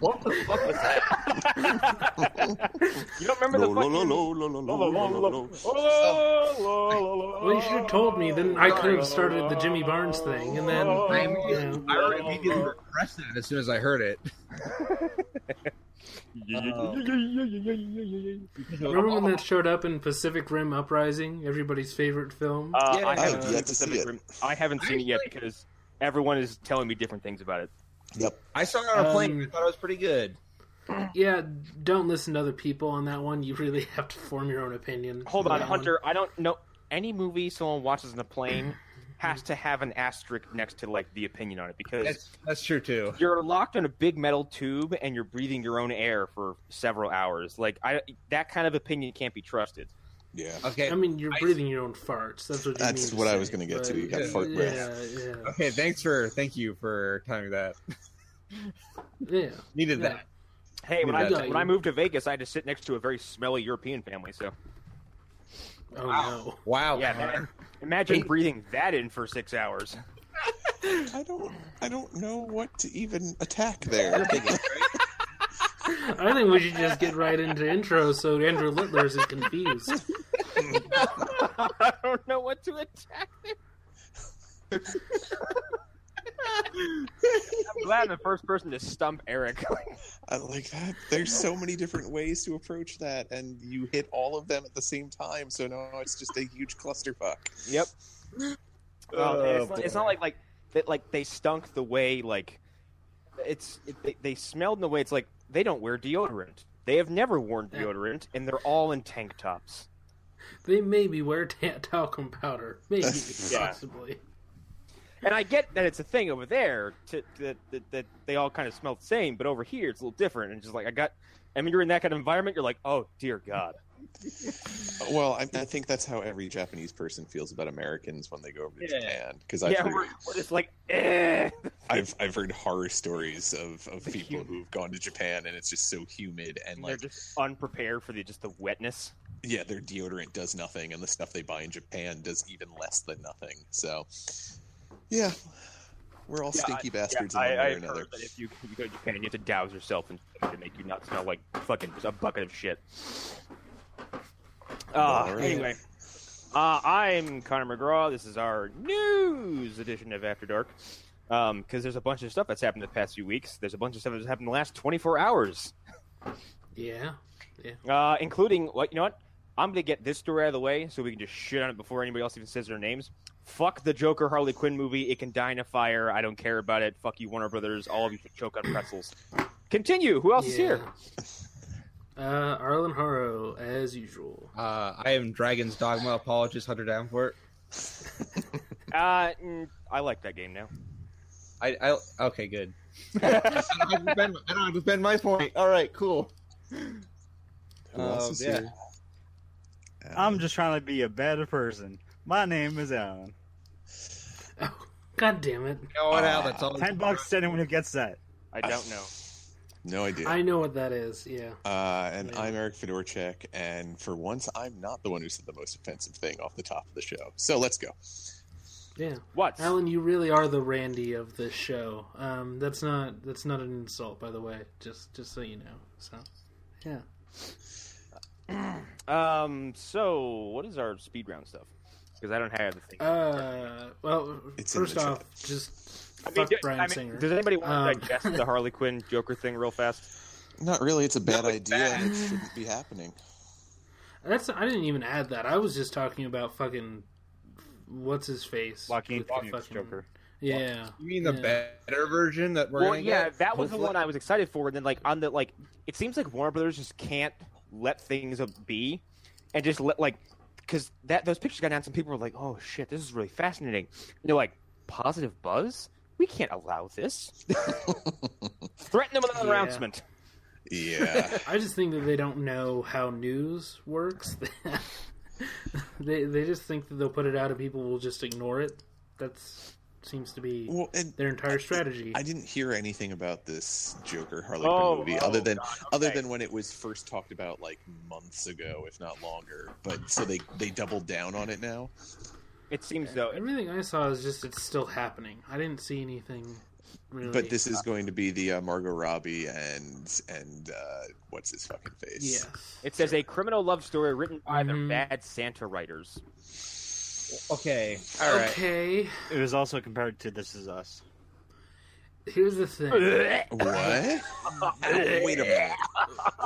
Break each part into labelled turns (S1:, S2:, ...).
S1: what the fuck was that? you don't remember the fucking...
S2: Well, if you told me, then I could have started the Jimmy Barnes thing, and then
S3: I
S2: you
S3: immediately,
S2: know,
S3: I immediately repressed that as soon as I heard it.
S2: remember when that showed up in Pacific Rim Uprising, everybody's favorite film?
S1: Uh,
S3: Yeah,
S1: I
S3: I
S1: haven't
S3: would
S1: seen
S4: yet to see
S1: Pacific
S4: it.
S1: Rim. I haven't seen it yet
S3: Actually-
S1: because everyone is telling me different things about it.
S4: Yep.
S3: I saw it on a plane.
S2: Um,
S3: I thought it was pretty good.
S2: yeah, don't listen to other people on that one. You really have to form your own opinion.
S1: Hold
S2: on
S1: on,
S2: that one.
S1: Hunter. I don't know any movie someone watches in a plane has to have an asterisk next to like the opinion on it because
S3: That's that's true too.
S1: you're locked in a big metal tube and you're breathing your own air for several hours. Like I, that kind of opinion can't be trusted.
S4: Yeah.
S3: Okay.
S2: I mean, you're
S3: I-
S2: breathing your own farts. That's what. You
S4: That's
S2: mean
S4: what
S2: to
S4: I
S2: say,
S4: was gonna get to,
S2: but-
S4: you got
S2: yeah,
S4: fart breath.
S2: Yeah,
S3: Okay. Thanks for thank you for telling me that.
S2: yeah, yeah.
S3: Needed
S2: Yeah.
S3: that.
S1: Hey, when I,
S2: Yeah.
S1: when I moved to Vegas, I had to sit next to a very smelly European family. So
S2: Oh no.
S3: Wow.
S1: yeah, man, imagine breathing that in for six hours.
S4: I don't. I don't know what to even attack there.
S2: I think we should just get right into intro so Andrew Littler isn't confused.
S1: I don't know what to attack. There. I'm glad I'm the first person to stump Eric.
S4: I like that. There's so many different ways to approach that, and you hit all of them at the same time. So now it's just a huge clusterfuck.
S1: Yep.
S3: Oh,
S1: it's, not,
S3: boy.
S1: it's not like like that. Like they stunk the way like it's it, they, they smelled in the way it's like they don't wear deodorant. They have never worn
S2: Yeah.
S1: deodorant, and they're all in tank tops.
S2: They maybe wear ta- talcum powder. Maybe,
S1: Yeah.
S2: possibly.
S1: And I get that it's a thing over there to, that, that that they all kind of smell the same, but over here it's a little different. And just like I got, I mean, you're in that kind of environment, you're like, oh dear God.
S4: Well, I, I think that's how every Japanese person feels about Americans when they go over to
S3: Yeah.
S4: Japan. Because I've,
S1: yeah,
S4: heard-
S1: we're, we're just like, eh.
S4: I've I've heard horror stories of, of
S1: The
S4: people
S1: humid.
S4: who've gone to Japan and it's just so humid and
S1: And they're
S4: like
S1: just unprepared for the just the wetness.
S4: yeah, their deodorant does nothing, and the stuff they buy in Japan does even less than nothing. So, yeah, we're all
S1: Yeah,
S4: stinky bastards
S1: I,
S4: in one
S1: I
S4: way or
S1: heard
S4: another.
S1: that if you, you go to Japan, you have to douse yourself in something to make you not smell like fucking just a bucket of shit. Uh,
S4: Alright.
S1: Anyway, uh, I'm Connor McGraw. This is our news edition of After Dark. Because there's a bunch of stuff that's happened the past few weeks. There's a bunch of stuff that's happened in the last 24 hours,
S2: Yeah.
S1: uh, including, what you know what? I'm going to get this story out of the way so we can just shit on it before anybody else even says their names. Fuck the Joker Harley Quinn movie. It can die in a fire. I don't care about it. Fuck you, Warner Brothers. All of you should choke on pretzels. Continue. Who else is
S2: Yeah.
S1: here?
S2: Uh, Arlen Harrow, as usual.
S3: Uh, I am Dragon's Dogma apologist Hunter Davenport.
S1: Uh, mm, I like that game now.
S3: I, I okay, good. I don't have to defend- I don't have to defend my point. All right, cool.
S4: Who else
S3: Um,
S4: is
S3: yeah.
S4: here?
S5: I'm just trying to be a better person. My name is Alan.
S2: Oh, God damn it.
S3: Go on out. That's all.
S5: Ten bucks to anyone who gets that.
S1: I don't know.
S4: no idea.
S2: I know what that is, yeah.
S4: Uh, and
S2: Yeah.
S4: I'm Eric Fedorchek, and for once, I'm not the one who said the most offensive thing off the top of the show. So let's go.
S2: Yeah.
S1: What?
S2: Alan, you really are the Randy of this show. Um, that's not that's not an insult, by the way. Just just so you know. So, yeah.
S1: Um. So, what is our speed round stuff? Because I don't have the thing.
S2: Uh, well,
S4: It's in
S2: first
S4: the
S2: off,
S4: chat.
S2: just
S1: I
S2: fuck
S1: mean, do-
S2: Brian
S1: I mean,
S2: Singer.
S1: Does anybody want
S2: Um,
S1: to digest the Harley Quinn Joker thing real fast?
S4: Not really. It's a bad
S3: it's
S4: idea.
S3: bad.
S4: It shouldn't be happening.
S2: That's I didn't even add that. I was just talking about fucking what's his face.
S5: Joaquin
S2: with the
S5: Phoenix
S2: fucking-
S5: Joker.
S2: Yeah.
S3: You mean the better version that we're
S1: Well,
S3: gonna
S1: yeah,
S3: get?
S1: that was the
S3: Hopefully-
S1: one I was excited for. And then, like on the like, it seems like Warner Brothers just can't let things be, and just let like, because that those pictures got announced, and people were like, "Oh shit, this is really fascinating." And they're like, "Positive buzz? We can't allow this." Threaten them with an
S2: Yeah.
S1: announcement.
S4: Yeah.
S2: I just think that they don't know how news works. they they just think that they'll put it out and people will just ignore it. That seems to be
S4: well, and
S2: their entire strategy.
S4: I didn't hear anything about this Joker Harley
S1: Oh,
S4: Quinn movie
S1: oh,
S4: other than
S1: God,
S4: other
S1: okay.
S4: than when it was first talked about like months ago, if not longer. But so they they doubled down on it now.
S1: It seems though.
S2: Everything I saw is just it's still happening. I didn't see anything
S1: Mm-hmm.
S2: really.
S4: But this is going to be the uh, Margot Robbie and and uh, what's his fucking face?
S2: yes,
S1: It says a criminal love story written by
S2: Mhm.
S1: the Bad Santa writers.
S3: Okay. All right.
S2: okay.
S5: It was also compared to This Is Us.
S2: Here's the thing.
S4: What?
S3: Wait a minute.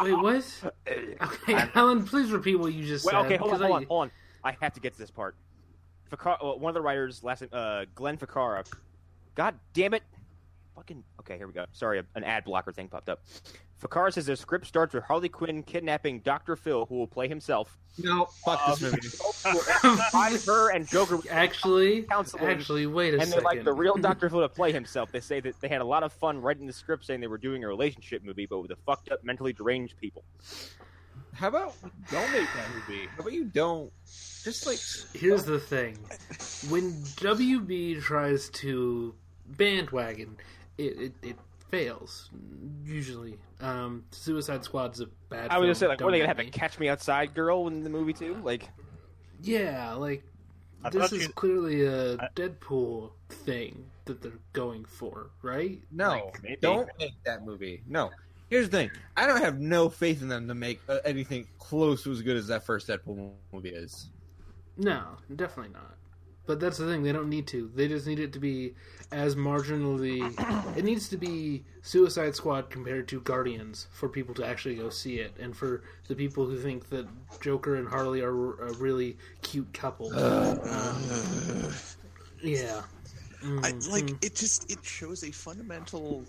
S2: Wait, what? Okay, Alan, please repeat what you just
S1: Wait,
S2: said.
S1: okay, hold on,
S2: 'cause
S1: hold
S2: I-
S1: on, hold on. I have to get to this part. Ficar- uh, one of the writers, last name, uh, Glenn Ficarra. God damn it! Fucking okay. Here we go. Sorry, an ad blocker thing popped up. Ficarra says the script starts with Harley Quinn kidnapping Dr. Phil, who will play himself.
S3: No, fuck this
S1: Um,
S3: movie.
S1: Find her and Joker,
S2: Actually,
S1: Counseling.
S2: actually, wait a
S1: and
S2: second.
S1: they're like the real Dr. Phil to play himself. They say that they had a lot of fun writing the script, saying they were doing a relationship movie, but with a fucked up, mentally deranged people.
S3: How about we don't make that movie? How about you don't? Just like
S2: Here's the thing: when WB tries to bandwagon, it it, it fails usually. Um, Suicide Squad's a bad.
S1: I was
S2: film,
S1: just say like, what are they gonna have
S2: don't
S1: a
S2: get me.
S1: Catch Me Outside girl in the movie too? Like,
S2: Yeah, like
S5: I
S2: this
S5: thought
S2: is
S5: you-
S2: clearly a
S5: I-
S2: Deadpool thing that they're going for, right?
S3: no,
S1: Like, maybe.
S3: don't make that movie. No. Here's the thing. I don't have no faith in them to make uh, anything close to as good as that first Deadpool movie is.
S2: No, definitely not. But that's the thing; they don't need to. They just need it to be as marginally. it needs to be Suicide Squad compared to Guardians for people to actually go see it, and for the people who think that Joker and Harley are a really cute couple. Um, yeah,
S4: I,
S2: Mm,
S4: like
S2: mm.
S4: it just it shows a fundamental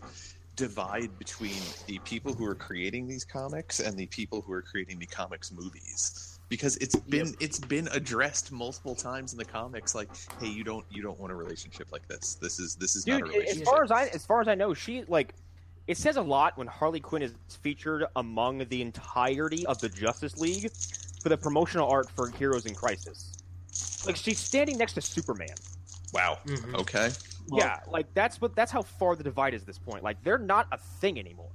S4: divide between the people who are creating these comics and the people who are creating the comics movies because it's been it's been addressed multiple times in the comics like hey you don't you don't want a relationship like this this is this is
S1: dude
S4: not a
S1: as
S4: relationship
S1: far as i as far as i know she like it says a lot when harley quinn is featured among the entirety of the justice league for the promotional art for heroes in crisis like she's standing next to superman
S4: wow
S2: Mhm.
S4: okay
S1: yeah like that's what that's how far the divide is at this point like they're not a thing anymore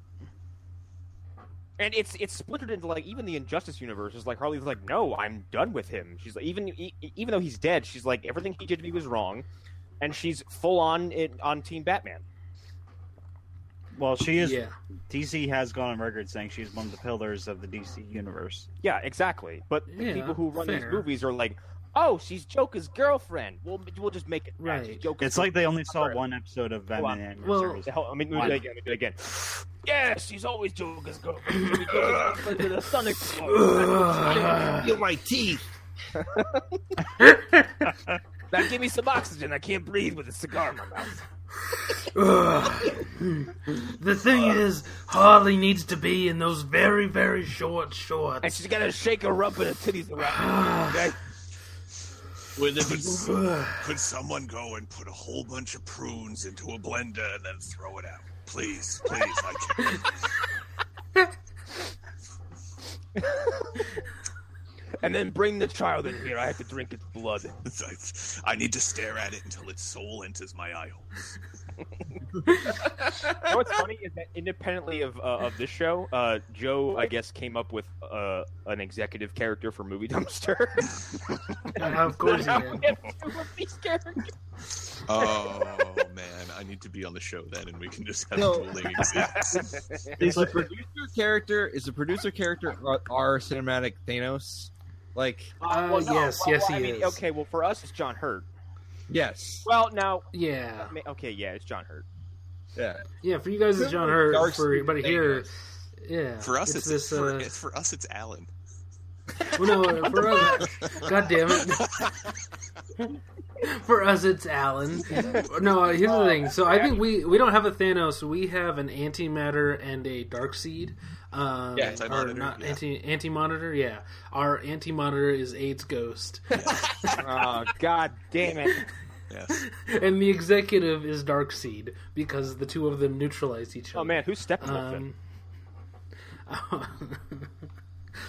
S1: and it's it's splintered into like even the injustice universe is like harley's like no i'm done with him she's like even e- even though he's dead she's like everything he did to me was wrong and she's full on it on team batman
S5: Well, she is.
S2: yeah.
S5: DC has gone on record saying she's one of the pillars of the DC universe.
S1: Yeah, exactly. But the
S2: Yeah,
S1: people who run
S2: fair.
S1: these movies are like, "Oh, she's Joker's girlfriend. We'll we'll just make it that.
S2: Right.
S1: She's Joker's
S5: It's like they only saw
S1: Correct.
S5: one episode of Batman.
S1: Well,
S5: Animated
S2: well-
S5: Series.
S1: girlfriend." Hell, I mean, let
S5: Why
S1: me do it
S5: not?
S1: again. Let me do it again. Yeah, she's always Joker's girlfriend. She'll be Joker's girlfriend to the Sonic.
S2: Ugh.
S3: Feel my teeth.
S1: Now give me some oxygen. I can't breathe with a cigar in my mouth.
S2: the thing is, Harley needs to be in those very, very short shorts.
S1: And she's gotta shake her rump and her titties around.
S4: with could, could someone go and put a whole bunch of prunes into a blender and then throw it out please please i can't
S1: And then bring the child in here. I have to drink its blood.
S4: I need to stare at it until its soul enters my eye holes.
S1: You know what's funny is that independently of uh, of this show, uh, Joe I guess came up with uh, an executive character for Movie Dumpster.
S2: of course, he did.
S4: Oh man, I need to be on the show then, and we can just have
S3: No.
S4: dueling execs.
S3: Is the producer character is the producer character our, our cinematic Thanos? Like
S2: Uh, yes, yes, he is.
S1: okay, well, for us, it's John Hurt.
S3: yes,
S1: Well, now,
S2: Yeah,
S1: ma- okay, yeah, it's John Hurt.
S3: yeah.
S2: yeah. For you guys, it's John Hurt.
S3: Dark
S2: for everybody
S3: Thanos.
S2: here, yeah.
S4: For us, it's,
S2: it's, this.
S4: for,
S2: uh,
S4: it's for us, it's Alan.
S2: well, no, uh, for us, God damn it. for us, it's Alan. No, uh, here's the thing. So I think we we don't have a Thanos. We have an antimatter and a dark seed. Um, or
S3: Yeah,
S4: anti-monitor,
S2: not
S4: yeah.
S2: anti anti monitor. Yeah, our anti monitor is AIDS Ghost,
S1: Oh, god damn it.
S4: Yes.
S2: and the executive is Dark Seed because the two of them neutralize each other.
S1: Oh, man, who's Steppenwolf then?
S2: Um,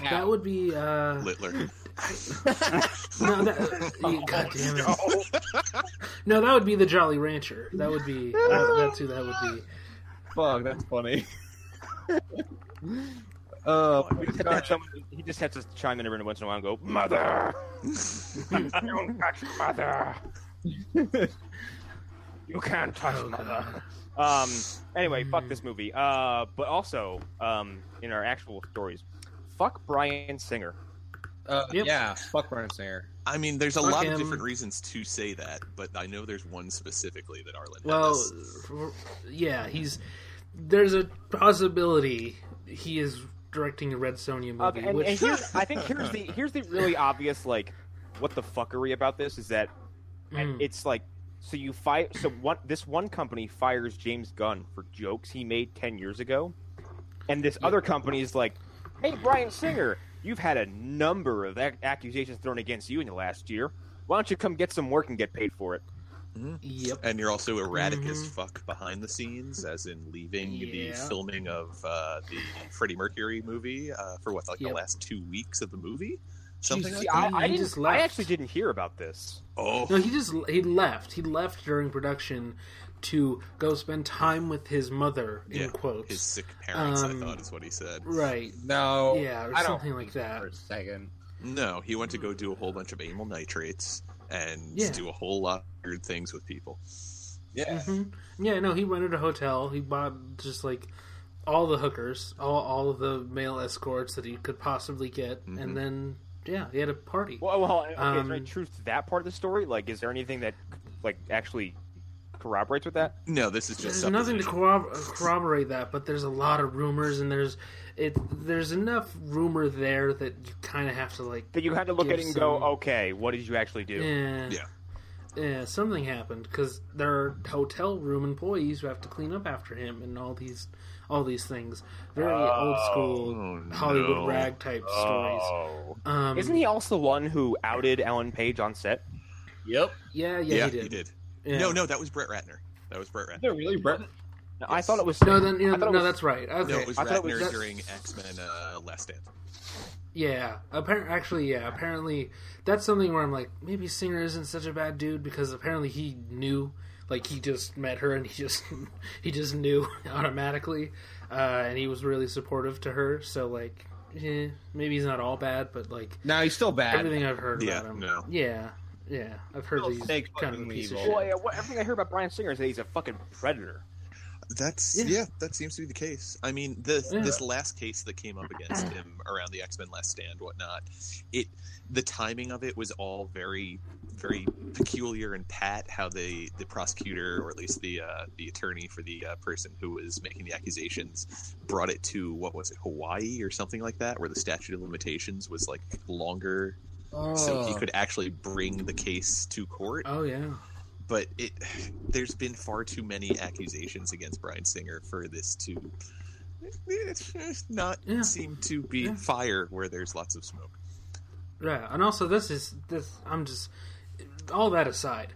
S2: that would be uh,
S4: Littler.
S2: no, that, God damn it. No. that would be the Jolly Rancher. That would be that, that's who that would be.
S3: Fuck, that's funny. uh,
S1: We just have to have someone, he just has to chime in every once in a while and go, Mother! Don't touch Mother! You can't touch
S2: Oh,
S1: Mother.
S2: God.
S1: Um, anyway, fuck this movie. Uh, but also, um, in our actual stories, fuck Brian Singer.
S3: Uh,
S2: Yep.
S3: Yeah, fuck Brian Singer.
S4: I mean, there's a
S2: Fuck
S4: lot
S2: him.
S4: of different reasons to say that, but I know there's one specifically that Arlen. had
S2: Well,
S4: us.
S2: r- yeah, he's there's a possibility he is directing a Red Sonja
S1: Uh,
S2: movie,
S1: and,
S2: which
S1: and here's, I think here's the here's the really obvious like, what the fuckery about this is that
S2: Mm.
S1: and it's like so you fire so one this one company fires James Gunn for jokes he made 10 years ago and this other company is like hey Brian Singer you've had a number of ac- accusations thrown against you in the last year why don't you come get some work and get paid for it
S2: yep,
S4: and you're also erratic as
S2: Mhm.
S4: fuck behind the scenes, as in leaving the
S2: Yeah.
S4: filming of uh, the Freddie Mercury movie uh, for what, like
S2: Yep.
S4: the last two weeks of the movie? Something
S2: Jesus.
S4: like
S1: See, I,
S2: he-
S1: I,
S2: he
S1: didn't,
S2: just
S1: I
S2: left.
S1: actually didn't hear about this
S4: Oh,
S2: no, he just he left. He left during production to go spend time with his mother. In
S4: Yeah,
S2: quotes,
S4: his sick parents,
S2: Um,
S4: I thought is what he said.
S2: right?
S3: No,
S2: Yeah, or
S3: Oh, I don't
S2: something like that.
S3: for a second.
S4: No, he went to go do a whole bunch of amyl nitrates and
S2: Yeah.
S4: do a whole lot of weird things with people.
S3: Yeah,
S2: hmm Yeah, no, he rented a hotel. He bought just like all the hookers, all all of the male escorts that he could possibly get,
S4: Mhm.
S2: and then yeah, he had a party.
S1: well, well okay is there
S2: Um,
S1: any truth to that part of the story like is there anything that like actually corroborates with that
S4: No, this is just
S2: there's nothing to
S4: supposition.
S2: corrob- corroborate that, but there's a lot of rumors, and there's it. There's enough rumor there that you kind of have to like,
S1: that you had to look
S2: Give
S1: at it and go
S2: some-
S1: okay what did you actually do
S2: yeah,
S4: Yeah.
S2: eh. yeah, something happened because there are hotel room employees who have to clean up after him, and all these, all these things. Very old school
S4: Oh, no.
S2: Hollywood rag type stories.
S1: Oh.
S2: Um,
S1: Isn't he also the one who outed Ellen Page on set?
S3: yep.
S2: Yeah, yeah,
S4: Yeah,
S2: he did. Yeah.
S4: No, no, that was Brett Ratner. That was Brett Ratner.
S3: They're really Brett.
S1: No, I thought it was.
S2: No, then
S1: I
S2: yeah,
S1: thought
S2: no,
S1: it was-
S2: that's right. Okay.
S4: No, it was
S1: I thought it
S4: Ratner
S1: was
S2: that-
S4: during X Men uh, Last Stand.
S2: yeah. Appar- actually, yeah. Apparently, that's something where I'm like, maybe Singer isn't such a bad dude because apparently he knew, like he just met her and he just he just knew automatically, uh, and he was really supportive to her. So like, eh, maybe he's not all bad, but like
S3: No, he's still bad.
S2: everything I've heard
S4: Yeah,
S2: about him,
S4: no.
S2: yeah, yeah, I've heard
S3: Little
S2: he's
S3: snake
S2: kind of a
S3: fucking
S2: piece of
S3: evil.
S1: Well,
S2: shit.
S1: yeah, uh, what, everything I hear about Brian Singer is that he's a fucking predator.
S4: That's
S2: Yeah.
S4: yeah. that seems to be the case. I mean, the
S2: Yeah.
S4: this last case that came up against him around the X Men Last Stand, whatnot, it the timing of it was all very, very peculiar and pat. How they the prosecutor or at least the uh, the attorney for the uh, person who was making the accusations brought it to what was it Hawaii or something like that, where the statute of limitations was like longer, so he
S3: Oh.
S4: could actually bring the case to court
S2: Oh yeah.
S4: but it there's been far too many accusations against Brian Singer for this to eh, not
S2: Yeah.
S4: seem to be
S2: Yeah.
S4: fire where there's lots of smoke.
S2: Yeah, and also this is this. I'm just all that aside.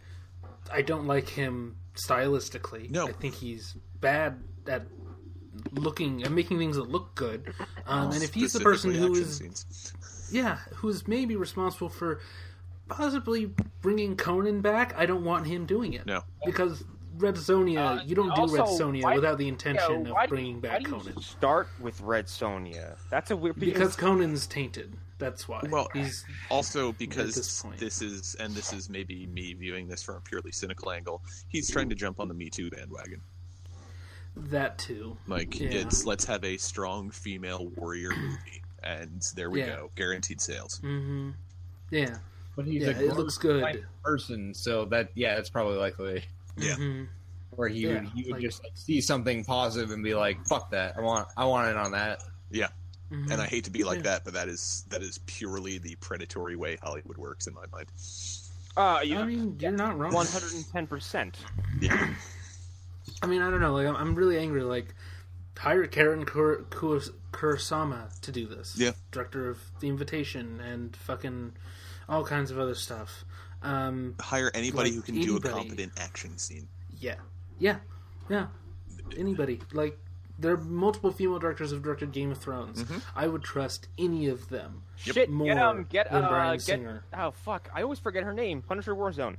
S2: I don't like him stylistically.
S4: No.
S2: I think he's bad at looking and making things that look good. Um, and if he's the person who
S4: Specifically action
S2: is,
S4: scenes.
S2: yeah, who is maybe responsible for possibly bringing Conan back, I don't want him doing it.
S4: No.
S2: because Red Sonia,
S1: Uh,
S2: you don't do Red
S1: also,
S2: Sonia
S1: why-
S2: without the
S1: Yeah,
S2: intention
S1: why
S2: of
S1: do you-
S2: bringing
S1: why
S2: back
S1: do you
S2: Conan
S1: Start with Red Sonja. That's a weird
S2: because Conan's tainted. That's why.
S4: Well,
S2: he's
S4: also
S2: At
S4: because this,
S2: this point.
S4: is and this is maybe me viewing this from a purely cynical angle. He's trying to jump on the Me Too bandwagon.
S2: that too.
S4: Like
S2: Yeah.
S4: it's let's have a strong female warrior movie. And there we
S2: Yeah.
S4: go, guaranteed sales.
S2: hmm Yeah.
S3: But he's
S2: yeah,
S3: a
S2: it looks good.
S3: grown-type person, so that yeah, it's probably likely
S4: Yeah.
S2: Mhm.
S3: where he would
S2: Yeah,
S3: he would
S2: like-
S3: just like, see something positive and be like, "Fuck that! I want I want in on that."
S2: Mhm.
S4: And I hate to be like
S2: Yeah.
S4: that, but that is that is purely the predatory way Hollywood works in my mind.
S1: Uh,
S2: I
S1: you,
S2: mean, you're not wrong.
S1: 110%.
S4: Yeah.
S2: I mean, I don't know. Like, I'm, I'm really angry. Like, hire Karen Kur- Kur- Kurosama to do this.
S4: Yeah.
S2: Director of The Invitation and fucking all kinds of other stuff. Um,
S4: hire anybody
S2: Like
S4: who can do
S2: anybody.
S4: a competent action scene.
S2: yeah. Yeah. Yeah. Anybody. Like, there are multiple female directors who've directed Game of Thrones.
S4: Mm-hmm.
S2: I would trust any of them.
S1: Shit,
S2: More
S1: get um, get
S2: than
S1: uh,
S2: Bryan
S1: get,
S2: Singer.
S1: Oh fuck, I always forget her name. Punisher Warzone.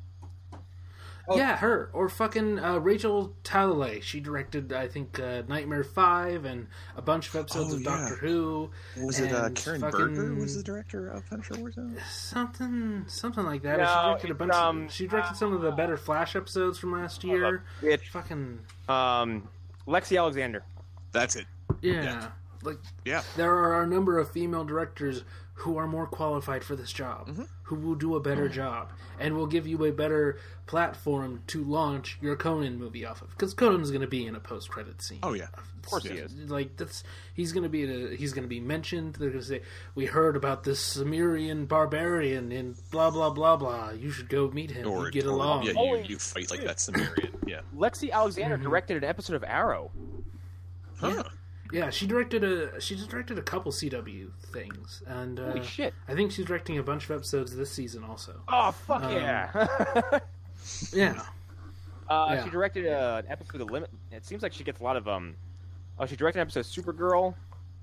S3: Oh.
S2: Yeah, her or fucking uh, Rachel Talalay. She directed, I think, uh, Nightmare Five and a bunch of episodes
S4: Oh,
S2: of
S4: yeah.
S2: Doctor Who.
S4: Was it uh,
S2: and
S4: Karen
S2: fucking
S4: Berger was the director of Punisher Warzone?
S2: something something like that. or
S1: No,
S2: she directed a
S1: it's,
S2: bunch.
S1: um,
S2: of, she directed some of the better Flash episodes from last year.
S1: Bitch.
S2: Fucking
S1: Um, Lexi Alexander.
S4: That's it.
S2: yeah.
S4: Yeah.
S2: Like
S4: Yeah.
S2: there are a number of female directors who are more qualified for this job,
S4: Mm-hmm.
S2: who will do a better job, and will give you a better platform to launch your Conan movie off of. Because Conan's going to be in a post-credit scene.
S4: Oh yeah.
S1: Of course he
S4: Yeah.
S1: is.
S2: Like that's he's gonna be in a, he's gonna be mentioned. They're gonna say we heard about this Sumerian barbarian in blah blah blah blah. You should go meet him.
S4: Or
S2: and get
S4: or-
S2: along.
S4: Yeah,
S1: Oh,
S4: you, you fight like that Sumerian. Yeah.
S1: Lexi
S2: Mm-hmm.
S1: Alexander directed an episode of Arrow.
S4: Huh.
S2: Yeah, she directed a she just directed a couple CW things, and uh,
S1: Holy shit.
S2: I think she's directing a bunch of episodes this season also.
S1: Oh fuck
S2: um,
S1: yeah!
S2: Yeah,
S1: uh,
S2: yeah.
S1: She directed uh, an episode of Limit. It seems like she gets a lot of um. Oh, she directed an episode of Supergirl,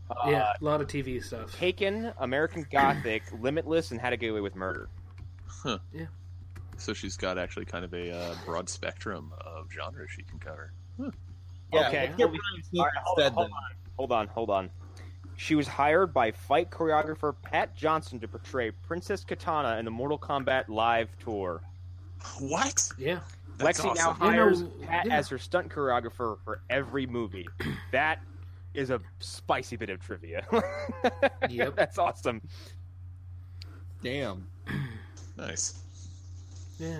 S1: Uh,
S2: yeah, a lot of TV stuff.
S1: Taken, American Gothic, Limitless, and How to Get Away with Murder.
S4: So she's got actually kind of a uh, broad spectrum of genres she can cover.
S1: okay,
S2: yeah.
S1: Kill the- all right, hold, on,
S3: Instead,
S1: hold, on,
S3: then.
S1: hold on, hold on. She was hired by fight choreographer Pat Johnson to portray Princess Katana in the Mortal Kombat Live tour.
S4: What?
S2: Yeah,
S4: That's
S1: Lexi now
S4: awesome.
S2: You
S1: hires
S2: know,
S1: Pat
S2: yeah.
S1: as her stunt choreographer for every movie. That is a spicy bit of trivia.
S2: Yep.
S1: That's awesome.
S3: Damn.
S4: Nice.
S2: yeah.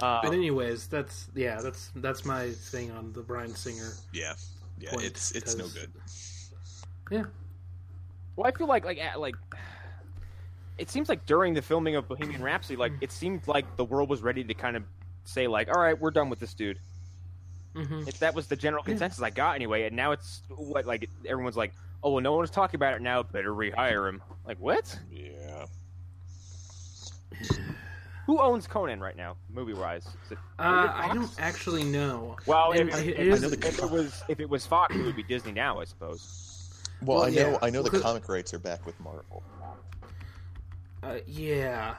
S2: But
S1: Uh,
S2: anyways, that's yeah, that's that's my thing on the Brian Singer.
S4: Yeah. Yeah.
S2: Point,
S4: it's it's no
S2: 'cause-
S4: good.
S2: Yeah,
S1: well, I feel like like at- like it seems like during the filming of Bohemian Rhapsody, like it seemed like the world was ready to kind of say like, all right, we're done with this dude.
S2: hmm
S1: If that was the general consensus I got anyway, and now it's what like everyone's like, oh well, no one's talking about it now. Better rehire him. Like what?
S4: Yeah.
S1: Who owns Conan right now, movie wise? Is it
S2: uh, I don't actually know.
S1: Well,
S2: And
S1: if,
S2: I-
S1: if-
S2: it is-
S1: if it was if it was Fox, it would be Disney now, I suppose.
S4: Well,
S2: Well,
S4: I know
S2: yeah.
S4: I know the
S2: Because-
S4: comic rights are back with Marvel.
S2: Uh, yeah.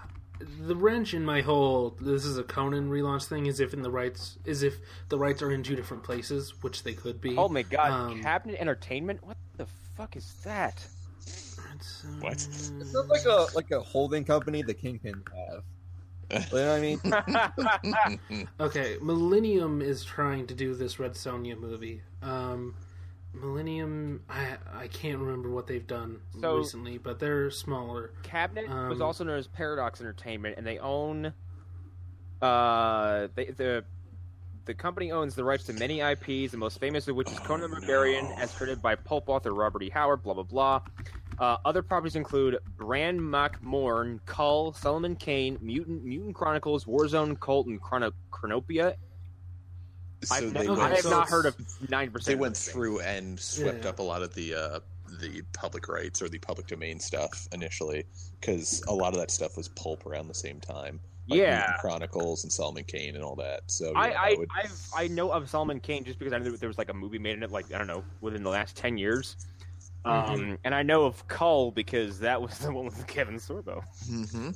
S2: The wrench in my whole this is a Conan relaunch thing is if in the rights is if the rights are in two different places, which they could be.
S1: Oh my god,
S2: Um,
S1: Cabinet Entertainment? What the fuck is that?
S2: it's,
S4: What?
S2: uh,
S3: It's not like a like a holding company the Kingpin have. You know what I mean?
S2: Okay, Millennium is trying to do this Red Sonja movie. Um, Millennium, I I can't remember what they've done
S1: So-
S2: recently, but they're smaller.
S1: Cabinet was
S2: Um,
S1: also known as Paradox Entertainment, and they own uh they, the the company owns the rights to many IPs, the most famous of which is Conan the
S4: Oh,
S1: Barbarian, as created by pulp author Robert E. Howard. Blah blah blah. Uh, other properties include Bran MacMorn, Cull, Solomon Kane, Mutant, Mutant Chronicles, Warzone, Cult, and Chrono- Chronopia,
S4: So
S1: I've
S4: they
S1: ne-
S2: went-
S1: I have
S2: so
S1: not
S2: it's-
S1: heard of nine percent.
S4: they went through and swept
S2: Yeah.
S4: up a lot of the uh, the public rights or the public domain stuff initially because a lot of that stuff was pulp around the same time. like
S1: Yeah.
S4: Mutant Chronicles and Solomon Kane and all that. So Oh, yeah,
S1: I
S4: that
S1: I,
S4: would-
S1: I've, I know of Solomon Kane just because I knew that there was like a movie made in it, like I don't know, within the last ten years. Um, and I know of Cull because that was the one with Kevin Sorbo.
S4: Mhm.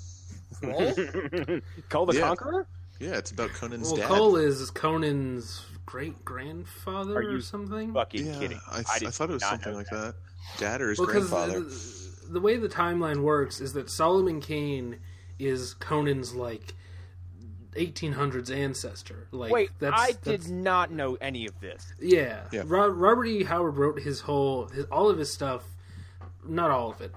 S1: Cull the
S4: Yeah.
S1: Conqueror.
S4: yeah, it's about Conan's
S2: Well,
S4: dad.
S2: Cole is Conan's great grandfather
S1: Are you
S2: or something.
S1: Fucking
S4: yeah,
S1: kidding!
S4: I,
S1: I
S4: I
S1: did
S4: thought it was
S1: not
S4: something
S1: know
S4: like that. Dad or his
S2: Because
S4: grandfather.
S2: The, the way the timeline works is that Solomon Kane is Conan's like 1800s ancestor. Like
S1: Wait,
S2: that's,
S1: I
S2: that's-
S1: did not know any of this.
S2: Yeah.
S4: Yeah.
S2: Ro- Robert E. Howard wrote his whole, his, all of his stuff, not all of it,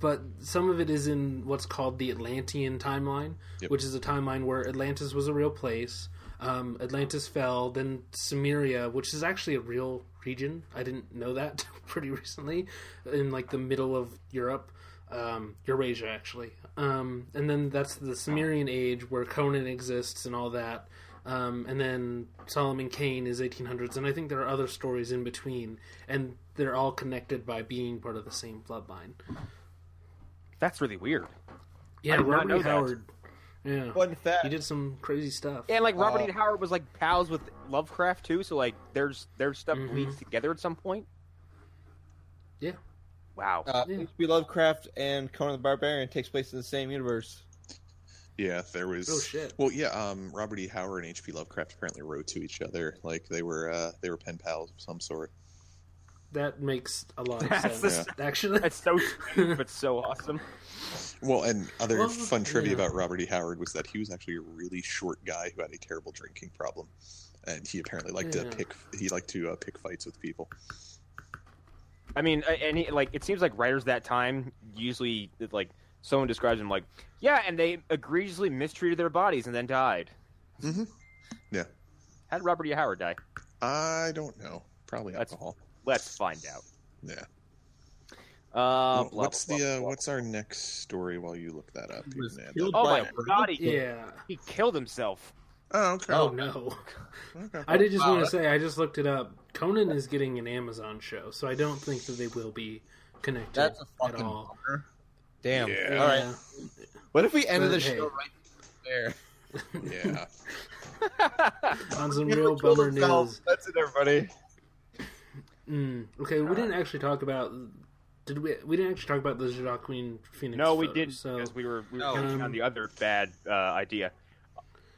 S2: but some of it is in what's called the Atlantean timeline,
S4: Yep.
S2: which is a timeline where Atlantis was a real place. Um, Atlantis fell, then Sumeria, which is actually a real region. I didn't know that pretty recently, in like the middle of Europe, um, Eurasia actually. Um, and then that's the Sumerian age where Conan exists and all that. Um, and then Solomon Kane is 1800s, and I think there are other stories in between, and they're all connected by being part of the same bloodline.
S1: That's really weird.
S2: Yeah,
S1: did not
S2: Robert
S1: know
S2: E.
S1: that.
S2: Howard. Yeah,
S3: Fun fact.
S2: he did some crazy stuff.
S1: And like Robert
S3: Uh,
S1: E. Howard was like pals with Lovecraft too, so like there's their stuff
S2: Mhm.
S1: bleeds together at some point.
S2: Yeah.
S1: Wow.
S3: Uh,
S2: Yeah.
S3: H.P. Lovecraft and Conan the Barbarian takes place in the same universe.
S4: Yeah, there was.
S2: Oh, shit.
S4: Well, yeah. Um, Robert E. Howard and H.P. Lovecraft apparently wrote to each other, like they were uh, they were pen pals of some sort.
S2: That makes a lot of
S1: That's
S2: sense. Actually,
S1: That's so stupid, but so awesome.
S4: Well, and other
S2: Well,
S4: fun trivia
S2: yeah.
S4: about Robert E. Howard was that he was actually a really short guy who had a terrible drinking problem, and he apparently liked
S2: Yeah.
S4: to pick he liked to uh, pick fights with people.
S1: I mean, a- and he, like it seems like writers that time usually like someone describes them like, yeah, and they egregiously mistreated their bodies and then died.
S4: hmm
S1: How did Robert E. Howard die?
S4: I don't know. Probably
S1: That's-
S4: alcohol.
S1: Let's find out.
S4: Yeah.
S1: Uh,
S4: Wh-
S1: blah,
S4: what's
S1: blah,
S4: the
S1: blah,
S4: uh,
S1: blah.
S4: what's our next story while you look that up?
S3: He was
S4: Ned?
S3: killed
S1: Oh
S3: by
S1: my
S3: a bird?
S1: god, he,
S2: yeah.
S1: he killed himself.
S4: Oh, okay.
S2: Oh no.
S4: Okay.
S2: I did just
S3: Wow,
S2: want to
S3: that-
S2: say I just looked it up. Conan is getting an Amazon show, so I don't think that they will be connected
S3: That's a
S2: at
S3: fucking
S2: all.
S3: bummer. Damn.
S4: Yeah.
S3: All right. What if we ended
S2: But
S3: the
S2: hey.
S3: show right there?
S4: Yeah.
S2: On some
S3: He
S2: real
S3: killed
S2: bummer
S3: himself.
S2: news.
S3: That's it, everybody.
S2: Mm, okay, we didn't actually talk about. Did we? We didn't actually talk about the Jedi Queen Phoenix.
S1: No, we
S2: photo,
S1: didn't
S2: So
S1: because we were we were
S3: No.
S1: counting on the other bad uh, idea.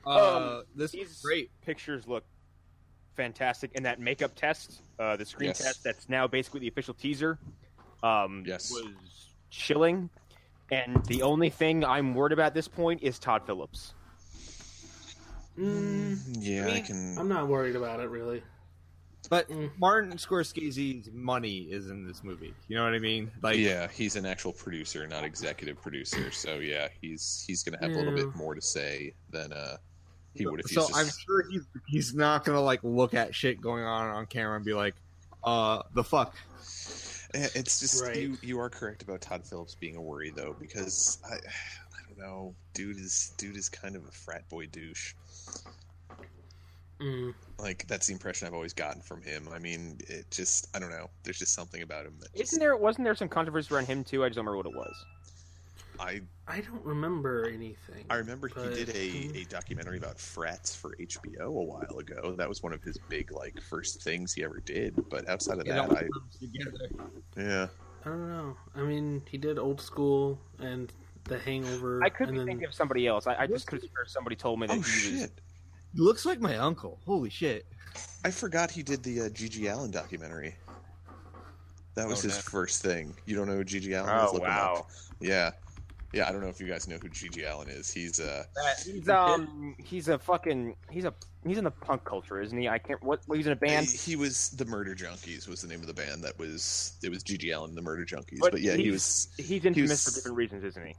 S3: Uh, this
S1: These
S3: is great.
S1: pictures look fantastic, and that makeup test, uh, the screen
S4: Yes.
S1: test that's now basically the official teaser, um,
S4: Yes.
S1: was chilling. And the only thing I'm worried about at this point is Todd Phillips.
S2: mm,
S4: Yeah, I,
S1: mean,
S4: can.
S2: I'm not worried about it really.
S3: But
S2: Mm.
S3: Martin Scorsese's money is in this movie. You know what I mean? Like,
S4: yeah, he's an actual producer, not executive producer. So yeah, he's he's gonna have a little
S2: Yeah.
S4: bit more to say than uh he would if
S3: so
S4: he's
S3: I'm
S4: just.
S3: sure he's he's not gonna like look at shit going on on camera and be like, uh, the fuck.
S4: Eh, It's just
S2: Right.
S4: you you are correct about Todd Phillips being a worry though because I I don't know dude is dude is kind of a frat boy douche.
S2: Mm,
S4: Like that's the impression I've always gotten from him. I mean, it just I don't know. There's just something about him that
S1: Isn't
S4: just,
S1: there? Wasn't there some controversy around him too? I just don't remember what it was.
S4: I
S2: I don't remember anything.
S4: I remember he
S2: But-
S4: did a, a documentary about frats for HBO a while ago. That was one of his big like first things he ever did. But outside of
S3: It all
S4: that, I
S3: comes together.
S4: yeah.
S2: I don't know. I mean, he did old school and The Hangover.
S1: I could
S2: and
S1: be
S2: then,
S1: thinking of somebody else. I, I just could have sworn somebody told me that he
S4: Oh
S1: was.
S4: shit!
S3: Looks like my uncle. Holy shit.
S4: I forgot he did the uh, Gigi Allen documentary. That was
S3: Oh,
S4: his
S3: no.
S4: first thing. You don't know who Gigi Allen is?
S1: Oh
S4: Look him
S1: wow!
S4: up. Yeah, yeah. I don't know if you guys know who Gigi Allen is. He's uh
S1: He's um, he's a fucking, he's a, he's in the punk culture, isn't he? I can't. What? He's in a band.
S4: He, he was the Murder Junkies was the name of the band that was it was Gigi Allen and the Murder Junkies.
S1: But
S4: But, yeah, he
S1: he's-
S4: was
S1: He's infamous
S4: was-
S1: for different reasons, isn't he?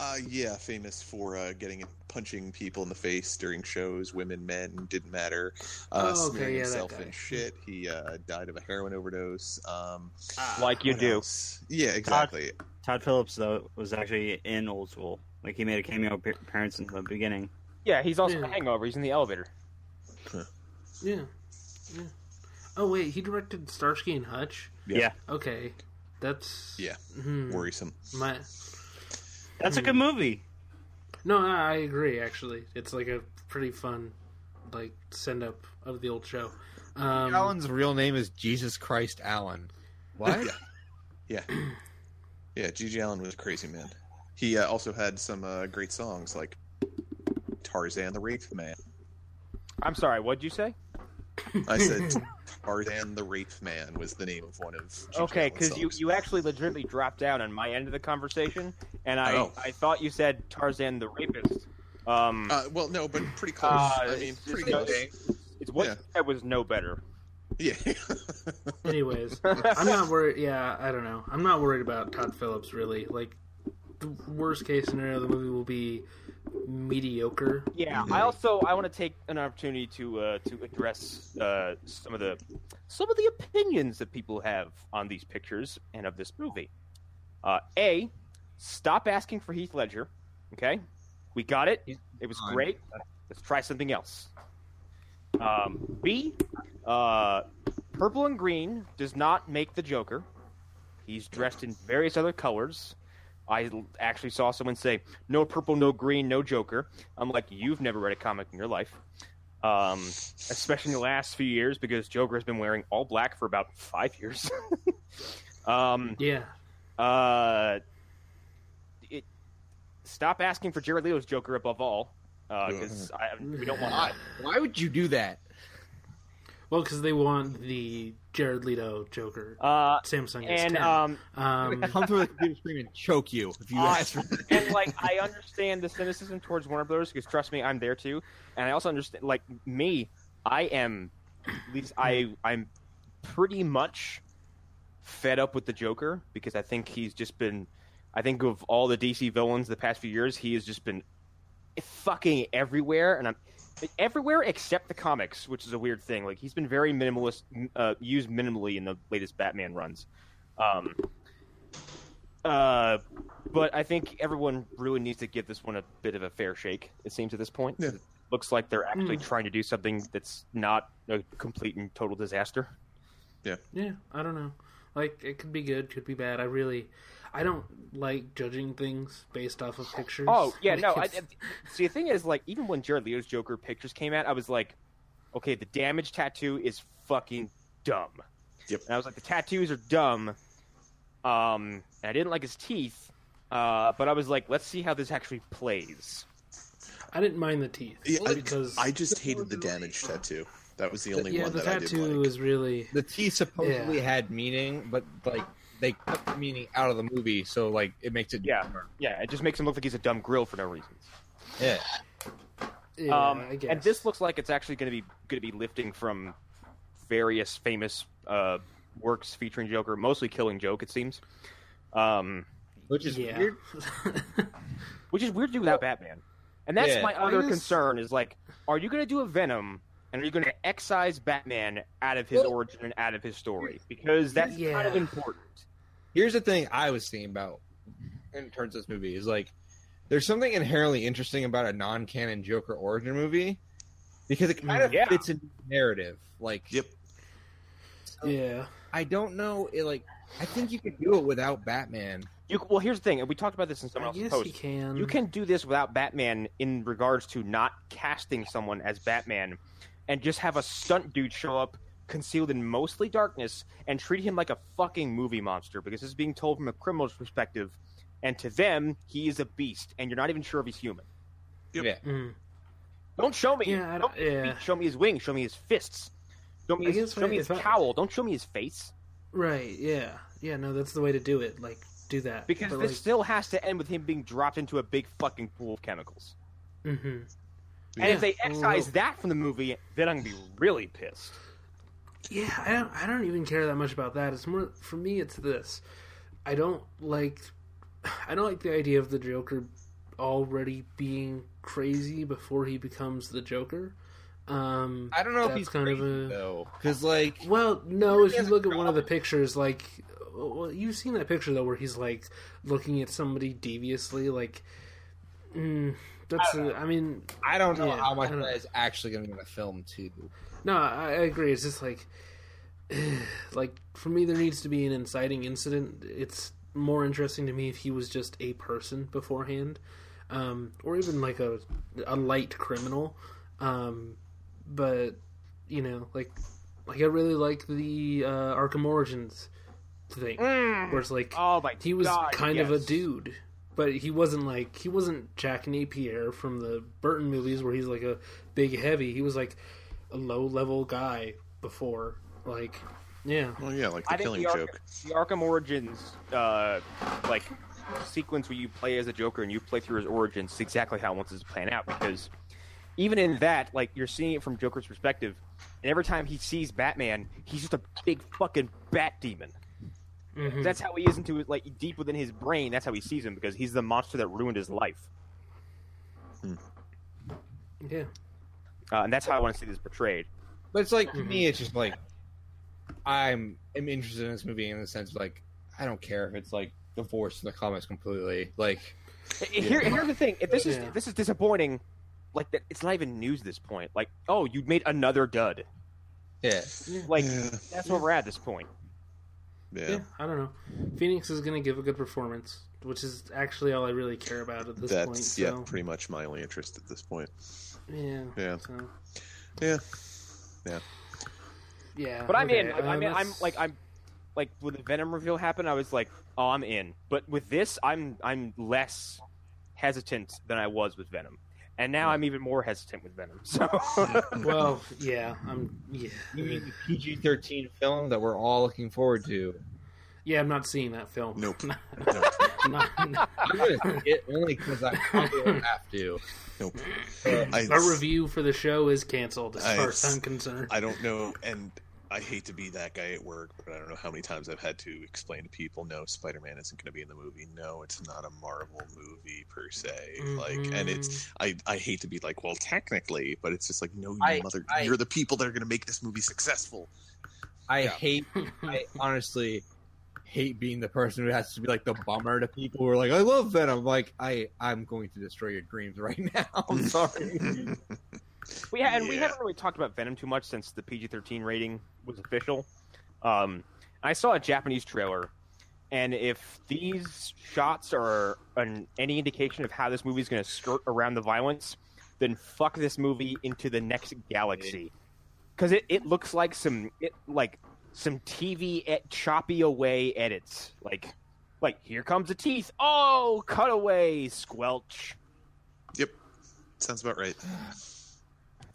S4: Uh, yeah, famous for uh, getting punching people in the face during shows, women, men, didn't matter. Uh,
S2: Oh, okay,
S4: smearing
S2: yeah, that
S4: himself
S2: guy.
S4: in shit. He uh, died of a heroin overdose. Um,
S2: Ah,
S1: Like you
S4: what
S1: do.
S4: else? Yeah, exactly.
S5: Todd Phillips though was actually in Old School. Like he made a cameo ap- appearance in the beginning.
S1: Yeah, he's also
S2: Yeah.
S1: a hangover. He's in the elevator.
S2: yeah, yeah. Oh wait, he directed Starsky and Hutch.
S4: Yeah.
S5: Yeah.
S2: Okay, that's
S4: Yeah.
S2: Hmm,
S4: Worrisome.
S2: my
S5: That's a
S2: Hmm.
S5: good movie.
S2: no, I I agree. Actually, it's like a pretty fun like send up of the old show. Um,
S3: Allen's real name is Jesus Christ Allen. What?
S4: Yeah. Yeah, Gigi Allen was a crazy man. He uh, also had some uh, great songs like Tarzan the Rape Man.
S1: I'm sorry, what'd you say?
S4: I said Tarzan the Rape Man was the name of one of Gigi
S1: Okay,
S4: Allen's
S1: because you,
S4: songs.
S1: you actually legitimately dropped down on my end of the conversation, and I,
S4: Oh.
S1: I thought you said Tarzan the Rapist. Um,
S4: Uh, well, no, but pretty close.
S1: Uh,
S4: I
S1: it's
S4: mean,
S1: just
S4: pretty
S1: like-
S4: close.
S1: it's what
S4: yeah.
S1: you said was no better.
S4: Yeah.
S2: Anyways, I'm not worried. Yeah, I don't know. I'm not worried about Todd Phillips really. Like, the worst case scenario, the movie will be mediocre.
S1: Yeah,
S4: Mhm.
S1: I also I want to take an opportunity to uh, to address uh, some of the some of the opinions that people have on these pictures and of this movie. Uh, a, stop asking for Heath Ledger. Okay, we got it. It was
S3: gone.
S1: great. Let's try something else. Um, B, uh, purple and green does not make the Joker. He's dressed in various other colors. I l- actually saw someone say, "No purple, no green, no Joker." I'm like, "You've never read a comic in your life." Um, especially in the last few years, because Joker has been wearing all black for about five years. um,
S2: Yeah,
S1: uh, it, stop asking for Jared Leto's Joker above all, because we don't want.
S3: Why? Why would you do that?
S2: Well, because they want the Jared Leto Joker.
S1: Uh,
S2: Samsung is
S1: and
S2: 10.
S1: um,
S2: um,
S3: Come through the computer screen and choke you if you
S1: Uh,
S3: ask for
S1: and like I understand the cynicism towards Warner Brothers because trust me, I'm there too, and I also understand like me, I am, at least I I'm pretty much fed up with the Joker because I think he's just been, I think of all the DC villains the past few years, he has just been fucking everywhere, and I'm everywhere except the comics, which is a weird thing. Like he's been very minimalist, uh, used minimally in the latest Batman runs. Um, uh, but I think everyone really needs to give this one a bit of a fair shake. It seems at this point,
S4: Yeah.
S1: it looks like they're actually trying to do something that's not a complete and total disaster.
S2: yeah, I don't know. Like it could be good, could be bad. I really, I don't like judging things based off of pictures.
S1: Oh yeah,
S2: Like,
S1: no. I,
S2: it's-
S1: I- see, the thing is, like, even when Jared Leto's Joker pictures came out, I was like, okay, the damage tattoo is fucking dumb.
S4: Yep.
S1: And I was like, the tattoos are dumb. Um, and I didn't like his teeth. Uh, but I was like, let's see how this actually plays.
S2: I didn't mind the teeth
S4: Yeah, I-
S2: because
S4: I just hated the damage tattoo. That was the only
S2: yeah,
S4: one
S2: the
S4: that I didn't
S2: tattoo
S4: like.
S2: is really
S3: the T supposedly
S2: Yeah.
S3: had meaning, but like they cut the meaning out of the movie, so like it makes it
S1: Yeah.
S3: dumber.
S1: Yeah, it just makes him look like he's a dumb grill for no reason.
S3: yeah.
S2: yeah,
S1: um,
S2: I guess.
S1: and this looks like it's actually going to be going to be lifting from various famous uh, works featuring Joker, mostly Killing Joke, it seems. Um,
S3: which is
S2: yeah.
S3: weird.
S1: which is weird to do without Batman. And that's
S3: Yeah.
S1: my other
S2: Why is-
S1: concern is like, are you going to do a Venom and are you going to excise Batman out of his
S3: Well-
S1: origin and out of his story? Because that's kind of
S2: Yeah.
S1: important.
S3: Here's the thing I was thinking about in terms of this movie is like there's something inherently interesting about a non-canon Joker origin movie because it kind of
S2: Mm,
S1: Yeah.
S3: fits in narrative. Like
S4: Yep.
S2: yeah,
S3: I don't know, it like I think you could do it without Batman.
S1: You, well, here's the thing, and we talked about this in someone
S2: I
S1: else's
S2: guess
S1: post.
S2: you can.
S1: You can do this without Batman in regards to not casting someone as Batman and just have a stunt dude show up concealed in mostly darkness and treat him like a fucking movie monster because this is being told from a criminal's perspective. And to them, he is a beast, and you're not even sure if he's human.
S4: Yep.
S3: Yeah.
S2: Mm.
S1: Don't show me.
S2: Yeah, I
S1: don't
S2: don't- yeah.
S1: Show me his wings. Show me his fists. Show me
S2: I
S1: his,
S2: guess
S1: show me
S2: if
S1: his
S2: I-
S1: cowl. Don't show me his face.
S2: Right? Yeah, yeah. No, that's the way to do it. Like, do that
S1: Because
S2: But,
S1: this still has to end with him being dropped into a big fucking pool of chemicals.
S2: like, mhm.
S1: And if
S2: Yeah.
S1: they excise
S2: Well-
S1: that from the movie, then I'm gonna be really pissed.
S2: Yeah, I don't, I don't even care that much about that. It's more for me. It's this. I don't like. I don't like the idea of the Joker already being crazy before he becomes the Joker. Um,
S3: I don't know if
S2: That's
S3: he's
S2: kind
S3: kind
S2: of
S3: crazy,
S2: a-
S3: of though, because like
S2: well, no. If
S3: He
S2: you
S3: has
S2: look
S3: a
S2: at one of the pictures, like, well, you've seen that picture though, where he's like looking at somebody deviously. Like, mm, that's. a- I mean,
S3: I don't know
S2: Yeah,
S3: how much
S2: I don't know.
S3: that is actually going to be in the film too.
S2: No, I, I agree. It's just like, like for me, there needs to be an inciting incident. It's more interesting to me if he was just a person beforehand, um, or even like a a light criminal. Um, but you know, like, like I really like the uh, Arkham Origins thing, where it's like
S1: Oh my
S2: he was
S1: God,
S2: kind of a
S1: yes.
S2: dude but he wasn't like he wasn't jack napier from the burton movies where he's like a big heavy he was like a low level guy before like yeah
S4: Well, yeah, like
S1: I think
S4: the killing
S1: the Arkham,
S4: joke.
S1: the Arkham Origins, uh, like sequence where you play as a Joker and you play through his origins, is exactly how it wants this to plan out. Because even in that, like you're seeing it from Joker's perspective, and every time he sees Batman, he's just a big fucking bat demon.
S2: Mhm.
S4: Mm-hmm.
S1: That's how he is into it, like deep within his brain. That's how he sees him because he's the monster that ruined his life,
S2: yeah
S1: uh, and that's how I want to see this portrayed.
S3: But it's like to me, it's just like I'm am interested in this movie in the sense like I don't care if it's like divorced from the comics completely. Like
S1: Here, here's the thing. If this is
S2: Yeah.
S1: this is disappointing, like that, it's not even news at this point. Like, oh, you made another dud.
S3: yeah,
S1: Like
S4: Yeah.
S1: that's where we're at this point.
S4: Yeah.
S2: yeah, i don't know phoenix is gonna give a good performance which is actually all i really care about at this
S4: That's
S2: point
S4: yeah,
S2: so
S4: pretty much my only interest at this point.
S2: yeah
S4: Yeah.
S2: so,
S4: Yeah.
S2: yeah
S1: But I'm
S2: okay,
S1: in. Like,
S2: uh,
S1: I'm in. I'm
S2: that's-
S1: like I'm like when the Venom reveal happened, I was like, oh, I'm in. But with this, I'm I'm less hesitant than I was with Venom, and now
S2: Hmm.
S1: I'm even more hesitant with Venom. So
S2: Well, yeah, I'm yeah.
S3: You mean the PG thirteen film that we're all looking forward to?
S2: Yeah, I'm not seeing that film.
S4: Nope.
S2: No,
S4: No,
S2: not-
S3: I'm gonna see it only because I probably will have to.
S4: nope.
S3: Uh,
S4: I,
S2: Our review for the show is canceled, as
S4: I-
S2: far as I'm concerned.
S4: I don't know, and I hate to be that guy at work, but I don't know how many times I've had to explain to people, no, Spider-Man isn't going to be in the movie. No, it's not a Marvel movie per se. Like, and
S3: Mm-hmm.
S4: it's I, I hate to be like, well, technically, but it's just like, no, you
S3: I-
S4: mother,
S3: I-
S4: you're the people that are going to make this movie successful.
S3: I
S4: Yeah.
S3: hate.
S2: Mm-hmm.
S3: I honestly hate being the person who has to be like the bummer to people who are like, "I love Venom." Like, I I'm going to destroy your dreams right now. I'm sorry.
S1: we ha- and we
S4: Yeah.
S1: haven't really talked about Venom too much since the PG-13 rating was official. Um, I saw a Japanese trailer, and if these shots are an, any indication of how this movie is going to skirt around the violence, then fuck this movie into the next galaxy, because it, it looks like some it, like some TV at choppy away edits, like like here comes the teeth, oh cutaway squelch.
S4: yep, sounds about right.
S1: That's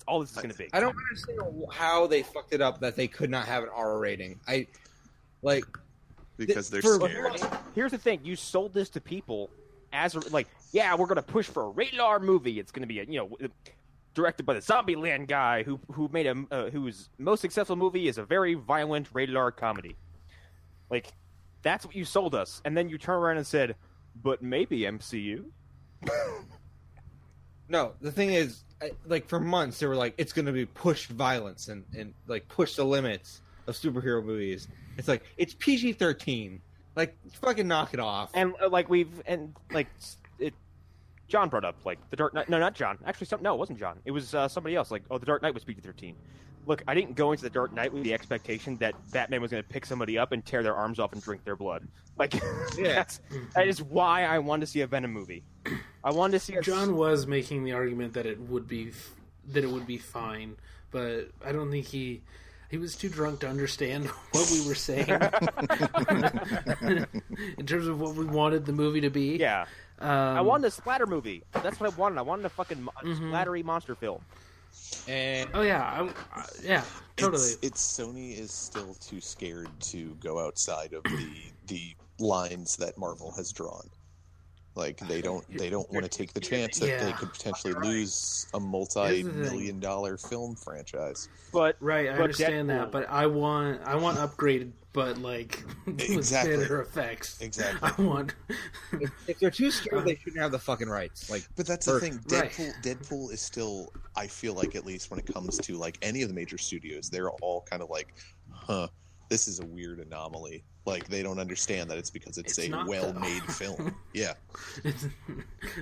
S1: all this is going to be.
S3: I don't understand how they fucked it up that they could not have an R rating. I like
S4: Because they're
S3: For-
S4: scared.
S1: Here's the thing: you sold this to people as a, like, yeah, we're gonna push for a rated R movie. It's gonna be a you know, directed by the Zombieland guy who who made a uh, whose most successful movie is a very violent rated R comedy. Like, that's what you sold us, and then you turn around and said, "But maybe MCU."
S3: No, the thing is, I, like for months they were like, it's going to be push violence and and like push the limits of superhero movies. It's like it's PG thirteen. Like fucking knock it off.
S1: And uh, like we've and like s- it, John brought up like the Dark Knight. No, not John. Actually, some, no, it wasn't John. It was uh, somebody else. Like, oh, the Dark Knight was PG thirteen. Look, I didn't go into the Dark Knight with the expectation that Batman was going to pick somebody up and tear their arms off and drink their blood. Like, that's that is why I wanted to see a Venom movie. I wanted to see a
S2: John was making the argument that it would be f- that it would be fine, but I don't think he he was too drunk to understand what we were saying in terms of what we wanted the movie to be.
S1: Yeah,
S2: um,
S1: I wanted a splatter movie. That's what I wanted. I wanted a fucking mo-
S2: Mhm.
S1: splattery monster film.
S3: And
S2: Oh yeah, I, I, yeah, totally.
S4: It's, it's Sony is still too scared to go outside of the the lines that Marvel has drawn. Like they don't they don't want to take the chance that they
S2: Yeah.
S4: could potentially
S3: Fucking right.
S4: lose a multi-million dollar film franchise.
S1: But
S2: Right, I
S1: But
S2: understand
S1: Deadpool-
S2: that, but I want I want upgraded, but like with
S4: Exactly.
S2: better effects.
S4: Exactly.
S2: I want
S3: if they're too scared, they shouldn't have the fucking rights. Like
S4: But that's the
S3: Or-
S4: thing.
S2: Right.
S4: Deadpool Deadpool is still I feel like at least when it comes to like any of the major studios, they're all kind of like, huh, this is a weird anomaly. Like they don't understand that it's because it's,
S2: It's
S4: a
S2: not, though.
S4: well-made film. Yeah.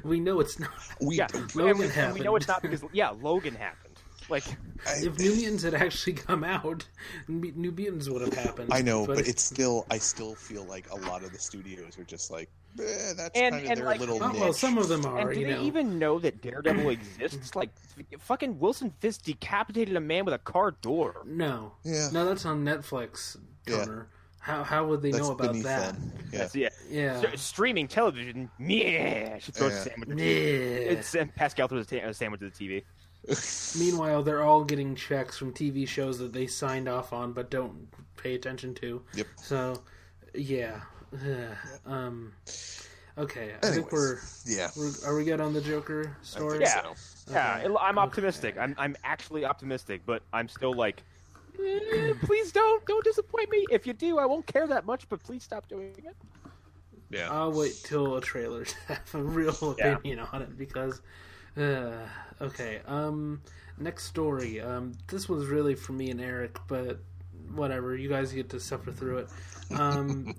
S2: we know it's not.
S4: We
S1: yeah, and
S2: Logan
S1: we, and we know
S2: happened.
S1: it's not because yeah, Logan happened. Like,
S4: I-
S2: If New Mutants had actually come out, Mu- New Mutants would have happened.
S4: I know, but
S2: it-
S4: it's still. I still feel like a lot of the studios are just like, eh, that's
S1: And-
S4: kind of
S1: and
S4: their
S1: like-
S4: little
S2: Oh,
S4: niche.
S2: well, some of them are.
S1: And do
S2: you
S1: they
S2: know,
S1: even know that Daredevil exists? Like, f- fucking Wilson Fisk decapitated a man with a car door.
S2: no,
S4: yeah,
S2: no, that's on Netflix.
S4: Yeah.
S2: Connor, how how would they know about
S4: beneath
S2: that?
S4: them. Yeah.
S1: That's yeah.
S2: Yeah,
S1: S- streaming television. Yeah, she throws
S4: Yeah.
S1: a sandwich.
S2: yeah.
S1: It's, and Pascal throws a, ta- a sandwich to the TV.
S2: Meanwhile, they're all getting checks from TV shows that they signed off on but don't pay attention to.
S4: Yep.
S2: So, yeah. Ugh. Um. Okay. I
S4: Anyways.
S2: think we're,
S4: yeah.
S2: we're are we good on the
S4: I
S2: Joker
S4: think
S2: story?
S1: Yeah.
S4: so.
S1: Yeah,
S2: Okay.
S1: it- I'm optimistic. I'm I'm actually optimistic, but I'm still like, eh, please don't don't disappoint me. If you do, I won't care that much. But please stop doing it.
S4: Yeah.
S2: I'll wait till a trailer to have a real
S1: Yeah.
S2: opinion on it because. Uh, okay. Um. Next story. Um. This was really for me and Eric, but whatever. You guys get to suffer through it. Um.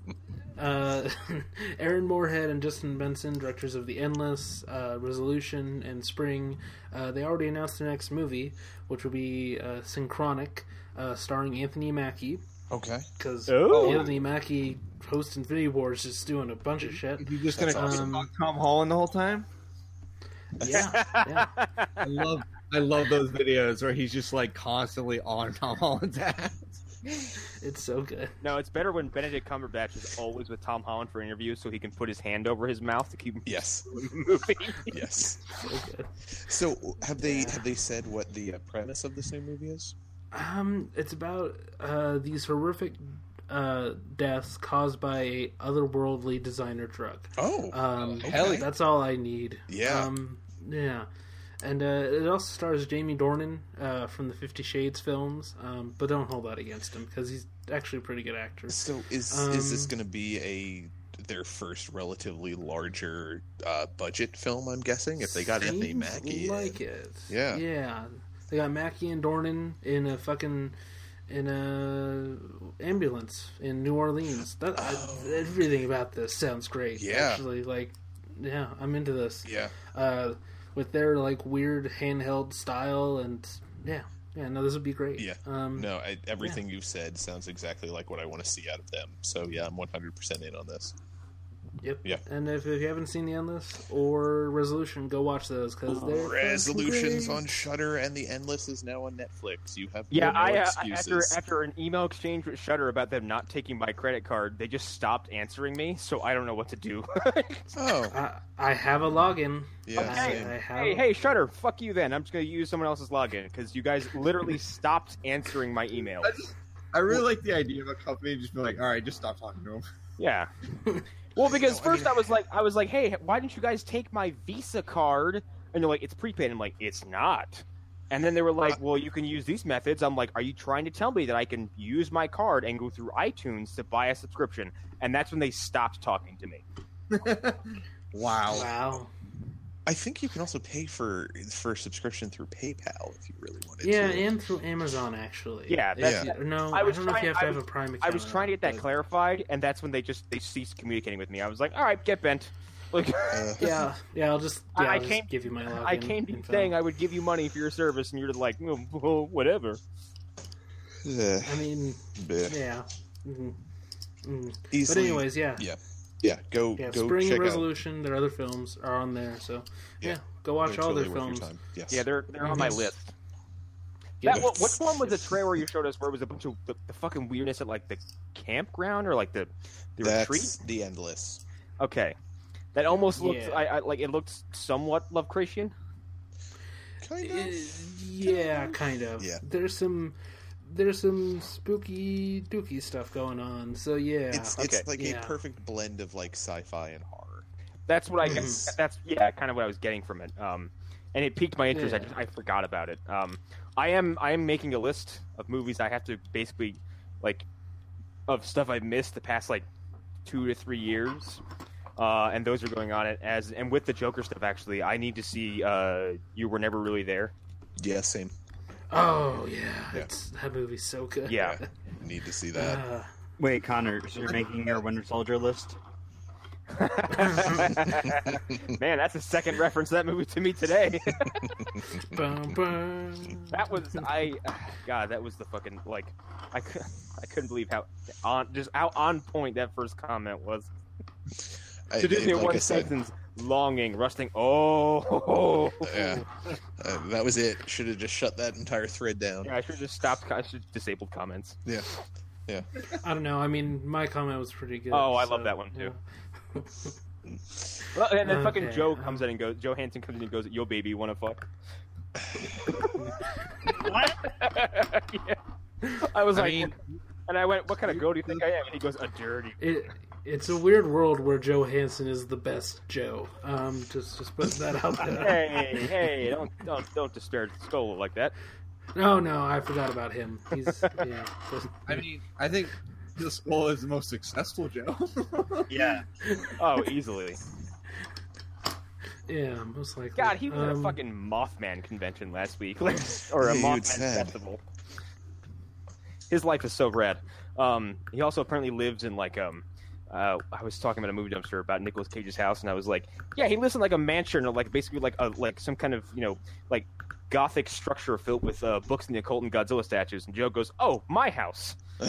S2: uh, Aaron Moorhead and Justin Benson, directors of The Endless, uh, Resolution, and Spring, uh, they already announced their next movie, which will be uh, Synchronic, uh, starring Anthony Mackie.
S4: Okay.
S2: Because
S1: Oh.
S2: Anthony Mackie host Infinity War is just doing a bunch of shit.
S3: if you're just gonna
S4: That's
S3: talk
S2: awesome.
S3: about Tom Holland the whole time,
S2: Yeah, yeah.
S3: I love I love those videos where he's just like constantly on Tom Holland's ass.
S2: It's so good.
S1: No, it's better when Benedict Cumberbatch is always with Tom Holland for interviews, so he can put his hand over his mouth to keep him
S4: Yes,
S1: moving.
S4: yes.
S2: So good.
S4: So have they have they said what the uh, premise of this new movie is?
S2: Um, it's about uh, these horrific uh, deaths caused by a otherworldly designer drug.
S4: Oh,
S2: Um,
S4: Hell yeah.
S2: That's all I need.
S4: Yeah.
S2: Um, yeah. And uh, it also stars Jamie Dornan uh, from the Fifty Shades films, um, but don't hold that against him because he's actually a pretty good actor.
S4: so is is this
S2: um,
S4: going to be a their first relatively larger uh, budget film? I'm guessing if they got Anthony
S2: Seems
S4: Mackie. in.
S2: like it.
S4: Yeah.
S2: Yeah. They got Mackie and Dornan in a fucking in a ambulance in New Orleans. That I, everything about this sounds great.
S4: Oh. Yeah.
S2: Actually, like, yeah, I'm into this.
S4: Yeah.
S2: Uh, with their like weird handheld style and yeah, yeah. No, this would be great.
S4: Yeah.
S2: Um,
S4: No, I, everything you've said sounds exactly like what I want to see out of them. So yeah, I'm 100% in on this.
S2: Yep.
S4: Yeah.
S2: And if, if you haven't seen the Endless or Resolution, go watch those because they're fucking
S4: Resolutions
S2: great.
S4: on Shutter and The Endless is now on Netflix. You have
S1: Yeah,
S4: no
S1: I,
S4: more
S1: uh, after
S4: excuses.
S1: after an email exchange with Shutter about them not taking my credit card, they just stopped answering me, so I don't know what to do.
S4: Oh,
S2: I, I have a login.
S4: Yeah,
S2: I,
S4: Okay.
S2: I have
S1: hey, hey, Shutter, fuck you then. I'm just going to use someone else's login because you guys literally stopped answering my email.
S3: I, just, I really like the idea of a company just being like, all right, just stop talking to them.
S1: Yeah. Well, because
S4: No, I
S1: first
S4: mean-
S1: I was like, I was like, hey, why didn't you guys take my Visa card? And they're like, it's prepaid. I'm like, it's not. And then they were like, well, you can use these methods. I'm like, are you trying to tell me that I can use my card and go through iTunes to buy a subscription? And that's when they stopped talking to me.
S3: Wow.
S2: Wow.
S4: I think you can also pay for for subscription through PayPal if you really wanted
S2: Yeah,
S4: to.
S2: and through Amazon actually.
S1: Yeah,
S4: that's-
S2: If you- No,
S1: I
S2: I,
S1: was
S2: don't know if
S1: trying-
S2: you have to
S1: I
S2: have
S1: was-
S2: a Prime account.
S1: I was trying to get that
S2: but-
S1: clarified, and that's when they just they ceased communicating with me. I was like, all right, get bent. Like,
S4: Uh,
S2: Yeah, yeah. I'll just.
S1: I-
S2: Yeah,
S1: I
S2: I'll just
S1: came-
S2: give you my login.
S1: I came to you
S2: info.
S1: saying I would give you money for your service, and you're like, "Mm, well, whatever.
S4: bleh,
S2: I mean,
S4: eh, bleh.
S2: yeah. Mhm. Mhm. But
S4: Easily-
S2: anyways, yeah.
S4: yeah, yeah. Go
S2: Yeah,
S4: go
S2: Spring
S4: check out.
S2: Resolution, their other films are on there, so yeah,
S4: Yeah.
S2: go watch
S4: They're
S2: all
S4: totally
S2: their
S4: worth your
S2: films.
S4: time. Yes.
S1: Yeah, they're they're on my
S2: Mhm.
S1: list.
S2: Yeah.
S1: That, what, which one was the trailer you showed us where it was a bunch of the, the fucking weirdness at like the campground or like the the retreat?
S4: that's the endless.
S1: Okay, that almost looked
S2: Yeah.
S1: I, I like it looked somewhat Lovecraftian.
S4: Kind
S2: Uh,
S4: of.
S2: yeah, kind of.
S4: Yeah.
S2: There's some there's some spooky dooky stuff going on. So yeah.
S4: It's
S1: okay,
S4: it's like
S2: yeah.
S4: a perfect blend of like sci-fi and horror.
S1: That's what I
S4: Mhm.
S1: that's yeah, kind of what I was getting from it. Um, and it piqued my interest. I,
S2: Yeah.
S1: just, I forgot about it. Um, I am I am making a list of movies I have to basically like of stuff I've missed the past like two to three years. Uh, and those are going on it as and with the Joker stuff actually, I need to see uh, You Were Never Really There.
S4: Yeah, same.
S2: oh yeah,
S4: Yeah.
S2: It's, that movie's so good.
S1: Yeah.
S4: Need to see that.
S2: Uh,
S5: Wait, Connor, so you're making your Winter Soldier list?
S1: Man, that's a second reference to that movie to me today.
S2: bum, bum.
S1: that was I, God, that was the fucking like, I, cou- I couldn't believe how on just how on point that first comment was.
S4: I-
S1: To
S4: it-
S1: Disney
S4: like I
S1: one
S4: said,
S1: sentence, longing, rusting. Oh,
S4: Yeah. uh, that was it. Should have just shut that entire thread down.
S1: yeah. I should have just stopped. I should have disabled comments.
S4: Yeah.
S2: I don't know. I mean, my comment was pretty good.
S1: Oh, I love
S2: so,
S1: that one, too.
S2: yeah.
S1: Well, and then fucking
S2: Okay,
S1: Joe
S2: um,
S1: comes in and goes. Joe Hansen comes in and goes. Yo, baby, wanna fuck?
S5: What?
S1: yeah. I was
S3: I
S1: like,
S3: mean-
S1: and I went, "What kind of go do you think I am?" And he goes, "A dirty."
S2: It it's a weird world where Joe Hansen is the best Joe. Um, just just put that out there.
S1: Hey, hey, don't don't don't disparage Scola like that.
S2: No, no, I forgot about him. He's yeah.
S3: I mean, I think the skull is the most successful, Joe.
S5: Yeah.
S1: Oh, easily.
S2: yeah, most likely.
S1: God, he was at a
S2: Um,
S1: fucking Mothman convention last week, like, or a
S4: Dude,
S1: Mothman
S4: sad.
S1: festival. His life is so rad. Um, he also apparently lives in like um, uh, I was talking about a movie dumpster about Nicolas Cage's house, and I was like, yeah, he lives in like a mansion or like basically like a like some kind of you know like gothic structure filled with uh, books and the occult and Godzilla statues. And Joe goes, oh, my house.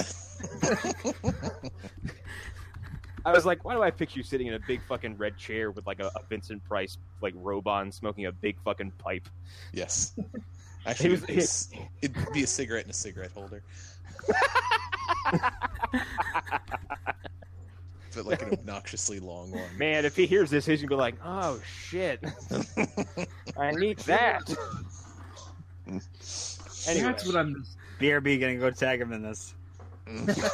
S1: I was like, why do I picture you sitting in a big fucking red chair with like a, a Vincent Price like robe on, smoking a big fucking pipe?
S4: yes.
S1: He
S4: Actually,
S1: was-
S4: it's- it'd be a cigarette and a cigarette holder. but like an obnoxiously long one.
S1: Man, if he hears this, he's gonna be like, "Oh shit, I need that." Anyway,
S6: That's what I'm.
S5: BRB gonna go tag him in this.
S4: Mm. Uh,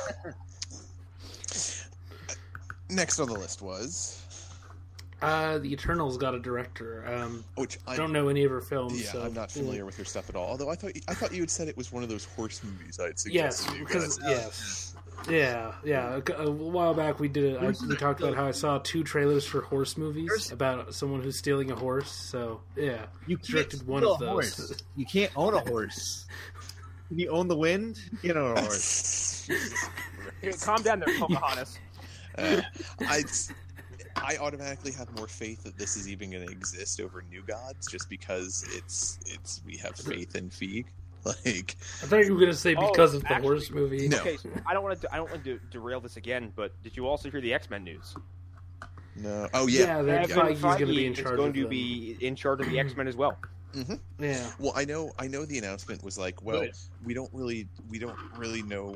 S4: Next on the list was,
S2: Uh, the Eternals got a director. Um,
S4: which I
S2: I don't know any of her films.
S4: Yeah,
S2: so
S4: I'm not familiar with her stuff at all. Although I thought I thought you had said it was one of those horse movies. I'd
S2: Yes,
S4: suggested you
S2: because
S4: guys.
S2: yes, yeah, yeah. A, a while back we did. it. I, we talked about how I saw two trailers for horse movies about someone who's stealing a horse. So yeah,
S3: You
S2: can't Directed one steal of a those. horse.
S3: Horse. You can't own a horse. you own the wind. You know a horse.
S1: Here, calm down there, Pocahontas.
S4: Uh, I I automatically have more faith that this is even going to exist over New Gods just because it's it's we have faith in Feig. Like
S2: I thought you were gonna say
S1: Oh,
S2: because of the
S1: actually-
S2: horse movie.
S4: No.
S1: Okay, so I don't want to. I don't want to derail this again. But did you also hear the X Men news?
S4: no, oh
S2: Yeah,
S4: yeah.
S2: that
S1: Kevin
S2: Feige's gonna be in
S1: is
S2: charge.
S1: going
S2: of
S1: to
S2: them.
S1: be in charge of the X Men as well.
S2: yeah.
S4: Well, I know I know the announcement was like, well, we don't really we don't really know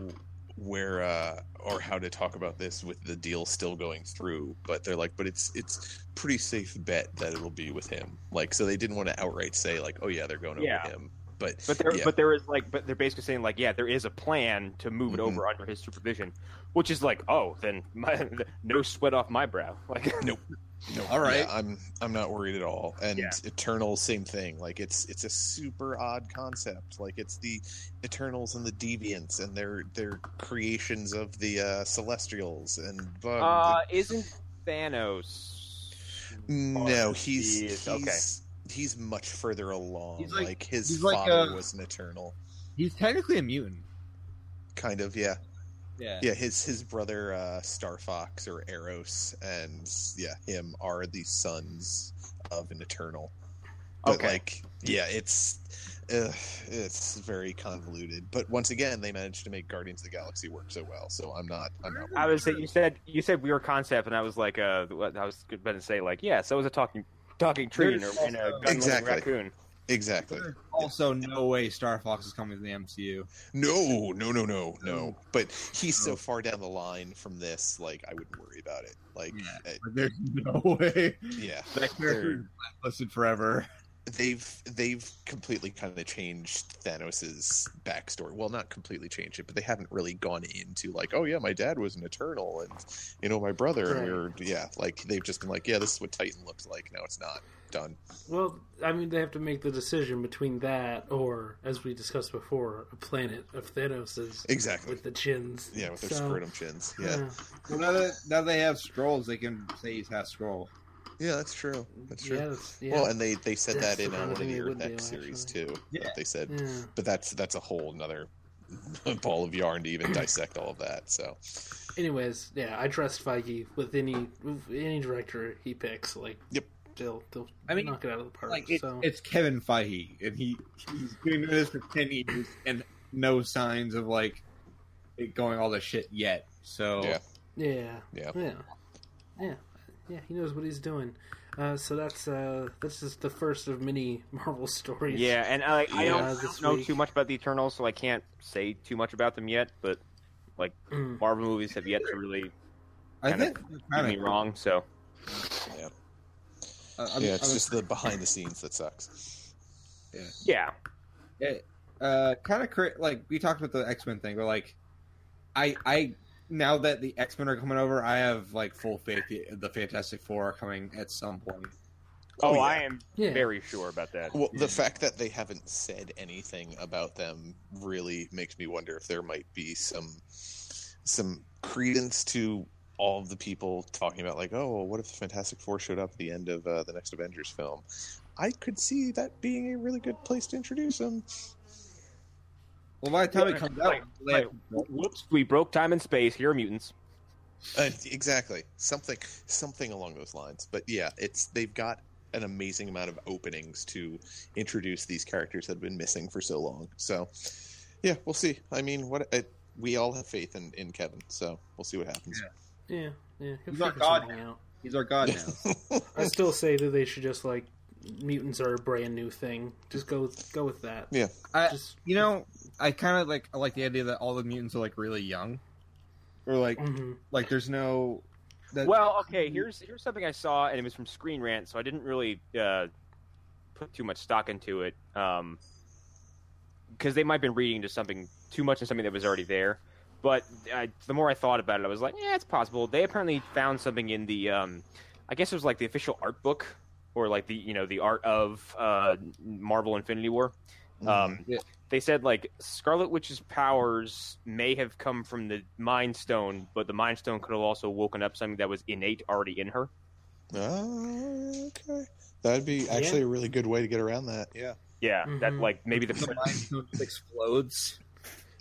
S4: where uh, or how to talk about this with the deal still going through, but they're like, but it's it's pretty safe bet that it'll be with him. Like, so they didn't want to outright say like, oh yeah, they're going over
S1: Yeah.
S4: him, but
S1: But there,
S4: Yeah.
S1: but there is like, but they're basically saying like, yeah, there is a plan to move it
S4: Mhm.
S1: over under his supervision, which is like, oh, then my, no sweat off my brow. Like,
S4: No,
S3: All right.
S4: yeah, I'm I'm not worried at all. And
S1: Yeah.
S4: Eternals, same thing. Like it's it's a super odd concept. Like it's the Eternals and the Deviants and their their creations of the uh, Celestials and um,
S1: uh, isn't Thanos?
S4: no,
S1: Oh,
S4: he's
S1: he
S4: he's,
S1: is- okay.
S4: he's much further along.
S3: He's
S4: like,
S3: like-
S4: his
S3: he's like,
S4: father
S3: uh,
S4: was an Eternal,
S3: He's technically a mutant.
S4: kind of. Yeah,
S3: Yeah.
S4: yeah. His his brother uh, Star Fox or Eros and yeah him are the sons of an Eternal. but
S1: Okay.
S4: like yeah it's uh, it's very convoluted but once again they managed to make guardians of the galaxy work so well so i'm not i'm not
S1: I was say you said you said we were concept, and I was like, uh, what- I was about to say like, yeah, so was a talking talking tree and a, and a gun-wielding
S4: Exactly.
S1: raccoon.
S4: exactly
S3: There's also no way Star Fox is coming to the MCU.
S4: no no no no no but he's so far down the line from this like i wouldn't worry about it like uh,
S3: Yeah. Like, there's no way.
S4: yeah
S3: That character is blacklisted forever.
S4: they've they've completely kind of changed Thanos's backstory. Well, not completely changed it, but they haven't really gone into like, oh yeah, my dad was an Eternal, and you know my brother, and we were yeah, like they've just been like, yeah, this is what Titan looks like. No, it's not done.
S2: Well, I mean, they have to make the decision between that or, as we discussed before, a planet of Thanos's
S4: Exactly.
S2: with the chins.
S4: Yeah, with their
S2: So,
S4: scrotum chins. Yeah. yeah,
S3: Well, now that now they have scrolls, they can say he's half scroll.
S4: that's true. That's
S2: Yeah,
S4: true.
S2: that's, yeah.
S4: Well, and they they said
S2: That's
S4: that in
S2: the
S4: uh, one
S2: kind of
S4: of
S2: thing
S4: the
S2: they would
S4: Earth
S2: do,
S4: X series
S2: actually.
S4: too.
S3: Yeah.
S4: That they said,
S2: yeah.
S4: but that's that's a whole another ball of yarn to even dissect all of that. So
S2: Anyways, yeah, I trust Feige with any with any director he picks. Like,
S4: Yep.
S2: they'll they'll
S3: I mean,
S2: knock it out of the park.
S3: Like it,
S2: so
S3: it's Kevin Feige, and he he's been doing this for ten years, and no signs of like it going all this shit yet. So
S4: Yeah.
S2: yeah,
S4: yeah,
S2: yeah, yeah, yeah. He knows what he's doing. Uh, so that's uh, this is the first of many Marvel stories.
S1: Yeah, and I, I don't,
S2: Yeah,
S1: I
S2: this
S1: don't know
S2: week.
S1: too much about the Eternals, so I can't say too much about them yet. But
S2: Mm.
S1: Marvel movies have yet to really
S3: I
S1: Kinda-
S3: think
S1: do me wrong, so
S3: Uh, I'm-
S4: yeah. It's
S3: I'm-
S4: just the behind the scenes that sucks.
S1: yeah.
S3: uh, kind of cra- like we talked about the X Men thing, but like, I I now that the X Men are coming over, I have like full faith the, the Fantastic Four are coming at some point.
S1: Oh,
S4: yeah.
S1: I am
S2: Yeah.
S1: very sure about that.
S4: Well,
S3: Yeah.
S4: the fact that they haven't said anything about them really makes me wonder if there might be some some credence to all of the people talking about like, oh, well, what if the Fantastic Four showed up at the end of uh, the next Avengers film? I could see that being a really good place to introduce them.
S3: Well, by the time
S1: Yeah,
S3: it comes
S1: like-
S3: out, they have-
S1: Whoops, we broke time and space. Here are mutants.
S4: Uh, exactly, something something along those lines. But yeah, it's they've got an amazing amount of openings to introduce these characters that have been missing for so long. So yeah, we'll see. I mean, what it, we all have faith in, in Kevin, so we'll see what happens.
S2: yeah, yeah. He'll
S3: He's our
S2: figure
S3: god
S2: something out.
S3: he's our god now.
S2: I still say that they should just like mutants are a brand new thing. Just go with, go with that.
S4: Yeah.
S3: I-
S2: Just
S3: You know, I kind of like I like the idea that all the mutants are like really young, or like
S2: mhm.
S3: like there's no. That,
S1: Well, okay. Here's here's something I saw, and it was from Screen Rant, so I didn't really uh, put too much stock into it, because they might have been reading to something too much and something that was already there. But I, the more I thought about it, I was like, yeah, it's possible. They apparently found something in the, um, I guess it was like the official art book, or like the you know the art of uh, Marvel Infinity War.
S4: Mm-hmm.
S1: Um,
S3: Yeah.
S1: They said like Scarlet Witch's powers may have come from the Mind Stone, but the Mind Stone could have also woken up something that was innate already in her.
S4: Ah, okay. That'd be actually a really good way to get around that. Yeah.
S1: Yeah, that
S2: Mhm.
S1: like maybe the
S3: the mind stone just explodes.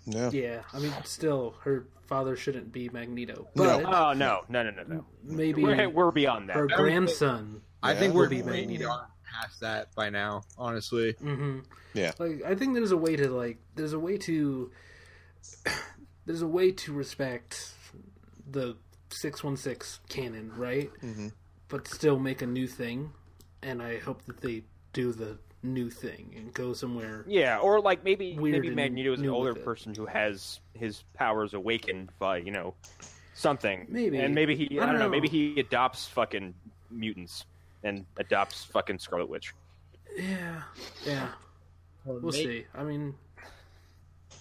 S4: Yeah.
S2: yeah. I mean, still, her father shouldn't be Magneto,
S4: No.
S2: but
S1: oh no no no no no
S2: maybe
S1: we're, we're beyond that.
S2: her
S3: think-
S2: grandson.
S3: I
S4: Yeah,
S3: think we're
S2: we'll be
S3: we
S2: made.
S3: need to honor past that by now. Honestly,
S2: hmm
S4: Yeah.
S2: Like I think there's a way to like there's a way to there's a way to respect the 616 canon, right?
S4: hmm
S2: But still make a new thing and I hope that they do the new thing and go somewhere.
S1: Yeah, or like maybe
S2: Weird
S1: maybe
S2: and
S1: Magneto is an
S2: new
S1: older
S2: with it.
S1: person who has his powers awakened by you know something.
S2: Maybe.
S1: and maybe he I,
S2: I
S1: don't know.
S2: don't
S1: Maybe
S2: know.
S1: he adopts fucking mutants and adopts fucking Scarlet Witch.
S2: Yeah. Yeah. We'll see. I mean,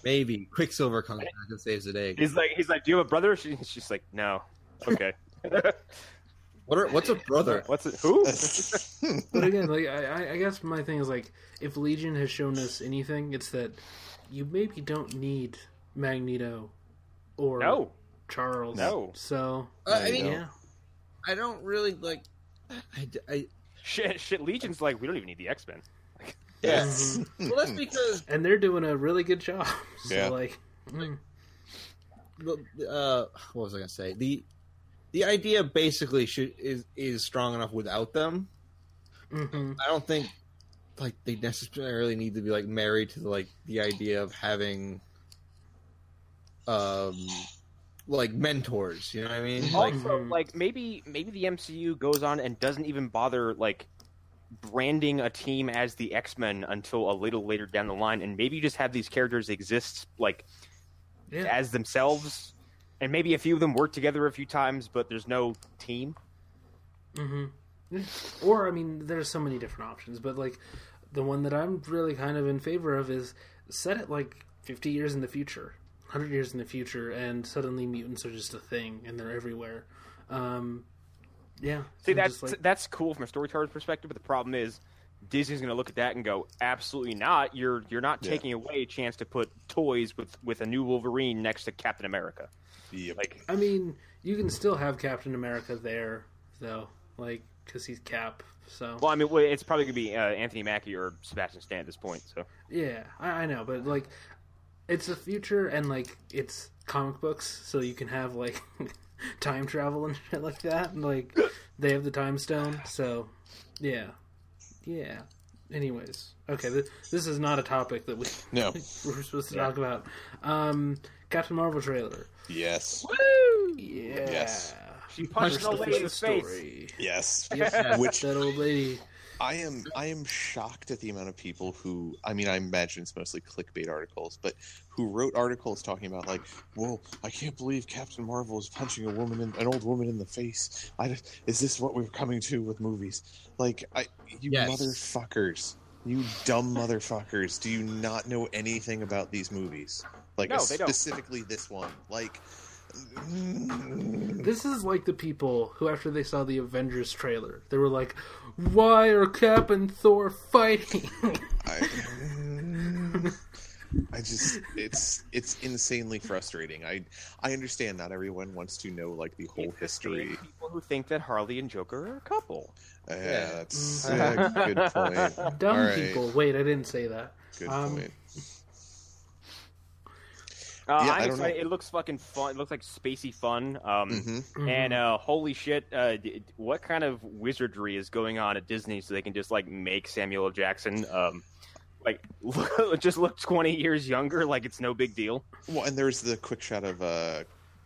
S3: maybe Quicksilver comes back and saves the day.
S1: He's like he's like, do you have a brother? She, she's like, no. Okay.
S3: What are, what's a brother?
S1: What's it? Who?
S2: but again, like I, I- I guess my thing is like if Legion has shown us anything, it's that you maybe don't need Magneto or
S1: No.
S2: Charles.
S1: No.
S2: So
S3: Uh, I
S4: There you
S3: mean,
S4: go.
S2: yeah.
S3: I don't really like. I, I-
S1: Shit, shit. Legion's like, we don't even need the X Men.
S3: yeah.
S2: Mhm.
S3: Well, that's because
S2: and they're doing a really good job. So
S4: Yeah.
S2: like, mm,
S3: uh, what was I gonna say? The the idea basically should is is strong enough without them.
S2: mhm.
S3: I don't think like they necessarily need to be like married to like the idea of having um like mentors. You know what I mean? Like
S1: Also, like maybe maybe the MCU goes on and doesn't even bother like branding a team as the X Men until a little later down the line, and maybe you just have these characters exist like
S2: yeah,
S1: as themselves, and maybe a few of them work together a few times, but there's no team.
S2: mhm. or I mean, there's so many different options, but like the one that I'm really kind of in favor of is set it like 50 years in the future, 100 years in the future, and suddenly mutants are just a thing and they're everywhere. Um, yeah,
S1: See,
S2: and
S1: that's
S2: just, like,
S1: that's cool from a storyteller's perspective, but the problem is Disney's going to look at that and go, "Absolutely not! You're you're not
S4: Yeah.
S1: taking away a chance to put toys with with a new Wolverine next to Captain America."
S4: Yep.
S1: Like,
S2: I mean, you can still have Captain America there though, like because he's Cap. So
S1: well, I mean, well, it's probably going to be uh, Anthony Mackie or Sebastian Stan at this point. So,
S2: Yeah, I, I know, but like, it's the future, and like, it's comic books, so you can have like time travel and shit like that. And like, they have the time stone, so yeah, yeah. Anyways, okay, th- this is not a topic that we
S4: No.
S2: we're supposed to talk about. Um, Captain Marvel trailer.
S4: Yes.
S2: Yeah.
S4: Yes.
S1: she punched
S2: That's
S1: an old
S2: the
S1: lady in the
S2: first
S1: face.
S2: story.
S4: Yes.
S2: Yep,
S4: Which
S2: that old lady.
S4: I am I am shocked at the amount of people who I mean I imagine it's mostly clickbait articles, but who wrote articles talking about like, whoa, I can't believe Captain Marvel is punching a woman in, an old woman in the face. I just- is this what we're coming to with movies? Like, I you
S3: Yes.
S4: motherfuckers, you dumb motherfuckers, do you not know anything about these movies? Like
S1: No, they don't.
S4: specifically this one, like.
S2: This is like the people who, after they saw the Avengers trailer, they were like, "Why are Cap and Thor fighting?"
S4: I, I just it's it's insanely frustrating. I I understand not everyone wants to know like the whole
S1: It's the same
S4: history.
S1: People who think that Harley and Joker are a couple.
S4: Yeah,
S3: Yeah.
S4: that's
S1: Mm-hmm.
S4: yeah, good point.
S2: Dumb
S4: All right.
S2: people. Wait, I didn't say that.
S4: Good
S2: Um,
S4: point.
S1: Uh,
S4: Yeah, I
S1: I'm
S4: don't know.
S1: excited. It looks fucking fun. It looks like spacey fun. Um,
S4: hmm
S2: Mm-hmm.
S1: And uh, holy shit, uh, d- what kind of wizardry is going on at Disney so they can just like make Samuel L. Jackson um, like just look twenty years younger? Like it's no big deal.
S4: Well, and there's the quick shot of uh,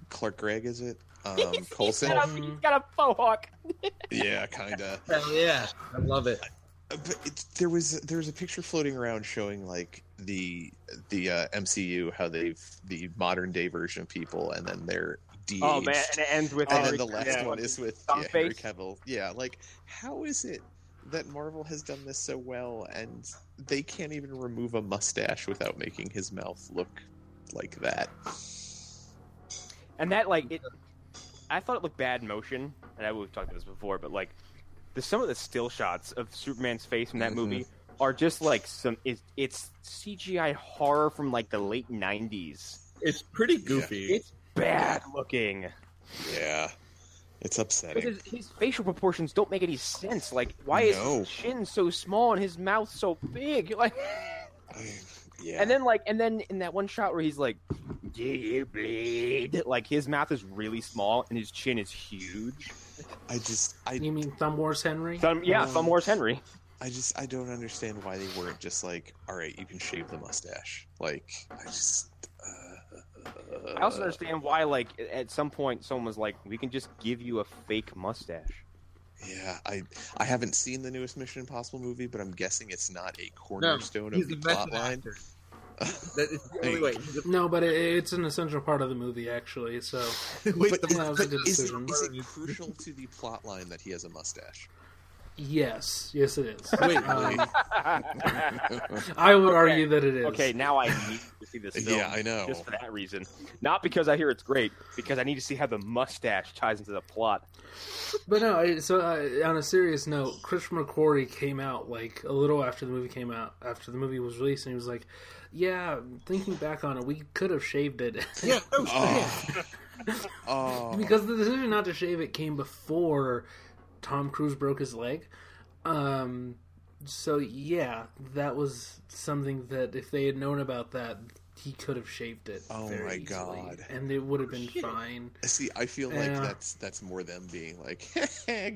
S4: Clark Gregg. Is it um, Colson?
S1: He's got a, he's got a mohawk.
S4: Yeah, kinda. Uh,
S3: hell yeah, I love it.
S4: but it, there was there was a picture floating around showing like the the uh, MCU how they've the modern day version of people and then their de
S1: Oh man, and it ends with
S4: and
S1: Henry
S4: then the last
S1: Cavill.
S4: one is with
S1: Some
S4: Oh, yeah, Henry
S1: face.
S4: Cavill. Yeah, like how is it that Marvel has done this so well and they can't even remove a mustache without making his mouth look like that?
S1: and that like it. I thought it looked bad in motion, and I we've talked about this before, but like the some of the still shots of Superman's face from that
S4: Mhm.
S1: movie are just like some it, it's CGI horror from like the late '90s.
S3: It's pretty goofy.
S1: It's bad looking.
S4: Yeah, it's
S1: But
S4: upsetting.
S1: his, his facial proportions don't make any sense. Like, why is
S4: No.
S1: his chin so small and his mouth so big? Like,
S4: yeah,
S1: and then like, and then in that one shot where he's like, "Do you bleed?" Like his mouth is really small and his chin is huge.
S4: I just I
S2: You mean Thumb Wars Henry?
S1: Thumb, yeah,
S4: Um,
S1: Thumb Wars Henry.
S4: I just I don't understand why they weren't just like, all right, you can shave the mustache. Like I just. Uh,
S1: I also understand why, like, at some point, someone was like, "We can just give you a fake mustache."
S4: Yeah, I I haven't seen the newest Mission Impossible movie, but I'm guessing it's not a cornerstone
S3: He's
S4: of the
S3: the best
S4: plot line.
S3: actor. That is the only way. He's the-
S2: No, but it, it's an essential part of the movie, actually. So
S3: wait,
S4: But
S3: the-
S2: that was a
S4: but
S2: good
S4: is,
S2: decision.
S4: it, is it crucial to the plot line that he has a mustache?
S2: yes, yes, it is.
S3: wait,
S2: Um,
S4: Really?
S2: I would argue that it is.
S1: Okay, now I need to see this film.
S4: yeah, I know.
S1: Just for that reason, not because I hear it's great, because I need to see how the mustache ties into the plot.
S2: But no, I- so uh, on a serious note, Christopher McQuarrie came out like a little after the movie came out, after the movie was released, and he was like, "Yeah, thinking back on it, we could have shaved it."
S3: yeah, no
S4: Oh. oh,
S2: because the decision not to shave it came before Tom Cruise broke his leg. Um, so yeah, that was something that if they had known about that, he could have shaved it.
S4: Oh
S2: very
S4: my
S2: easily,
S4: God.
S2: And it would have been fine.
S4: see, I feel like
S2: Yeah.
S4: that's that's more them being like,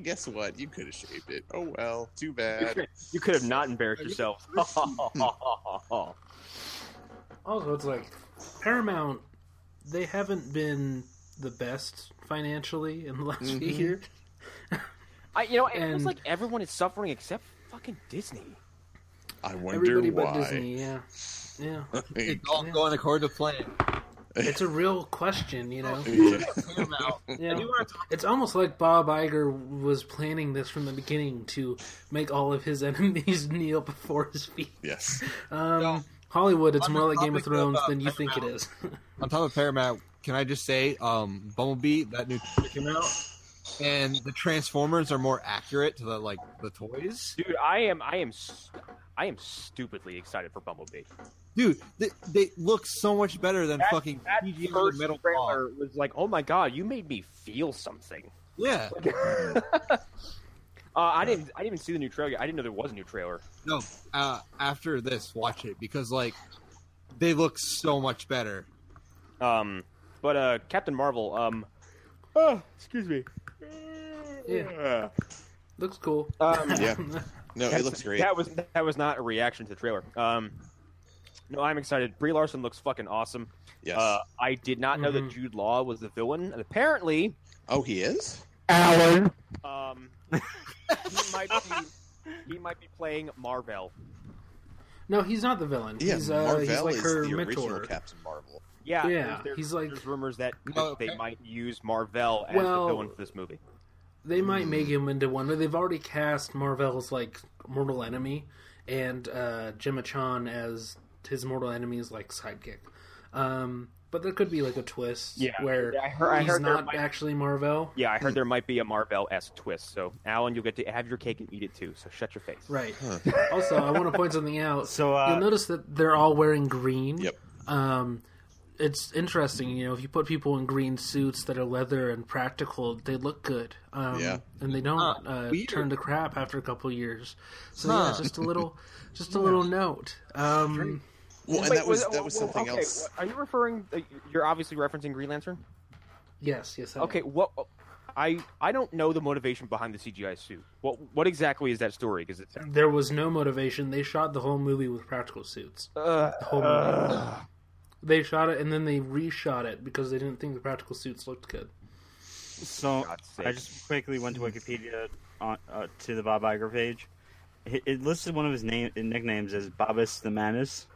S4: guess what? You could have shaved it. Oh well, too bad.
S1: You could have not embarrassed yourself.
S2: Also, it's like Paramount. They haven't been the best financially in the last few
S4: Mhm.
S2: years.
S1: I, you know, it feels
S2: And-
S1: like everyone is suffering except fucking Disney.
S4: I wonder
S2: Everybody
S4: why.
S2: but Disney. Yeah, yeah.
S4: Like,
S3: It's all going according to plan.
S2: It's a real question, you know.
S4: yeah.
S3: Come out.
S2: Yeah.
S3: And you want to talk
S2: It's almost like Bob Iger was planning this from the beginning to make all of his enemies kneel before his feet.
S4: Yes.
S2: Um,
S3: Yeah.
S2: Hollywood, it's
S3: On
S2: more
S3: the
S2: like Game of
S3: topic of,
S2: Thrones
S3: uh,
S2: than you think it is.
S3: on top of Paramount, can I just say, um, Bumblebee that new trailer came out, and the Transformers are more accurate to the like the toys.
S1: Dude, I am, I am, s- I am stupidly excited for Bumblebee.
S3: Dude, they, they look so much better than
S1: That-
S3: fucking
S1: That
S3: CGI
S1: first
S3: metal
S1: trailer was like, oh my god, you made me feel something.
S3: claw. Yeah,
S1: Uh, I didn't, I didn't even see the new trailer. yet. I didn't know there was a new trailer.
S3: no. Uh, after this, watch it because like they look so much better.
S1: Um, but uh, Captain Marvel. Um, oh, excuse me.
S2: Yeah. Looks cool.
S1: Um,
S4: Yeah. No, it looks great.
S1: That was that was not a reaction to the trailer. Um, no, I'm excited. Brie Larson looks fucking awesome.
S4: Yes.
S1: Uh, I did not know
S2: Mhm.
S1: that Jude Law was the villain, and apparently,
S4: oh, he is.
S1: Alan, um, he might be he might be playing Marvel.
S2: No, he's not the villain.
S4: Yeah,
S2: he's, uh,
S4: Marvel
S2: he's like
S4: is
S2: her
S4: the original
S2: mentor.
S4: Captain Marvel.
S1: Yeah,
S2: Yeah,
S1: there's- there's-
S2: he's like-
S1: there's rumors that
S3: Oh,
S1: they
S3: okay.
S1: might use Marvel as
S2: Well-
S1: the villain for this movie.
S2: They might make
S1: Mm.
S2: him into one, but they've already cast Marvel's like mortal enemy and uh, Gemma Chan as his mortal enemy's like sidekick. Um, but there could be like a twist
S1: Yeah.
S2: where
S1: I heard- I
S2: he's
S1: heard there
S2: not
S1: might-
S2: actually Marvel.
S1: Yeah, I heard there might be a Marvel esque twist. So, Alan, you'll get to have your cake and eat it too. So, shut your face.
S2: Right.
S4: Huh.
S2: Also, I want to point something out.
S5: So, uh,
S2: You'll notice that they're all wearing green.
S4: Yep.
S2: Um, it's interesting, you know, if you put people in green suits that are leather and practical, they look good. Um,
S4: Yeah.
S2: And they don't
S3: Huh,
S2: uh,
S3: weird.
S2: turn to crap after a couple years. So yeah,
S3: Huh.
S2: just a little, just a little note. Um,
S4: Well, and
S1: Wait,
S4: that was
S1: wait,
S4: that was
S1: wait,
S4: something
S1: okay,
S4: else.
S1: Are you referring? uh, You're obviously referencing Green Lantern.
S2: yes, yes. I
S1: Okay, what? I I don't know the motivation behind the CGI suit. What what exactly is that story? Because it's
S2: am. There was no motivation. They shot the whole movie with practical suits.
S1: uh,
S2: The whole movie. They shot it and then they reshot it because they didn't think the practical suits looked good.
S5: So
S1: God's sake. Hmm.
S5: I just quickly went to Wikipedia on, uh, to the Bob Iger page, It it listed one of his name nicknames as Babas the Manus.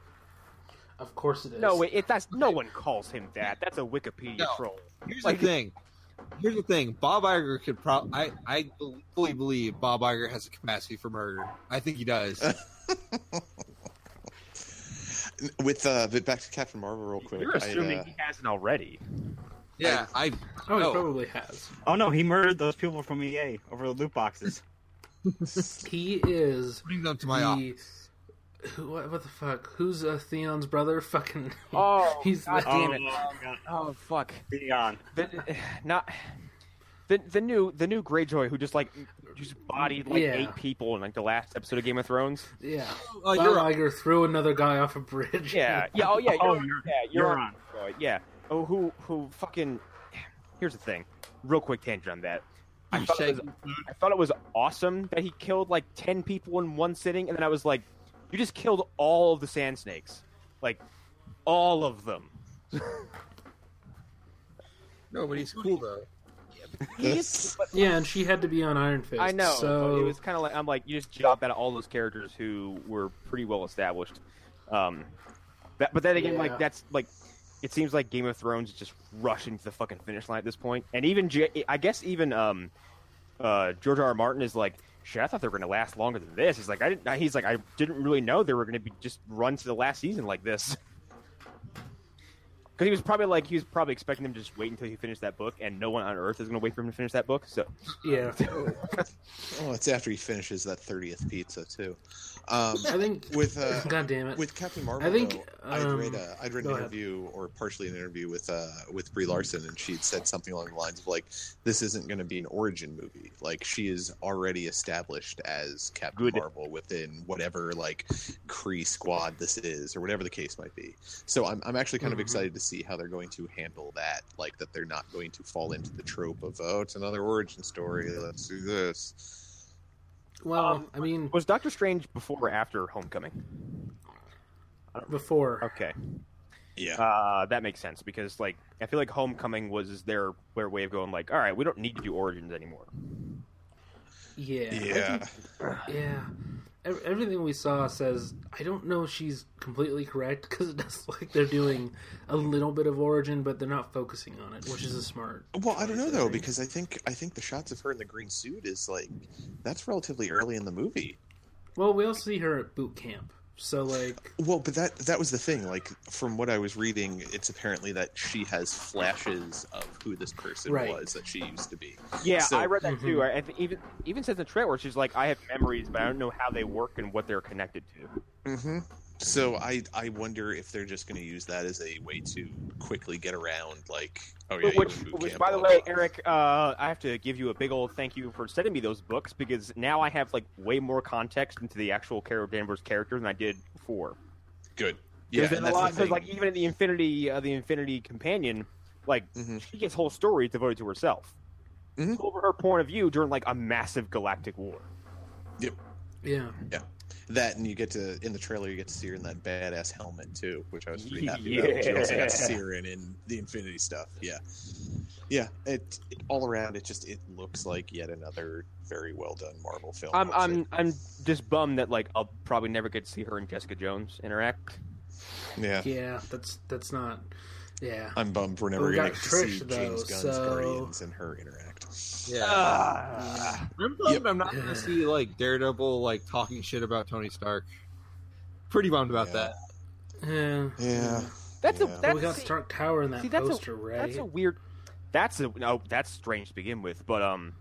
S2: Of course it is.
S1: No, wait, it, that's no one calls him that. That's a Wikipedia
S3: No.
S1: troll.
S3: Here's
S1: Like-
S3: the thing. Here's the thing. Bob Iger could probably. I I fully believe Bob Iger has the capacity for murder. I think he does.
S4: With uh, but back to Captain Marvel real quick.
S1: You're
S4: I,
S1: assuming
S4: uh,
S1: he hasn't already.
S3: yeah, I.
S2: Oh, he
S3: No.
S2: probably has.
S5: Oh no, he murdered those people from EA over the loot boxes.
S2: He is
S3: Bring them to my
S2: the.
S3: office.
S2: Who, what, what the fuck? Who's uh, Theon's brother? Fucking.
S1: Oh,
S2: He's-
S1: God
S5: oh,
S1: damn it!
S5: God.
S1: Oh, fuck.
S5: Theon.
S1: The, not the the new the new Greyjoy who just like just bodied like
S2: Yeah.
S1: eight people in like the last episode of Game of Thrones.
S2: Yeah.
S3: Oh,
S2: Bob
S3: you're right.
S2: Iger threw another guy off a bridge.
S1: Yeah, yeah, oh yeah, you're,
S5: Oh,
S1: on-
S5: you're-
S1: yeah,
S5: You're,
S1: you're on
S5: on.
S1: Greyjoy, Yeah. Oh, who who fucking? Here's the thing. Real quick tangent on that.
S3: I'm
S1: thought it was-
S3: shaking.
S1: I thought it was awesome that he killed like ten people in one sitting, and then I was like, "You just killed all of the sand snakes, like all of them."
S3: No, but he's cool though.
S1: He is- but-
S2: Yeah, and she had to be on Iron Fist.
S1: I know.
S2: So
S1: but It was kind of like I'm like you just jump out of all those characters who were pretty well established. Um, that, but then again,
S2: Yeah.
S1: like that's like it seems like Game of Thrones is just rushing to the fucking finish line at this point. And even J- I guess even um, uh, George R. R. Martin is like, shit, I thought they were gonna last longer than this. He's like, I didn't. He's like, I didn't really know they were gonna be just run to the last season like this. Because he was probably like he was probably expecting them to just wait until he finished that book, and no one on Earth is going to wait for him to finish that book. So
S2: yeah.
S4: oh, it's after he finishes that thirtieth pizza too. Um,
S2: I think.
S4: with uh,
S2: God damn it.
S4: with Captain Marvel,
S2: I think.
S4: though, I'd
S2: um,
S4: read a, I'd read an
S2: go ahead.
S4: interview or partially an interview with uh, with Brie Larson, and she'd said something along the lines of like, "This isn't going to be an origin movie. Like she is already established as Captain
S1: Good.
S4: Marvel within whatever like Kree squad this is, or whatever the case might be." So I'm I'm actually kind
S2: Mhm.
S4: of excited to see how they're going to handle that. Like that they're not going to fall into the trope of oh, it's another origin story. Let's do this.
S2: Well,
S1: um,
S2: I mean,
S1: Was Doctor Strange before or after Homecoming?
S4: uh,
S2: before.
S1: Okay,
S4: Yeah.
S1: uh, that makes sense because like I feel like Homecoming was their their way of going like, all right, we don't need to do origins anymore.
S2: Yeah.
S4: yeah.
S2: Yeah. Ev- Everything we saw says I don't know if she's completely correct because it does look like they're doing a little bit of origin, but they're not focusing on it, which is a smart.
S4: Well, I don't know though
S2: Sorry.
S4: because I think I think the shots of her in the green suit is like that's relatively early in the movie.
S2: Well, we also see her at boot camp, so like,
S4: Well, but that that was the thing. Like from what I was reading, it's apparently that she has flashes of who this person
S2: Right.
S4: was that she used to be.
S1: Yeah,
S4: So-
S1: I read that
S2: Mhm.
S1: too. I, I think even even says in the trailer she's like, I have memories, but I don't know how they work and what they're connected to.
S4: Mm-hmm. So I I wonder if they're just going to use that as a way to quickly get around like oh yeah, you
S1: which,
S4: were in boot
S1: which,
S4: camp,
S1: by the
S4: blah,
S1: way,
S4: blah.
S1: Eric, uh, I have to give you a big old thank you for sending me those books because now I have like way more context into the actual Carol Danvers character than I did before.
S4: good. Yeah,
S1: There's been a
S4: and that's the
S1: lot because
S4: thing.
S1: like even in the Infinity uh, the Infinity Companion, like
S4: Mhm.
S1: she gets whole stories devoted to herself.
S4: Mhm.
S1: Over her point of view during like a massive galactic war.
S2: yeah,
S4: That and you get to in the trailer you get to see her in that badass helmet too, which I was pretty happy
S1: Yeah.
S4: about. You also got to see her in, in the Infinity stuff. Yeah, yeah. It, it all around it just it looks like yet another very well done Marvel film.
S1: I'm
S4: That's
S1: I'm I'm just bummed that like I'll probably never get to see her and Jessica Jones interact.
S4: it. yeah.
S2: yeah, that's that's not. Yeah,
S4: I'm bummed we're
S2: But
S4: never
S2: we
S4: gonna
S2: got
S4: get to
S2: Trish,
S4: see
S2: though,
S4: James Gunn's
S2: so-
S4: Guardians and her interact.
S3: Yeah.
S1: Ah.
S3: I'm bummed
S4: Yep.
S3: I'm not gonna see like Daredevil like talking shit about Tony Stark. Pretty bummed about
S4: Yeah.
S3: that.
S1: Uh,
S2: yeah.
S4: Yeah,
S1: that's
S4: Yeah.
S1: a
S2: But Uh,
S1: that's
S2: we got
S1: see,
S2: Stark Tower in that
S1: see, that's a-
S2: poster, right?
S1: that's a weird that's a no that's strange to begin with, but um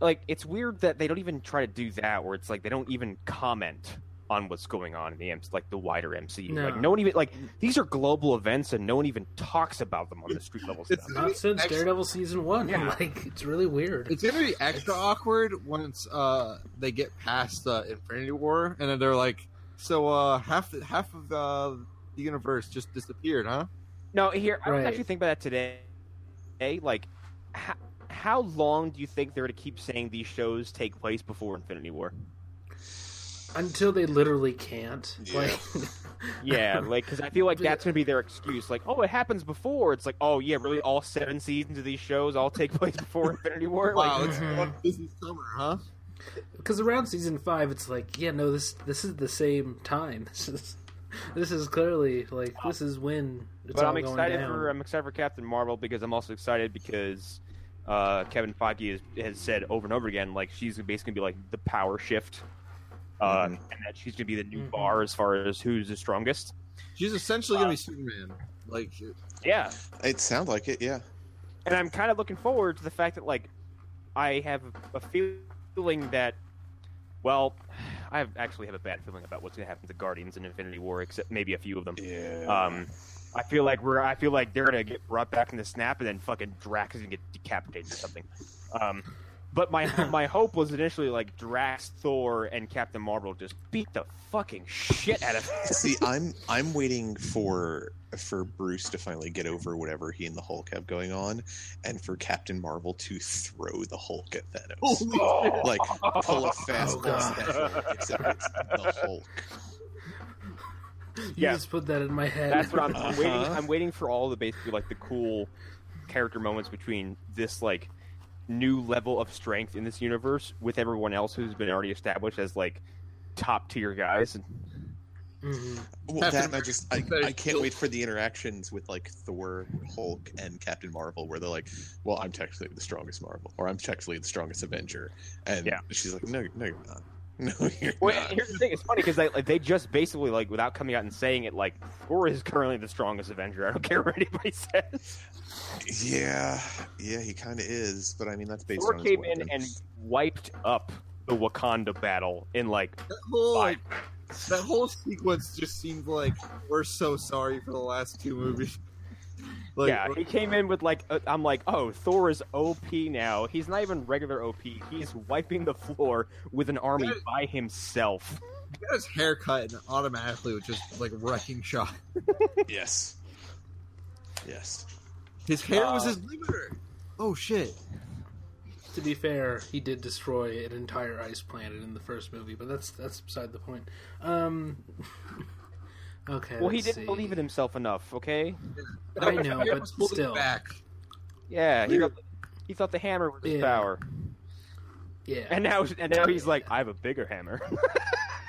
S1: like it's weird that they don't even try to do that where it's like they don't even comment on what's going on in the MC, like the wider MCU. Like
S2: No.
S1: no one even like these are global events and no one even talks about them on the street level stuff.
S3: It's-
S2: Not since
S3: Actually-
S2: Daredevil season one.
S1: Yeah.
S2: Like, it's really weird.
S3: It's gonna be extra awkward once uh they get past uh, Infinity War and then they're like, so uh half the, half of uh, the universe just disappeared, huh?
S1: No, here I
S2: Right.
S1: was actually thinking about that today. Hey, like, how, how long do you think they're going to keep saying these shows take place before Infinity War?
S2: Until they literally can't.
S4: Yeah.
S2: Like,
S1: Yeah, like because I feel like
S2: Yeah.
S1: that's going to be their excuse. Like, oh, it happens before. It's like, oh yeah, really, all seven seasons of these shows all take place before Infinity War. Like,
S3: wow, it's
S2: Mhm.
S3: one busy summer, huh?
S2: because around season five, it's like, yeah, no, this this is the same time. This is this is clearly like this is when it's
S1: But
S2: all
S1: I'm
S2: going
S1: excited
S2: down.
S1: for uh, I'm excited for Captain Marvel because I'm also excited because uh, Kevin Feige has, has said over and over again like she's basically gonna be like the power shift, uh,
S4: Mhm.
S2: Mm-hmm.
S1: and that she's gonna be the new
S2: Mhm.
S1: bar as far as who's the strongest.
S3: She's essentially gonna be Superman. Like,
S1: Yeah,
S4: It sounds like it, yeah.
S1: and I'm kind of looking forward to the fact that like I have a feeling that well, I have, actually have a bad feeling about what's gonna happen to Guardians and Infinity War, except maybe a few of them.
S4: Yeah.
S1: Um, I feel like we're. I feel like they're gonna get brought back in the snap, and then fucking Drax is gonna get decapitated or something. Um, but my my hope was initially like Drax, Thor, and Captain Marvel just beat the fucking shit out of.
S4: See, I'm I'm waiting for for Bruce to finally get over whatever he and the Hulk have going on, and for Captain Marvel to throw the Hulk at Thanos, like pull a fastball
S2: God.
S4: special, except it's the Hulk.
S2: You
S1: Yeah.
S2: just put that in my head.
S1: That's what I'm, I'm waiting.
S4: Uh-huh.
S1: I'm waiting for all the basically like the cool character moments between this like new level of strength in this universe with everyone else who's been already established as like top tier guys.
S2: Mhm.
S4: Well,
S3: Captain
S4: that and I just I,
S3: America's
S4: I can't
S3: Hulk.
S4: wait for the interactions with like Thor, Hulk, and Captain Marvel, where they're like, "Well, I'm technically the strongest Marvel, or I'm technically the strongest Avenger," and
S1: Yeah.
S4: she's like, "No, no, you're not. No, you're
S1: Well,
S4: not."
S1: here's the thing. It's funny because they like, they just basically like without coming out and saying it, like Thor is currently the strongest Avenger. I don't care what anybody says.
S4: Yeah, yeah, he kind of is, but I mean that's based
S1: Thor
S4: on his
S1: came in
S4: weapon.
S1: and wiped up the Wakanda battle in like
S6: That whole
S1: five.
S6: like, that whole sequence just seemed like we're so sorry for the last two movies. Like,
S1: yeah, he came in with like i I'm like, oh, Thor is OP now. He's not even regular OP. He's wiping the floor with an army
S6: There-
S1: by himself.
S6: he got his haircut and automatically was just like wrecking shot.
S4: yes, yes,
S6: His hair was
S1: Uh,
S6: his limiter. Oh shit!
S2: To be fair, he did destroy an entire ice planet in the first movie, but that's that's beside the point. Um, okay.
S1: Well, he
S2: let's
S1: didn't
S2: see.
S1: believe in himself enough. Okay,
S2: I know,
S6: Hair
S2: but
S6: was holding
S2: still.
S6: back.
S1: yeah, he, got, he thought the hammer was his
S2: Yeah.
S1: power,
S2: Yeah.
S1: and now and now he's like, I have a bigger hammer,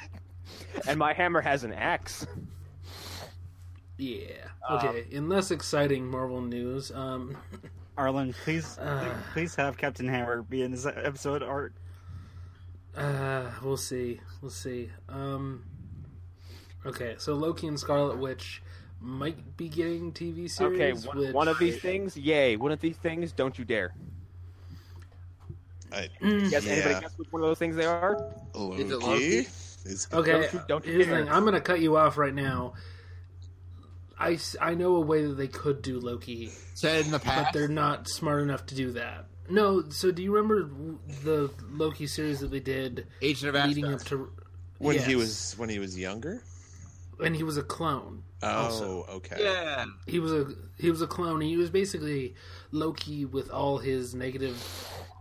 S1: and my hammer has an axe.
S2: yeah.
S1: Um,
S2: Okay. in less exciting Marvel news, um,
S5: Arlen, please,
S2: Uh.
S5: please have Captain Hammer be in this episode art.
S2: Uh, we'll see. We'll see. Um, okay, so Loki and Scarlet Witch might be getting TV series.
S1: Okay, one,
S2: which-
S1: one of these things, yay! One of these things, don't you dare!
S4: I,
S2: Mm,
S1: Guess
S4: Yeah.
S1: anybody guess which one of those things they are?
S4: Loki
S6: Is it Loki?
S4: is-
S2: Okay,
S1: Don't you- don't you
S2: here's the
S1: dare.
S2: thing. I'm gonna cut you off right now. I, s- I know a way that they could do Loki,
S6: Said in the
S2: but
S6: past.
S2: they're not smart enough to do that. No, so do you remember w- the Loki series that we did
S6: Agent of
S2: leading
S6: Asgard.
S2: up to
S4: when he
S2: Yes.
S4: was when he was younger.
S2: and he was a clone?
S4: Oh,
S2: Also.
S4: okay.
S6: yeah.
S2: he was a he was a clone. He was basically Loki with all his negative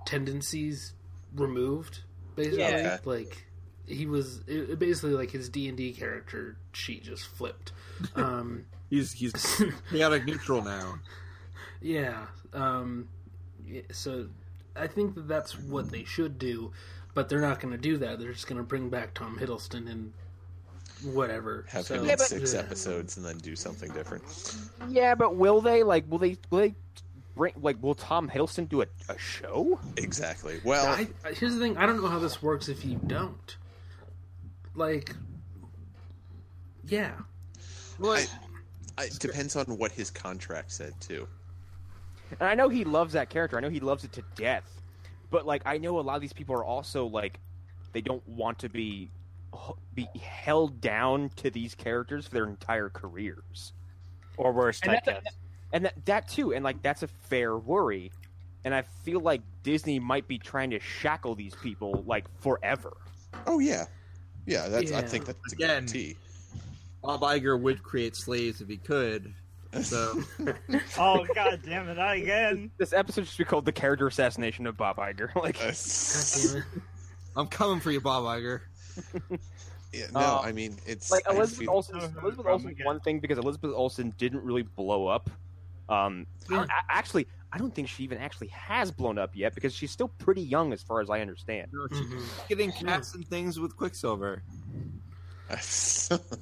S2: tendencies removed. Basically,
S4: Yeah.
S2: like he was it, it basically like his D and D character sheet just flipped. Um,
S6: He's he's chaotic neutral now.
S2: yeah. Um, yeah, so I think that that's what they should do, but they're not going to do that. They're just going to bring back Tom Hiddleston and whatever.
S4: Have
S2: So-
S4: him
S1: Yeah,
S4: in
S1: but-
S4: six
S2: Yeah.
S4: episodes and then do something different.
S1: Yeah, but will they? Like, will they? Will they bring? Like, will Tom Hiddleston do a, a show?
S4: Exactly. Well,
S2: I, I- here's the thing. I don't know how this works if you don't. Like, yeah,
S6: Like,
S4: I- it depends on what his contract said too.
S1: And I know he loves that character. I know he loves it to death. But like, I know a lot of these people are also like, they don't want to be be held down to these characters for their entire careers.
S5: Or worse,
S1: And
S5: typecast.
S1: that- and that, that too and like that's a fair worry and i feel like disney might be trying to shackle these people like forever
S4: Oh yeah, yeah. That's I
S2: Yeah.
S4: think that's a
S6: Again.
S4: guarantee.
S6: Bob Iger would create slaves if he could. So
S5: Oh god damn it! Not again.
S1: this episode should be called the character assassination of bob Iger.
S4: Uh,
S1: like
S2: God damn it.
S6: I'm coming for you, Bob Iger.
S4: yeah, no,
S1: Um,
S4: I mean it's
S1: like
S4: I
S1: elizabeth
S4: feel-
S1: olsen
S5: Oh, no,
S1: elizabeth
S5: problem
S1: olsen's
S5: again.
S1: one thing because elizabeth olsen didn't really blow up um I-
S2: Yeah.
S1: I- actually I don't think she even actually has blown up yet because she's still pretty young, as far as I understand.
S6: No, she's
S2: Mhm.
S6: getting cats and things with Quicksilver.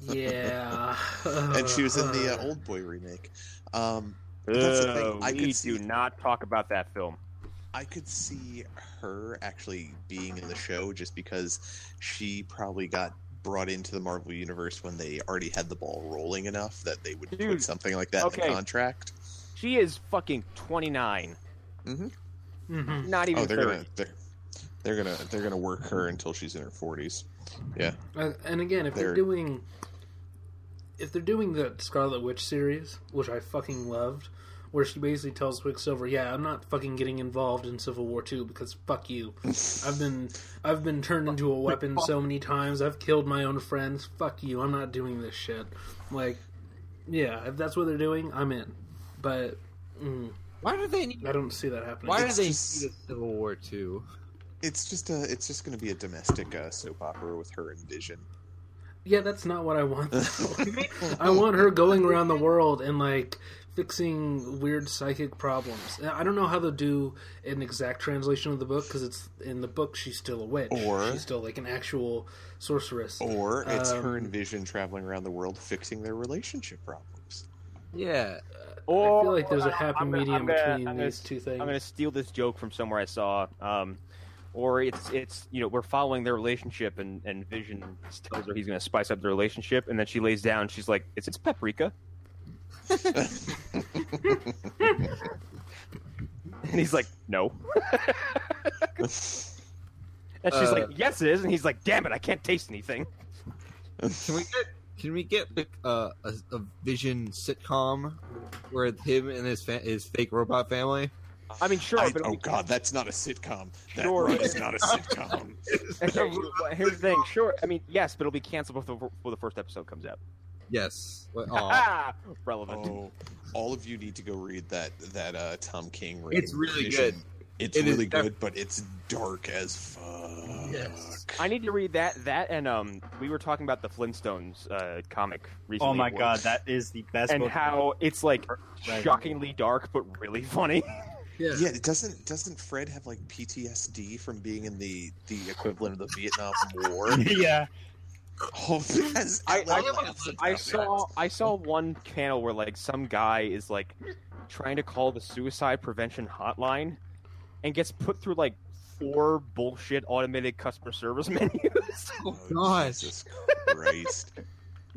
S2: Yeah.
S4: and she was in the uh, Old Boy remake. Um, That's the thing,
S1: Oh,
S4: I
S1: we
S4: could
S1: do
S4: see-
S1: not talk about that film.
S4: I could see her actually being in the show just because she probably got brought into the Marvel universe when they already had the ball rolling enough that they would
S1: Dude,
S4: put something like that in
S1: okay.
S4: the contract.
S1: She is fucking 29.
S2: Mhm.
S1: Not even
S4: Oh, they're
S1: 30.
S4: gonna they're, they're gonna they're gonna work her until she's in her forties.
S2: And- Uh, And again, if they're
S4: They're-
S2: doing if they're doing the Scarlet Witch series, which I fucking loved, where she basically tells Quicksilver, "Yeah, I'm not fucking getting involved in Civil War 2 because fuck you. I've been I've been turned into a weapon so many times. I've killed my own friends. Fuck you. I'm not doing this shit." Like, yeah, if that's what they're doing, I'm in. But mm,
S3: Why do they need?
S2: I don't see that happening.
S3: Why do
S4: It's
S3: they
S4: just-
S3: need a Civil War two?
S4: It's just a it's just gonna be a domestic uh, soap opera with her and Vision.
S2: Yeah, that's not what I want. though. I want her going around the world and like fixing weird psychic problems. And I don't know how they'll do an exact translation of the book because it's in the book she's still a witch.
S4: Or-
S2: she's still like an actual sorceress.
S4: Or it's her
S2: Um,
S4: and Vision traveling around the world fixing their relationship problems.
S6: Yeah,
S1: Or,
S2: I feel like there's a happy
S1: Oh, I'm gonna-
S2: medium
S1: I'm gonna-
S2: between
S1: I'm gonna
S2: these two things.
S1: I'm gonna steal this joke from somewhere I saw. Um, or it's it's you know we're following their relationship and and Vision tells her he's gonna spice up the relationship and then she lays down. She's like, it's it's paprika. and he's like, no. and she's like,
S6: Uh,
S1: yes, it is. And he's like, damn it, I can't taste anything.
S6: Can we get can we get like, uh, a, a Vision sitcom where him and his fa- his fake robot family?
S1: I mean, sure,
S4: I-
S1: but
S4: oh God, that's not a sitcom. That
S1: Sure.
S4: run is not a sitcom.
S1: Okay, well, here's the thing. Sure, I mean, yes, but it'll be canceled before, before the first episode comes out.
S6: Yes. Well, aw.
S1: Ah, relevant.
S4: Oh, all of you need to go read that that uh, Tom King.
S6: It's
S4: written
S6: really
S4: edition.
S6: good.
S4: It's
S6: It is
S4: really
S6: def-
S4: good, but it's dark as fuck.
S6: Yes.
S1: I need to read that. That and um, we were talking about the Flintstones uh, comic recently.
S5: Oh my god, that is the best.
S1: And
S5: book.
S1: how it's like
S5: Right.
S1: shockingly dark but really funny.
S6: Yeah.
S4: Yeah, doesn't doesn't Fred have like PTSD from being in the the equivalent of the Vietnam War?
S5: yeah,
S4: oh, because
S1: I-
S4: Ellen
S1: I-
S4: laughs about
S1: I
S4: it.
S1: saw I saw one channel where like some guy is like trying to call the suicide prevention hotline and gets put through like four bullshit automated customer service menus.
S4: Oh,
S6: Gosh.
S4: Jesus Christ!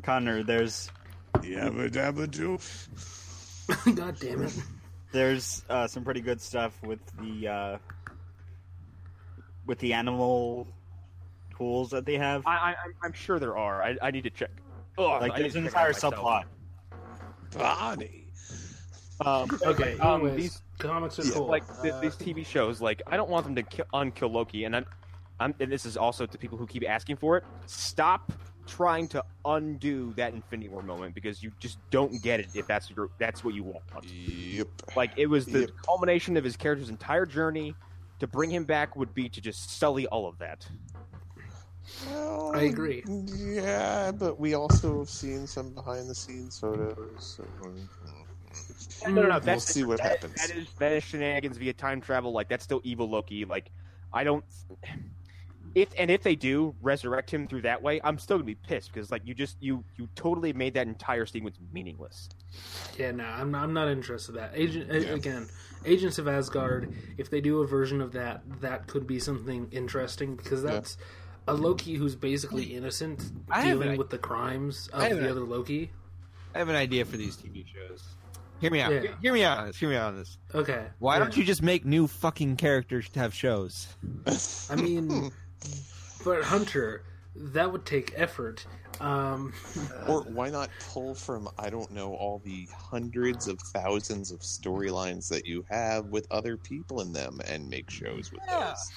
S5: Connor. There's
S4: Yabba dabba doo.
S2: God damn it!
S5: there's uh, some pretty good stuff with the uh, with the animal tools that they have.
S1: I, I I'm, I'm sure there are. I, I need to check. Ugh,
S5: like
S1: I need
S5: there's
S1: to
S5: an
S1: check it out
S5: entire
S1: myself.
S5: subplot.
S4: Bonnie.
S1: Um,
S2: Okay,
S1: um,
S2: anyways,
S1: these-
S2: comics are
S4: Yeah,
S2: cool.
S1: like th-
S2: Uh,
S1: these TV shows. Like I don't want them to ki- unkill Loki, and I'm, I'm, and this is also to people who keep asking for it. Stop trying to undo that Infinity War moment because you just don't get it if that's your that's what you want.
S4: Yep.
S1: Like it was the
S4: Yep.
S1: culmination of his character's entire journey. To bring him back would be to just sully all of that.
S4: Well,
S2: I agree.
S4: Yeah, but we also have seen some behind the scenes photos. So,
S1: No, no, no.
S2: Mm,
S4: we'll
S1: That's
S4: see what
S1: that-
S4: happens.
S1: That is, that is shenanigans via time travel. Like that's still evil Loki. Like I don't. If and if they do resurrect him through that way, I'm still gonna be pissed because like you just you you totally made that entire sequence meaningless.
S2: Yeah, no, I'm I'm not interested in that. Agent a-
S4: Yeah.
S2: again, Agents of Asgard. If they do a version of that, that could be something interesting because
S4: Yeah.
S2: that's a Loki who's basically innocent
S6: I have
S2: dealing
S6: an
S2: with the crimes
S6: I
S2: of
S6: have
S2: the
S6: an
S2: other Loki.
S6: I have an idea for these TV shows. Hear me out.
S2: Yeah.
S6: Hear, hear me out on this. Hear me out on this.
S2: Okay,
S6: Why
S2: yeah.
S6: don't you just make new fucking characters to have shows?
S2: I mean, but Hunter, that would take effort. Um,
S4: Or why not pull from I don't know all the hundreds of thousands of storylines that you have with other people in them and make shows with
S6: Yeah.
S4: those.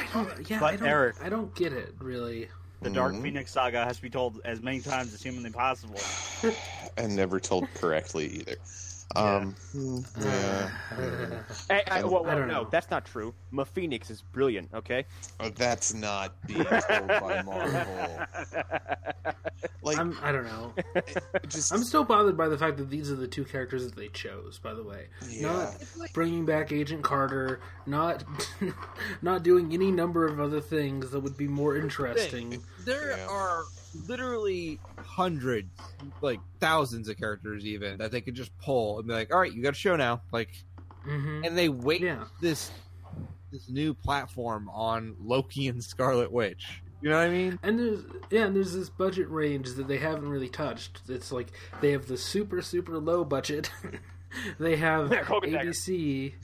S2: I don't. Yeah, I
S5: But
S2: don't.
S5: Eric-
S2: I don't get it really.
S5: The Dark
S4: Mhm.
S5: Phoenix saga has to be told as many times as humanly possible.
S4: and never told correctly either. Um, hmm, yeah.
S1: Hey, I,
S4: I don't-
S1: well, well,
S2: I don't
S1: no,
S2: know.
S1: that's not true. Ma Phoenix is brilliant. Okay.
S4: Uh, That's not being told by Marvel. Like,
S2: I'm, I don't know.
S4: just
S2: I'm still bothered by the fact that these are the two characters that they chose. By the way,
S4: yeah.
S2: not bringing back Agent Carter, not not doing any number of other things that would be more interesting.
S6: There
S4: Yeah.
S6: are literally hundreds, like thousands of characters even that they could just pull and be like, "All right, you got a show now." Like,
S2: hmm
S6: and they wait
S2: Yeah.
S6: this this new platform on Loki and Scarlet Witch. You know what I mean?
S2: And there's yeah, and there's this budget range that they haven't really touched. It's like they have the super super low budget. they have
S1: Yeah, Cloak and Dagger.
S2: ABC.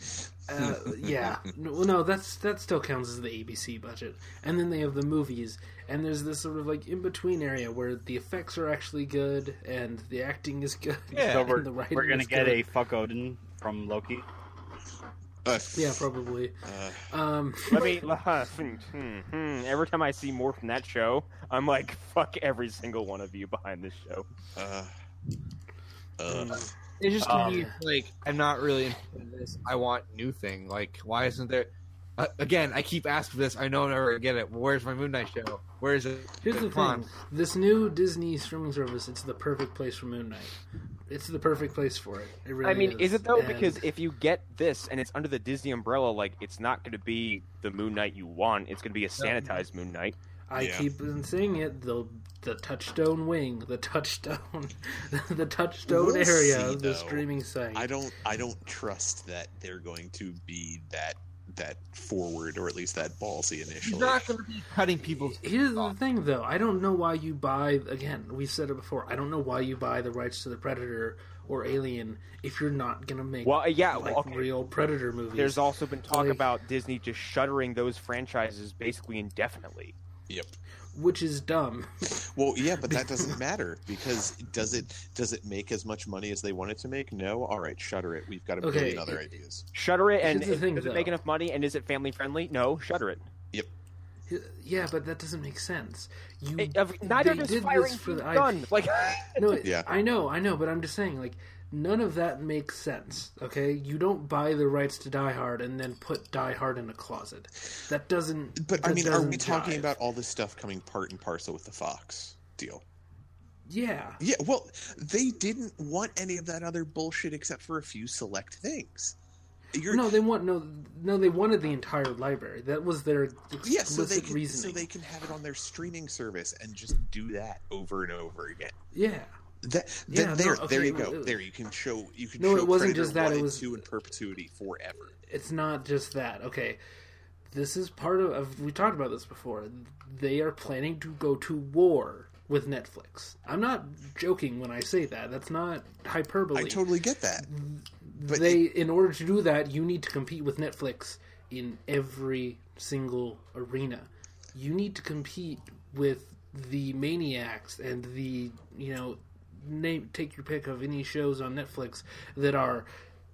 S2: Uh, yeah, no, well, no, that's that still counts as the ABC budget. And then they have the movies, and there's this sort of like in between area where the effects are actually good and the acting is good.
S6: Yeah. So
S2: and
S5: we're-
S2: the writing
S5: We're gonna
S2: is
S5: get
S2: good.
S5: a fuck Odin from Loki.
S4: Uh,
S2: yeah, probably.
S4: uh,
S2: Um,
S1: Let me. hmm, hmm, hmm. Every time I see more from that show, I'm like, fuck every single one of you behind this show.
S4: uh, uh,
S6: It just
S1: Um,
S6: to me, it's like I'm not really interested in this. I want new thing. Like, why isn't there? Uh, again, I keep asking for this. I know I'll never get it. Where's my Moon Knight show? Where is it?
S2: Here's the
S6: Come on.
S2: thing: this new Disney streaming service, it's the perfect place for Moon Knight. It's the perfect place for it. It really
S1: I mean, is it though?
S2: And-
S1: Because if you get this and it's under the Disney umbrella, like it's not going to be the Moon Knight you want. It's going to be a sanitized Moon Knight.
S2: I
S4: Yeah.
S2: keep on saying it, the the touchstone wing, the touchstone, the touchstone
S4: We'll
S2: area
S4: see,
S2: of the
S4: though.
S2: streaming site.
S4: I don't I don't trust that they're going to be that that forward or at least that ballsy
S6: He's
S4: initially.
S6: not going to be cutting people's.
S2: Here's the
S6: off.
S2: thing, though. I don't know why you buy. Again, we've said it before. I don't know why you buy the rights to the Predator or Alien if you're not gonna make
S1: Well, yeah,
S2: like
S1: well, okay.
S2: real Predator movies.
S1: There's also been talk
S2: Like-
S1: about Disney just shuttering those franchises basically indefinitely.
S4: Yep.
S2: which is dumb.
S4: Well, yeah, but that doesn't matter because does it does it make as much money as they want it to make? No. All right, shutter it. We've got a
S2: Okay.
S4: million other ideas.
S1: Shutter it, and
S2: Here's the
S1: it-
S2: thing,
S1: does it
S2: though.
S1: make enough money? And is it family friendly? No, shutter it.
S2: Yeah, but that doesn't make sense. You
S1: It- of- neither
S2: Mm. they
S1: of us
S2: did
S1: firing
S2: this for the
S1: gun. Like,
S2: no, it-
S4: Yeah.
S2: I know, I know, but I'm just saying, like, none of that makes sense. Okay, you don't buy the rights to Die Hard and then put Die Hard in a closet. That doesn't.
S4: But I
S2: that
S4: mean, are we
S2: doesn't
S4: talking
S2: jive.
S4: about all this stuff coming part and parcel with the Fox deal?
S2: Yeah,
S4: Yeah, well, they didn't want any of that other bullshit except for a few select things. You're,
S2: no, they want no, no, they wanted the entire library. That was their explicit
S4: yeah, so they can,
S2: reasoning.
S4: so they can have it on their streaming service and just do that over and over again.
S2: Yeah,
S4: That,
S2: Yeah,
S4: then
S2: no,
S4: there, there
S2: okay,
S4: you
S2: well,
S4: go.
S2: it-
S4: There you can show you can
S2: No,
S4: show
S2: it wasn't
S4: Predator
S2: just that,
S4: 1
S2: it
S4: and
S2: was-
S4: two in perpetuity forever.
S2: it's not just that. Okay, this is part of. of- We talked about this before. They are planning to go to war with Netflix. I'm not joking when I say that. That's not hyperbole.
S4: I totally get that. But
S2: they, in order to do that, you need to compete with Netflix in every single arena. You need to compete with the maniacs and the you know, name take your pick of any shows on Netflix that are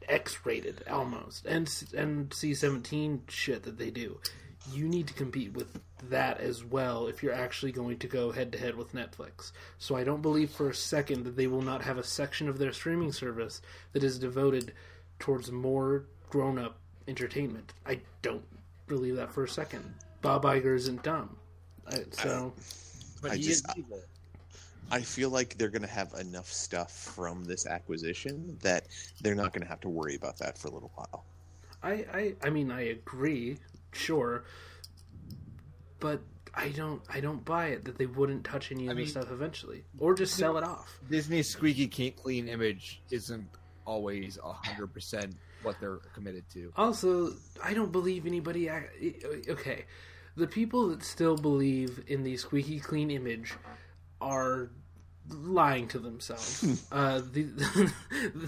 S2: X-rated almost and and C-17 shit that they do. You need to compete with that as well if you're actually going to go head to head with Netflix. So I don't believe for a second that they will not have a section of their streaming service that is devoted towards more grown up entertainment. I don't believe that for a second. Bob Iger isn't dumb. I- So
S6: But
S4: I
S6: he
S4: just-
S6: is evil.
S4: I feel like they're going to have enough stuff from this acquisition that they're not going to have to worry about that for a little while.
S2: I, I, I mean, I agree, sure, but I don't, I don't buy it that they wouldn't touch any of
S6: I
S2: this
S6: mean-
S2: stuff eventually, or just sell it off.
S6: Disney's squeaky clean- clean image isn't always hundred percent what they're committed to.
S2: Also, I don't believe anybody. ac- Okay, the people that still believe in the squeaky clean image are lying to themselves.
S6: Hmm.
S2: uh, the,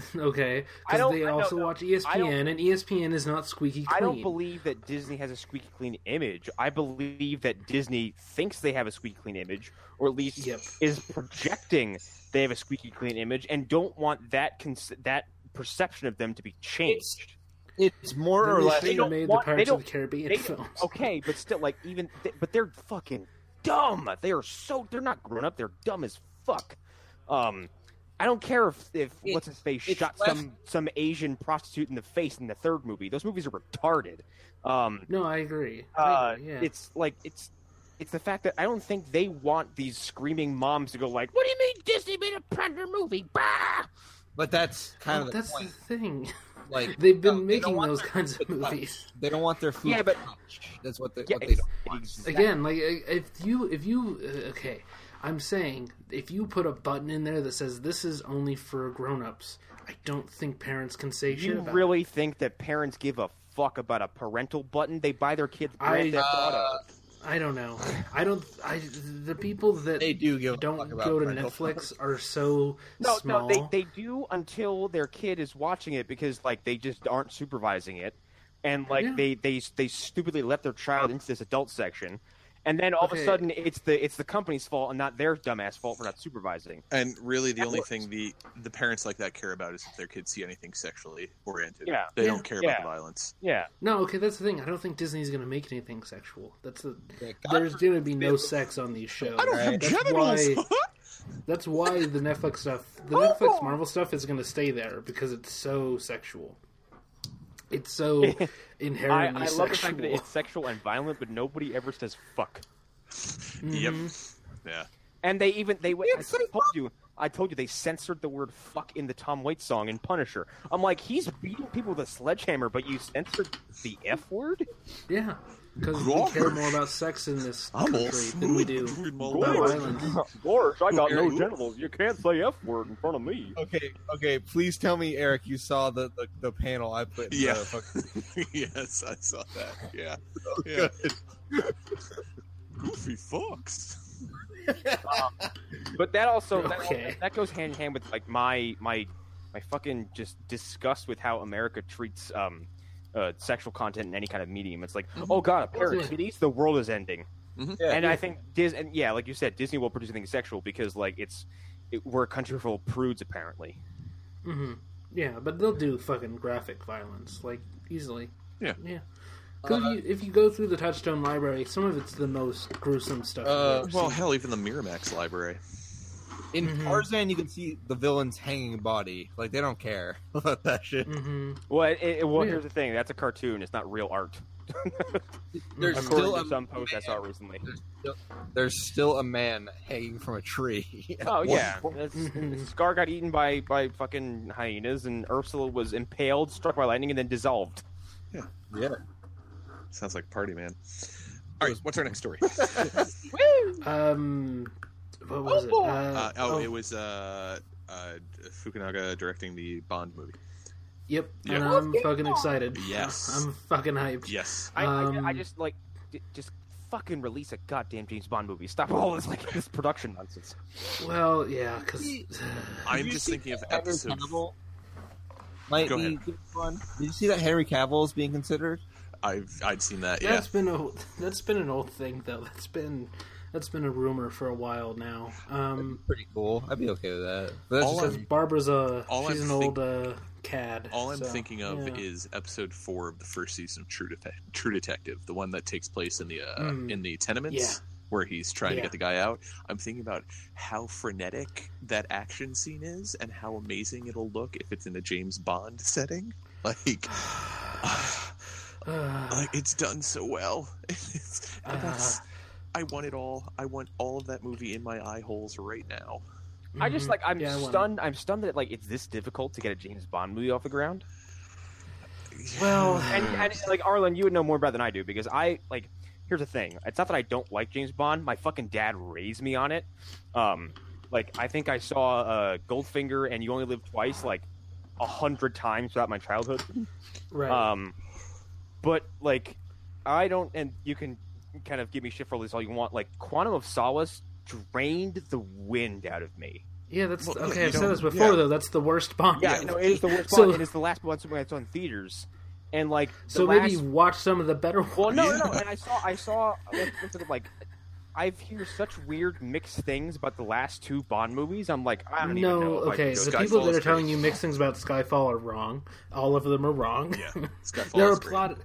S2: okay,
S1: I
S2: because
S1: don't-
S2: they
S1: I don't
S2: also
S1: know.
S2: watch E
S1: I don't-
S2: ESPN, and ESPN is not squeaky clean.
S1: I don't believe that Disney has a squeaky clean image. I believe that Disney thinks they have a squeaky clean image, or at least
S2: Yep.
S1: is projecting they have a squeaky clean image, and don't want that cons- that perception of them to be changed.
S6: It's more
S2: Then
S6: or
S2: they
S6: less.
S2: should have
S1: don't
S2: made
S1: want-
S2: the
S1: they
S2: Pirates of
S1: don't-
S2: the Caribbean
S1: they-
S2: films.
S1: Okay, but still, like even, th- but they're fucking dumb. They are so they're not grown up. They're dumb as fuck. Um, I don't care if, if
S7: It-
S1: what's his face
S7: it's
S1: shot
S7: less-
S1: some some Asian prostitute in the face in the third movie. Those movies are retarded. Um,
S2: No, I agree. I
S1: uh,
S2: agree, yeah.
S1: It's like it's it's the fact that I don't think they want these screaming moms to go like, "What do you mean Disney made a Predator movie?" Bah!
S6: But that's kind
S2: Well,
S6: of the
S2: that's
S6: point.
S2: the thing.
S6: Like
S2: They've
S6: no,
S2: been
S6: they don't
S2: making
S6: want
S2: those
S6: their
S2: kinds of
S6: food touched.
S2: movies.
S6: They don't want their food.
S1: Yeah, but-
S6: touched. that's what they,
S1: Yeah,
S6: what they don't
S1: ex-
S6: want.
S1: exactly.
S2: Again, like i- if you if you uh, okay, I'm saying if you put a button in there that says this is only for grown-ups, I don't think parents can say shit
S1: You
S2: about.
S1: really think that parents give a fuck about a parental button? They buy their kids
S2: I-
S1: Grand Theft Auto.
S6: Uh,
S2: it. I don't know. I don't. I the people that
S6: They do give. a fuck
S2: don't
S6: about
S2: go to
S6: parental
S2: Netflix are so
S1: No, no,
S2: small.
S1: they, they do until their kid is watching it because like they just aren't supervising it, and like
S2: Yeah.
S1: they, they they stupidly let their child into this adult section, and then all of
S2: Okay.
S1: a sudden it's the it's the company's fault and not their dumbass fault for not supervising.
S4: And really, the
S1: That
S4: only
S1: works.
S4: thing the the parents like that care about is if their kids see anything sexually oriented.
S1: Yeah.
S4: they
S2: Yeah.
S4: don't care
S1: Yeah.
S4: about the violence.
S1: Yeah,
S2: No, okay, that's the thing. I don't think Disney's going to make anything sexual. That's the
S6: Yeah, God
S2: there's going to be no
S6: forbid.
S2: sex on these shows.
S6: don't have
S2: that's Why, that's why the Netflix stuff, the
S1: Oh.
S2: Netflix Marvel stuff, is going to stay there because it's so sexual. It's so
S1: I,
S2: inherently
S1: I
S2: sexual.
S1: love the fact that it's sexual and violent, but nobody ever says fuck.
S4: Yep.
S2: Mhm.
S4: Yeah.
S1: And they even they I
S6: say
S1: told you I told you they censored the word fuck in the Tom Waits song in Punisher. I'm like he's beating people with a sledgehammer, but you censored the f word.
S2: Yeah, because we care more about sex in this country than we do about
S1: Gorge.
S2: violence.
S1: Gorge, I got
S4: no
S1: genitals. You can't say F word in front of me.
S6: Okay, okay. Please tell me, Eric, you saw the the, the panel I put. in
S4: Yeah.
S6: The fucking-
S4: yes, I saw that. Yeah.
S2: Oh,
S4: yeah. Goofy fox.
S1: But that also that,
S2: Okay.
S1: that goes hand in hand with like my my my fucking just disgust with how America treats um uh, sexual content in any kind of medium. It's like, oh god, a pair of
S2: Yeah.
S1: titties, the world is ending.
S4: Mhm.
S6: Yeah.
S1: and I think Dis and yeah, like you said, Disney will produce anything sexual because like it's it, we're a country full of prudes apparently.
S2: hmm Yeah, but they'll do fucking graphic violence like easily.
S4: Yeah.
S2: yeah.
S1: Uh,
S2: 'Cause if, you, if you go through the Touchstone library, some of it's the most gruesome stuff.
S6: Uh,
S4: Well, hell, even the Miramax library.
S6: in
S2: Mhm.
S6: Tarzan, you can see the villain's hanging body. Like they don't care about that shit.
S2: hmm
S1: Well, it, it, well
S2: Yeah.
S1: here's the thing: that's a cartoon. It's not real art.
S2: Mm-hmm.
S6: There's
S1: According
S6: still
S1: to
S6: a
S1: some posts I saw recently.
S6: there's still a man hanging from a tree.
S1: Oh yeah, That's-
S2: Mhm.
S1: Scar got eaten by by fucking hyenas, and Ursula was impaled, struck by lightning, and then dissolved.
S6: yeah.
S4: Sounds like party man. All right, what's our next story?
S2: Uh, Um, what was it? Uh,
S4: Uh, oh,
S2: oh,
S4: it was uh, uh, Fukunaga directing the Bond movie.
S2: Yep,
S4: yeah.
S2: and I'm fucking excited.
S4: Yes.
S2: I'm fucking hyped.
S4: Yes.
S1: I, I, I
S2: Um,
S1: just like j- just fucking release a goddamn James Bond movie. Stop all this like this production nonsense.
S2: Well, yeah, because
S4: I'm just thinking of episode.
S6: Might
S4: Go
S6: be fun. Did you see that Henry Cavill is being considered?
S4: I've I'd seen that. Yeah.
S2: that's been a that's been an old thing though. That's been that's been a rumor for a while now. Um,
S6: Pretty cool. I'd be okay with that. But that's
S4: All
S6: just
S2: because
S6: 'cause-
S2: Barbara's a
S4: all
S2: she's
S4: I'm
S2: an
S4: think-
S2: old uh, cad.
S4: All I'm
S2: so,
S4: thinking of
S2: yeah.
S4: is episode four of the first season of True, Detec True Detective, the one that takes place in the uh,
S2: Mm.
S4: in the tenements
S2: Yeah.
S4: where he's trying
S2: Yeah.
S4: to get the guy out. I'm thinking about how frenetic that action scene is and how amazing it'll look if it's in a James Bond setting. Like,
S2: Uh,
S4: like, it's done so well. It's- and that's-
S2: Uh-huh.
S4: I want it all. I want all of that movie in my eye holes right now.
S1: I just
S2: mhm.
S1: like I'm
S2: Yeah, I wanna-
S1: stunned. I'm stunned that like it's this difficult to get a James Bond movie off the ground.
S2: Well,
S1: And, and like Arlen, you would know more about it than I do because I like. Here's the thing: it's not that I don't like James Bond. My fucking dad raised me on it. Um, like I think I saw uh, Goldfinger and You Only Live Twice like a hundred times throughout my childhood.
S2: right.
S1: Um, but like, I don't, and you can kind of give me shit for all this all you want. Like, Quantum of Solace drained the wind out of me.
S2: yeah, that's
S4: well, yeah,
S2: okay.
S4: you
S2: I've said
S4: don't-
S2: this before
S4: yeah.
S2: though. That's the worst Bond.
S1: Yeah,
S2: movie.
S1: no, it is the worst
S2: So-
S1: Bond. It is the last Bond movie that's on theaters, and like, the
S2: So
S1: last...
S2: maybe watch some of the better ones.
S1: Well, no,
S4: Yeah.
S1: no, and I saw, I saw, like, looked at, like, I've hear such weird mixed things about the last two Bond movies. I'm like, I don't
S2: No,
S1: even know. if I
S2: okay.
S1: can
S2: The
S1: go-
S4: Skyfall
S2: people that
S4: is
S2: are telling
S4: great.
S2: you mixed things about Skyfall are wrong. All of them are wrong.
S4: Yeah, Skyfall
S2: there
S4: is
S2: are
S4: great.
S2: plot.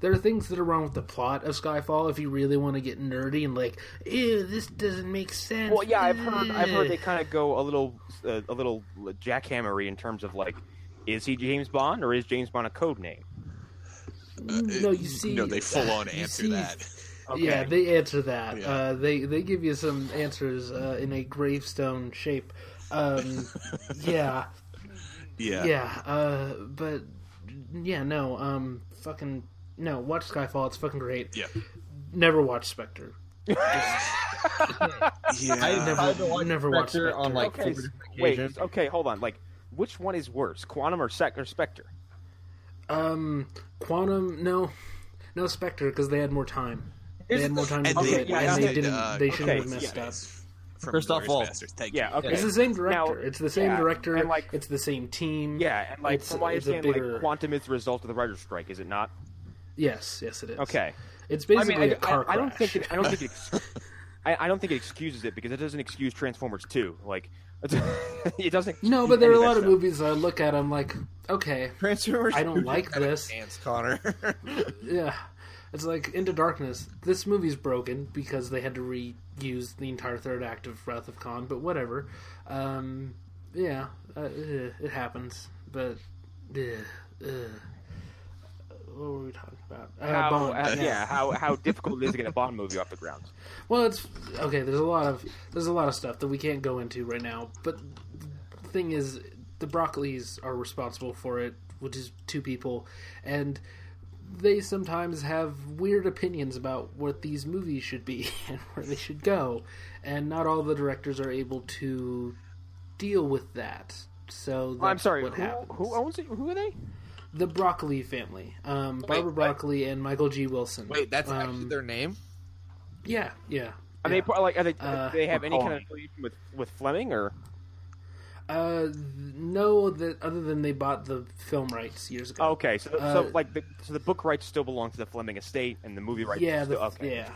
S2: there are things that are wrong with the plot of Skyfall if you really want to get nerdy and like, ew, this doesn't make sense.
S1: Well, yeah, I've heard I've heard they
S2: Ugh.
S1: kind of go a little uh, a little jackhammery in terms of like, is he James Bond or is James Bond a code name?
S2: no, you see,
S4: Uh, no, they full on
S2: you
S4: answer
S2: see-
S4: that.
S2: Yeah, they answer that.
S4: Yeah.
S2: Uh, they they give you some answers uh, in a gravestone shape. Um, yeah,
S4: Yeah.
S2: yeah, uh, but yeah, no, um, fucking no. Watch Skyfall; it's fucking great.
S4: Yeah.
S2: Never watch Spectre.
S4: Yeah.
S3: I
S2: I've
S3: never watched
S2: never watched
S3: Spectre
S2: Spectre.
S3: on like four
S1: Okay, s-
S3: different
S1: wait,
S3: occasions.
S1: okay, hold on. Like, which one is worse, Quantum or Sec or Spectre?
S2: Um, Quantum, no, no Spectre because they had more time. They had more time to
S4: And
S2: do
S1: Okay,
S2: it,
S1: yeah,
S2: and they
S1: okay,
S2: didn't.
S4: uh,
S2: they shouldn't
S1: okay,
S2: have messed up.
S4: From
S6: First off
S4: Glorious
S6: all-
S4: Bastards. Thank
S1: Yeah,
S4: you.
S1: okay.
S2: It's the same director.
S1: Now-
S2: it's the same
S1: yeah,
S2: director.
S1: and, like-
S2: it's the same team.
S1: Yeah, and like
S2: It's-
S1: from what I
S2: it's a
S1: understand,
S2: bigger-
S1: like Quantum is the result of the writer's strike, is it not?
S2: Yes, yes, it is.
S1: Okay.
S2: It's
S1: I
S2: basically
S1: mean, I,
S2: a car
S1: I, I don't
S2: crash.
S1: think it, I don't think it ex- I, I don't think it excuses it because it doesn't excuse Transformers 2. Like, it doesn't.
S2: No,
S1: excuse
S2: but there are
S1: any
S2: a
S1: that
S2: lot of
S1: stuff.
S2: movies that I look at. I'm like, okay,
S6: Transformers.
S2: I don't
S6: two just
S2: like
S6: had a
S2: this.
S6: Chance, Connor.
S2: yeah. It's like Into Darkness. This movie's broken because they had to reuse the entire third act of Wrath of Khan, but whatever. Um, yeah, uh, ugh, it happens. But ugh, ugh. what were we talking about? Uh,
S1: How,
S2: Bond.
S1: uh, yeah, how how difficult it is to get a Bond movie off the ground.
S2: Well, it's okay. There's a lot of there's a lot of stuff that we can't go into right now. But the thing is, the Broccoli's are responsible for it, which is two people, and they sometimes have weird opinions about what these movies should be and where they should go, and not all the directors are able to deal with that. So that's
S1: I'm sorry,
S2: what
S1: who,
S2: happens.
S1: who owns it? Who are they?
S2: the Broccoli family? Um,
S6: Wait,
S2: Barbara
S6: what?
S2: Broccoli and Michael G. Wilson.
S6: Wait, that's
S2: um,
S6: actually their name.
S2: yeah, yeah.
S1: Are they part- like? Are they? do
S2: Uh,
S1: they have
S5: we're
S1: any kind of
S5: calling.
S1: affiliation with with Fleming or?
S2: Uh, th- no, that other than they bought the film rights years ago.
S1: Oh, Okay, so so
S2: Uh,
S1: like the so the book rights still belong to the Fleming estate, and the movie rights.
S2: yeah,
S1: still,
S2: the,
S1: okay.
S2: yeah,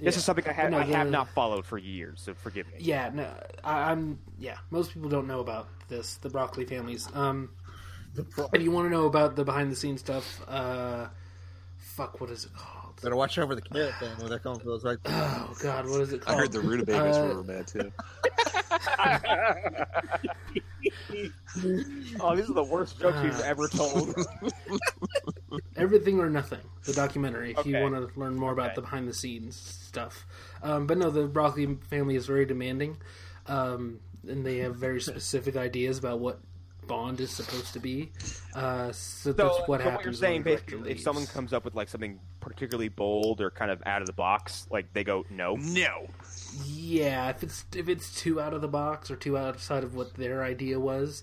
S1: This is
S2: Yeah.
S1: something I have
S2: No,
S1: I have
S2: the-
S1: not followed for years, so forgive me.
S2: yeah. No, I, I'm yeah. Most people don't know about this. The broccoli families. Um, if you want to know about the behind the scenes stuff, uh, fuck, what is it called?
S6: Better watch out for the carrot thing when they're coming for those right.
S2: Oh God, what is it
S4: I
S2: called?
S4: heard the rutabagas
S2: Uh,
S4: were bad too.
S1: Oh, this is the worst joke
S2: Ah.
S1: you've ever told.
S2: Everything or Nothing, the documentary, if you
S1: Okay.
S2: want to learn more about
S1: Okay.
S2: the behind the scenes stuff. Um, but no, the Broccoli family is very demanding, um, and they have very specific ideas about what Bond is supposed to be. Uh, so,
S1: So,
S2: that's what
S1: so
S2: happens.
S1: you're
S2: when
S1: saying,
S2: the director
S1: basically, if
S2: leaves.
S1: someone comes up with like something particularly bold or kind of out of the box, like they go no.
S4: No.
S2: yeah, if it's if it's too out of the box or too outside of what their idea was,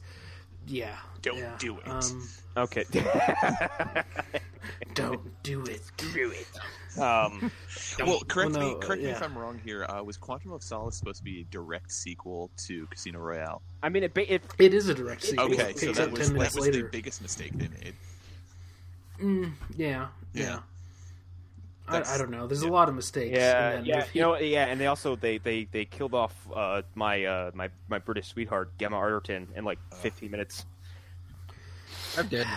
S2: yeah,
S4: Don't
S2: yeah.
S4: do it.
S2: Um,
S1: Okay.
S2: don't do it.
S1: Do it. Um,
S4: Well, correct
S2: Well,
S4: me.
S2: no,
S4: Correct me if
S2: yeah.
S4: I'm wrong here. Uh, was Quantum of Solace supposed to be a direct sequel to Casino Royale?
S1: I mean, it, ba- it
S2: It is a direct sequel.
S4: Okay,
S2: It
S4: so
S2: picks
S4: that
S2: up
S4: was
S2: ten
S4: that
S2: minutes
S4: was
S2: later.
S4: the biggest mistake they made.
S2: Mm, yeah,
S4: Yeah.
S2: yeah. I, I
S4: That's-
S2: don't know. There's
S4: yeah.
S2: a lot of mistakes.
S1: Yeah,
S2: in that
S1: yeah,
S2: movie.
S1: you know, what, yeah, and they also they they they killed off uh, my uh, my my British sweetheart Gemma Arterton in like 15 minutes
S6: I'm dead.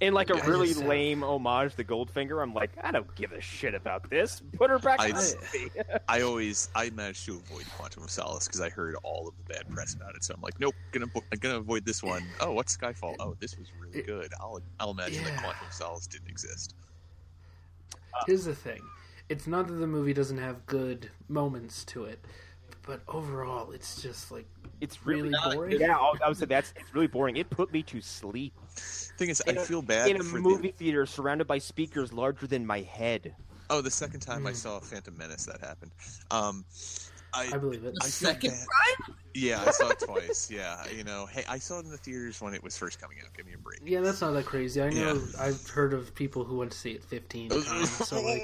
S1: in like a
S2: I
S1: really
S2: just, uh,
S1: lame homage to Goldfinger. I'm like, I don't give a shit about this. Put her back.
S4: I-
S1: in the movie.
S4: I always I managed to avoid Quantum of Solace because I heard all of the bad press about it. So I'm like, nope, gonna avo- I'm gonna avoid this one. Oh, what's Skyfall? Oh, this was really
S2: It-
S4: good. I'll I'll imagine
S2: Yeah.
S4: that Quantum of Solace didn't exist.
S1: uh,
S2: Here's the thing: it's not that the movie doesn't have good moments to it, but overall, it's just like
S1: it's
S2: really
S1: really.
S2: boring.
S1: Yeah, I I would say that's it's really boring. It put me to sleep
S4: Thing is,
S1: In
S4: I
S1: a-
S4: feel bad
S1: in a
S4: for
S1: movie
S4: The,
S1: theater surrounded by speakers larger than my head.
S4: oh, the second time I
S2: Mm.
S4: saw Phantom Menace, that happened. Um, I
S2: I believe it.
S4: I feel
S6: Second
S4: bad- Yeah, I saw it twice. Yeah, you know, hey, I saw it in the theaters when it was first coming out. Give me a break.
S2: Yeah, that's not that crazy. I know.
S4: Yeah.
S2: I've heard of people who went to see it 15 times. So like,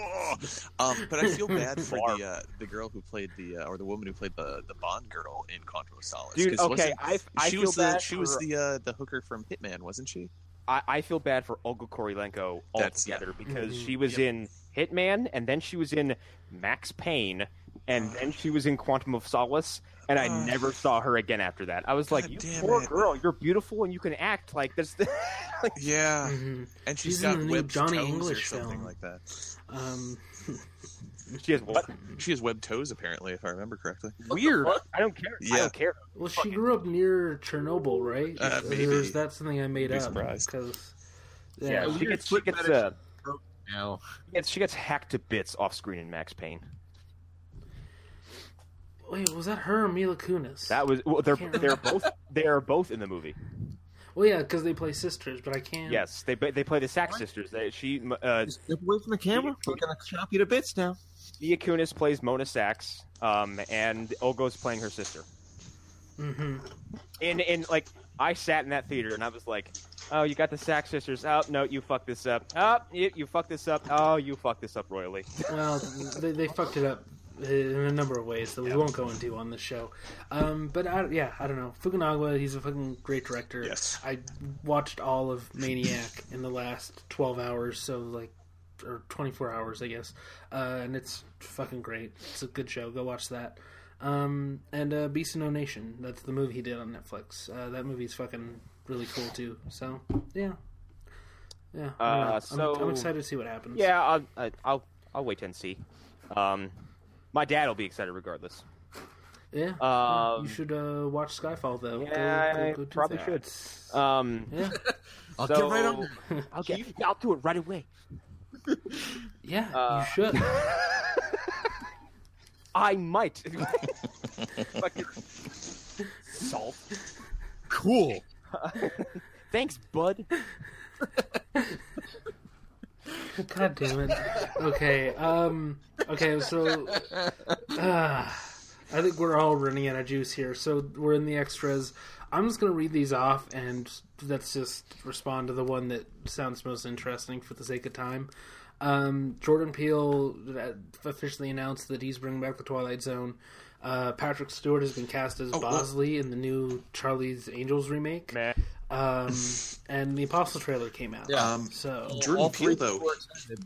S4: um, but I feel bad for the uh, the girl who played the uh, or the woman who played the the Bond girl in Quantum of Solace.
S1: Dude,
S4: 'Cause
S1: okay,
S4: wasn't-
S1: I, I
S4: she
S1: feel
S4: was the
S1: bad.
S4: she
S1: for,
S4: was the uh, the hooker from Hitman, wasn't she?
S1: I, I feel bad for Olga Korilenko
S4: That's-
S1: altogether because
S2: Mhm.
S1: she was
S4: Yep.
S1: in Hitman, and then she was in Max Payne, and then she was in Quantum of Solace, and I
S4: Ugh.
S1: never saw her again after that. I was like,
S4: God
S1: "You
S4: damn
S1: poor
S4: it.
S1: girl, you're beautiful and you can act like this."
S4: Yeah,
S2: Mhm.
S4: and
S2: She's
S4: she's
S2: in
S4: got
S2: the new
S4: webbed
S2: Johnny
S4: toes
S2: English
S4: or something
S2: film.
S4: like that.
S2: Um,
S1: she has
S4: But
S2: Hmm.
S4: she has webbed toes apparently, if I remember correctly.
S1: weird. I don't care. I
S4: Yeah.
S1: don't care.
S2: well, she grew up near Chernobyl, right?
S4: Uh,
S2: Or
S4: maybe.
S2: is that something I made
S4: Be
S2: up?
S4: surprised.
S2: 'Cause-
S1: Yeah,
S2: yeah.
S1: she gets she gets, uh,
S6: now.
S1: she gets she gets hacked to bits off screen in Max Payne.
S2: Wait, was that her or Mila Kunis?
S1: That was well, they're
S2: Can't
S1: they're both they are both in the movie.
S2: Well, yeah, because they play sisters, but I can't.
S1: Yes, they they play the Sax sisters. They, she uh,
S6: Just step away from the camera. We're gonna chop you to bits now.
S1: Mia Kunis plays Mona Sax, um, and Olga's playing her sister.
S2: hmm
S1: And and like I sat in that theater and I was like, oh, you got the Sax sisters. Oh no, you fucked this up. Oh, you, you fucked this up. Oh, you fucked this up royally.
S2: Well, they, they fucked it up in a number of ways that we won't go into on this show. Um, but I, yeah, I don't know. Fukunaga, he's a fucking great director.
S4: Yes.
S2: I watched all of Maniac in the last 12 hours, so like, or 24 hours, I guess. Uh, and it's fucking great. It's a good show. Go watch that. Um, and uh, Beast in No Nation. That's the movie he did on Netflix. Uh, that movie's fucking really cool, too. So, yeah. Yeah. I
S1: Uh,
S2: don't know. I'm,
S1: so-
S2: I'm excited to see what happens.
S1: Yeah, I'll I- I'll I'll wait and see. Um, my dad will be excited regardless.
S2: Yeah.
S1: Um,
S2: you should uh, watch Skyfall though. Go-
S1: yeah,
S2: go-
S1: I
S2: go do
S1: probably
S2: that.
S1: should. Um,
S2: Yeah,
S6: I'll
S1: so,
S6: get right on.
S1: I'll get. I'll do it right away.
S2: yeah,
S1: Uh,
S2: you should.
S1: I might. Fucking Salt.
S6: Cool.
S1: Thanks, bud.
S2: God damn it. Okay. Um. Okay. So, uh, I think we're all running out of juice here. So we're in the extras. I'm just gonna read these off, and let's just respond to the one that sounds most interesting for the sake of time. Um, Jordan Peele uh, officially announced that he's bringing back the Twilight Zone. Uh, Patrick Stewart has been cast as
S4: well-
S2: Bosley in the new Charlie's Angels remake. Um, and the Apostle trailer came out.
S6: Yeah.
S4: Um,
S2: So
S4: Jordan
S6: All
S4: Peele
S6: three
S4: though.
S6: were excited.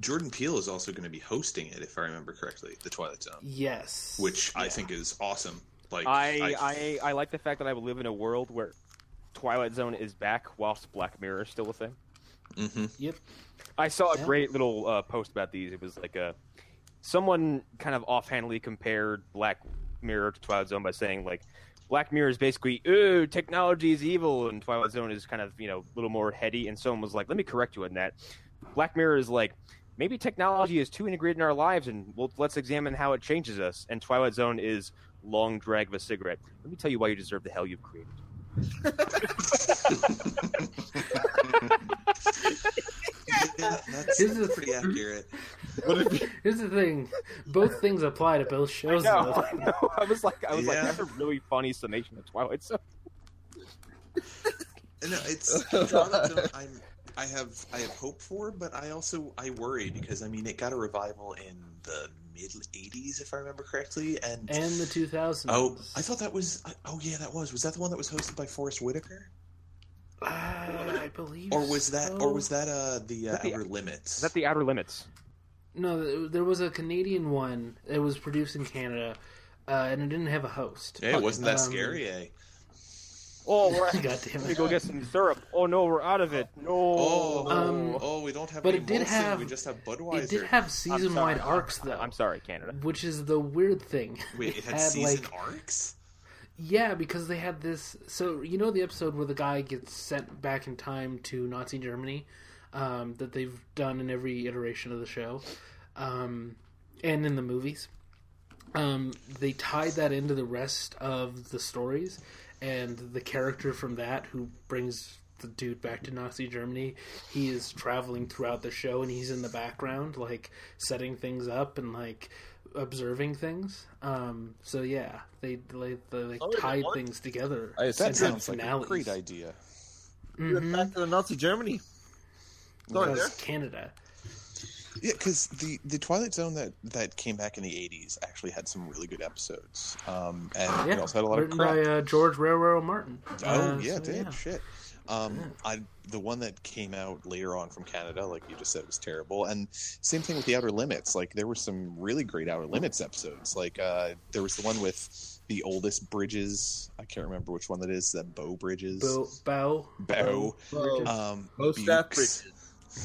S4: Jordan Peele is also going to be hosting it, if I remember correctly, The Twilight Zone,
S2: yes,
S4: which I think is awesome. Like
S1: I, I I like the fact that I live in a world where Twilight Zone is back, whilst Black Mirror is still a thing.
S4: Mhm.
S2: yep.
S1: I saw a
S2: Yeah.
S1: great little uh, post about these. It was like a someone kind of offhandedly compared Black Mirror to Twilight Zone by saying like Black Mirror is basically ooh technology is evil and Twilight Zone is kind of you know a little more heady. And someone was like, let me correct you on that. Black Mirror is like maybe technology is too integrated in our lives and we'll, let's examine how it changes us. And Twilight Zone is long drag of a cigarette. Let me tell you why you deserve the hell you've created.
S4: Yeah, that's
S2: This is-
S4: pretty accurate.
S2: Here's the thing: both things apply to both shows.
S1: No,
S2: though.
S1: I know. I was like, I was
S4: Yeah.
S1: like, that's a really funny summation of Twilight Zone.
S4: No, it's Twilight Zone. I'm, I have I have hope for, but I also I worry because I mean it got a revival in the mid '80s, if I remember correctly, and,
S2: And the 2000s.
S4: oh, I thought that was I- oh yeah, that was was that the one that was hosted by Forrest Whitaker,
S2: Ah, I believe.
S4: or was that
S2: so.
S4: or was that uh the uh,
S1: That the-
S4: Outer Limits?
S1: Oh. Is that the Outer Limits?
S2: No, th- there was a Canadian one. It was produced in Canada, uh, and it didn't have a host.
S4: yeah, wasn't that
S2: Um,
S4: scary? Eh?
S1: Oh, we're
S2: God damn
S1: Let me
S2: it.
S1: go get some syrup. Oh no, we're out of it. No.
S4: Oh,
S2: Um,
S4: oh, we don't have.
S2: but
S4: any
S2: it did
S4: Molson,
S2: have-
S4: We just have Budweiser.
S2: It did have
S1: I'm sorry.
S2: season-wide arcs, though,
S1: I'm sorry, Canada.
S2: which is the weird thing.
S4: Wait, it had,
S2: had,
S4: season
S2: like-
S4: arcs.
S2: Yeah, because they had this. So you know the episode where the guy gets sent back in time to Nazi Germany, um, that they've done in every iteration of the show, um, and in the movies. Um, they tied that into the rest of the stories, and the character from that who brings the dude back to Nazi Germany, he is traveling throughout the show, and he's in the background, like setting things up and like observing things. Um, so yeah, they they, they, like,
S6: Oh,
S2: tied
S6: what?
S2: things together.
S6: I- that
S2: and had
S4: sounds like a
S2: finales.
S4: great idea.
S6: You're
S2: Mhm,
S6: back to the Nazi Germany. Sorry, there.
S2: Mm-hmm. because Canada.
S4: Yeah, because the the Twilight Zone that that came back in the '80s actually had some really good episodes, um, and
S2: Yeah,
S4: it also had a lot of
S2: written
S4: crap.
S2: by uh, George Railroad Martin.
S4: oh
S2: Uh,
S4: yeah,
S2: so
S4: it did shit. Um,
S2: Yeah.
S4: I the one that came out later on from Canada, like you just said, was terrible. And same thing with the Outer Limits. Like there were some really great Outer Limits episodes. Like uh, there was the one with the oldest bridges. I can't remember which one that is. That bow bridges.
S2: Bow, bow,
S4: Bow.
S2: Bow.
S4: Um,
S6: Most staff
S4: Bukes.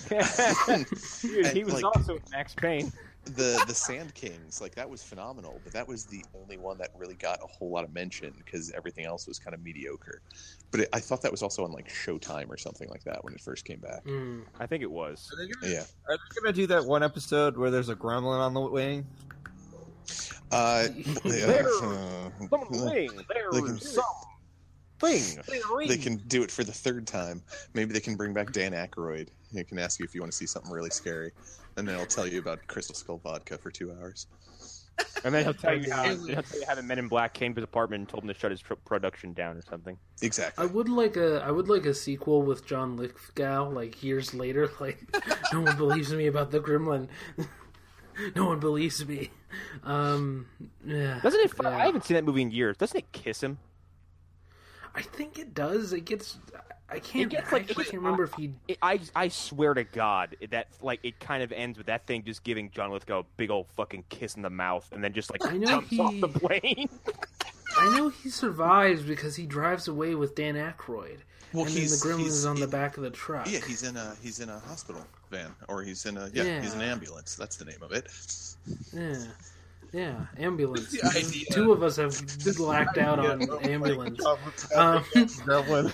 S1: Dude, he
S4: And,
S1: was
S4: like-
S1: also in Max Payne.
S4: the the Sand Kings, like that was phenomenal, but that was the only one that really got a whole lot of mention because everything else was kind of mediocre. But it, I thought that was also on like Showtime or something like that when it first came back.
S2: Mm.
S1: I think it was.
S6: Are they, gonna,
S4: Yeah,
S6: are they gonna do that one episode where there's a gremlin on the wing?
S4: uh,
S1: There.
S4: uh,
S1: Something.
S4: They can-
S1: There's something.
S4: they can do it for the third time. Maybe they can bring back Dan Aykroyd. He can ask you if you want to see something really scary, and then I'll tell you about Crystal Skull Vodka for two hours.
S1: And then he'll tell you how then he'll tell you how the Men in Black came to his apartment and told him to shut his tr- production down or something.
S2: I
S4: Exactly.
S2: would like a I would like a sequel with John Lithgow like years later like no one believes me about the gremlin. no one believes me. Um yeah.
S1: Doesn't it? fu-
S2: Yeah.
S1: I haven't seen that movie in years. Doesn't it kiss him?
S2: I think it does. It gets I can't
S1: gets, like,
S2: I actually
S1: it-
S2: can't remember if he
S1: It, I I swear to God that like it kind of ends with that thing just giving John Lithgow a big old fucking kiss in the mouth and then just like
S2: I know
S1: jumps
S2: he-
S1: off the plane.
S2: I know he survives because he drives away with Dan Aykroyd.
S4: Well,
S2: and then the
S4: he's-
S2: gremlin
S4: he's
S2: is on the
S4: in-
S2: back of the truck.
S4: Yeah, he's in a he's in a hospital van, or he's in a yeah, he's in an
S2: Yeah.
S4: ambulance. That's the name of it.
S2: Yeah. Yeah, ambulance.
S6: The idea.
S2: Two of us have blacked out on ambulance.
S1: Oh
S2: Um,
S6: Gremlin.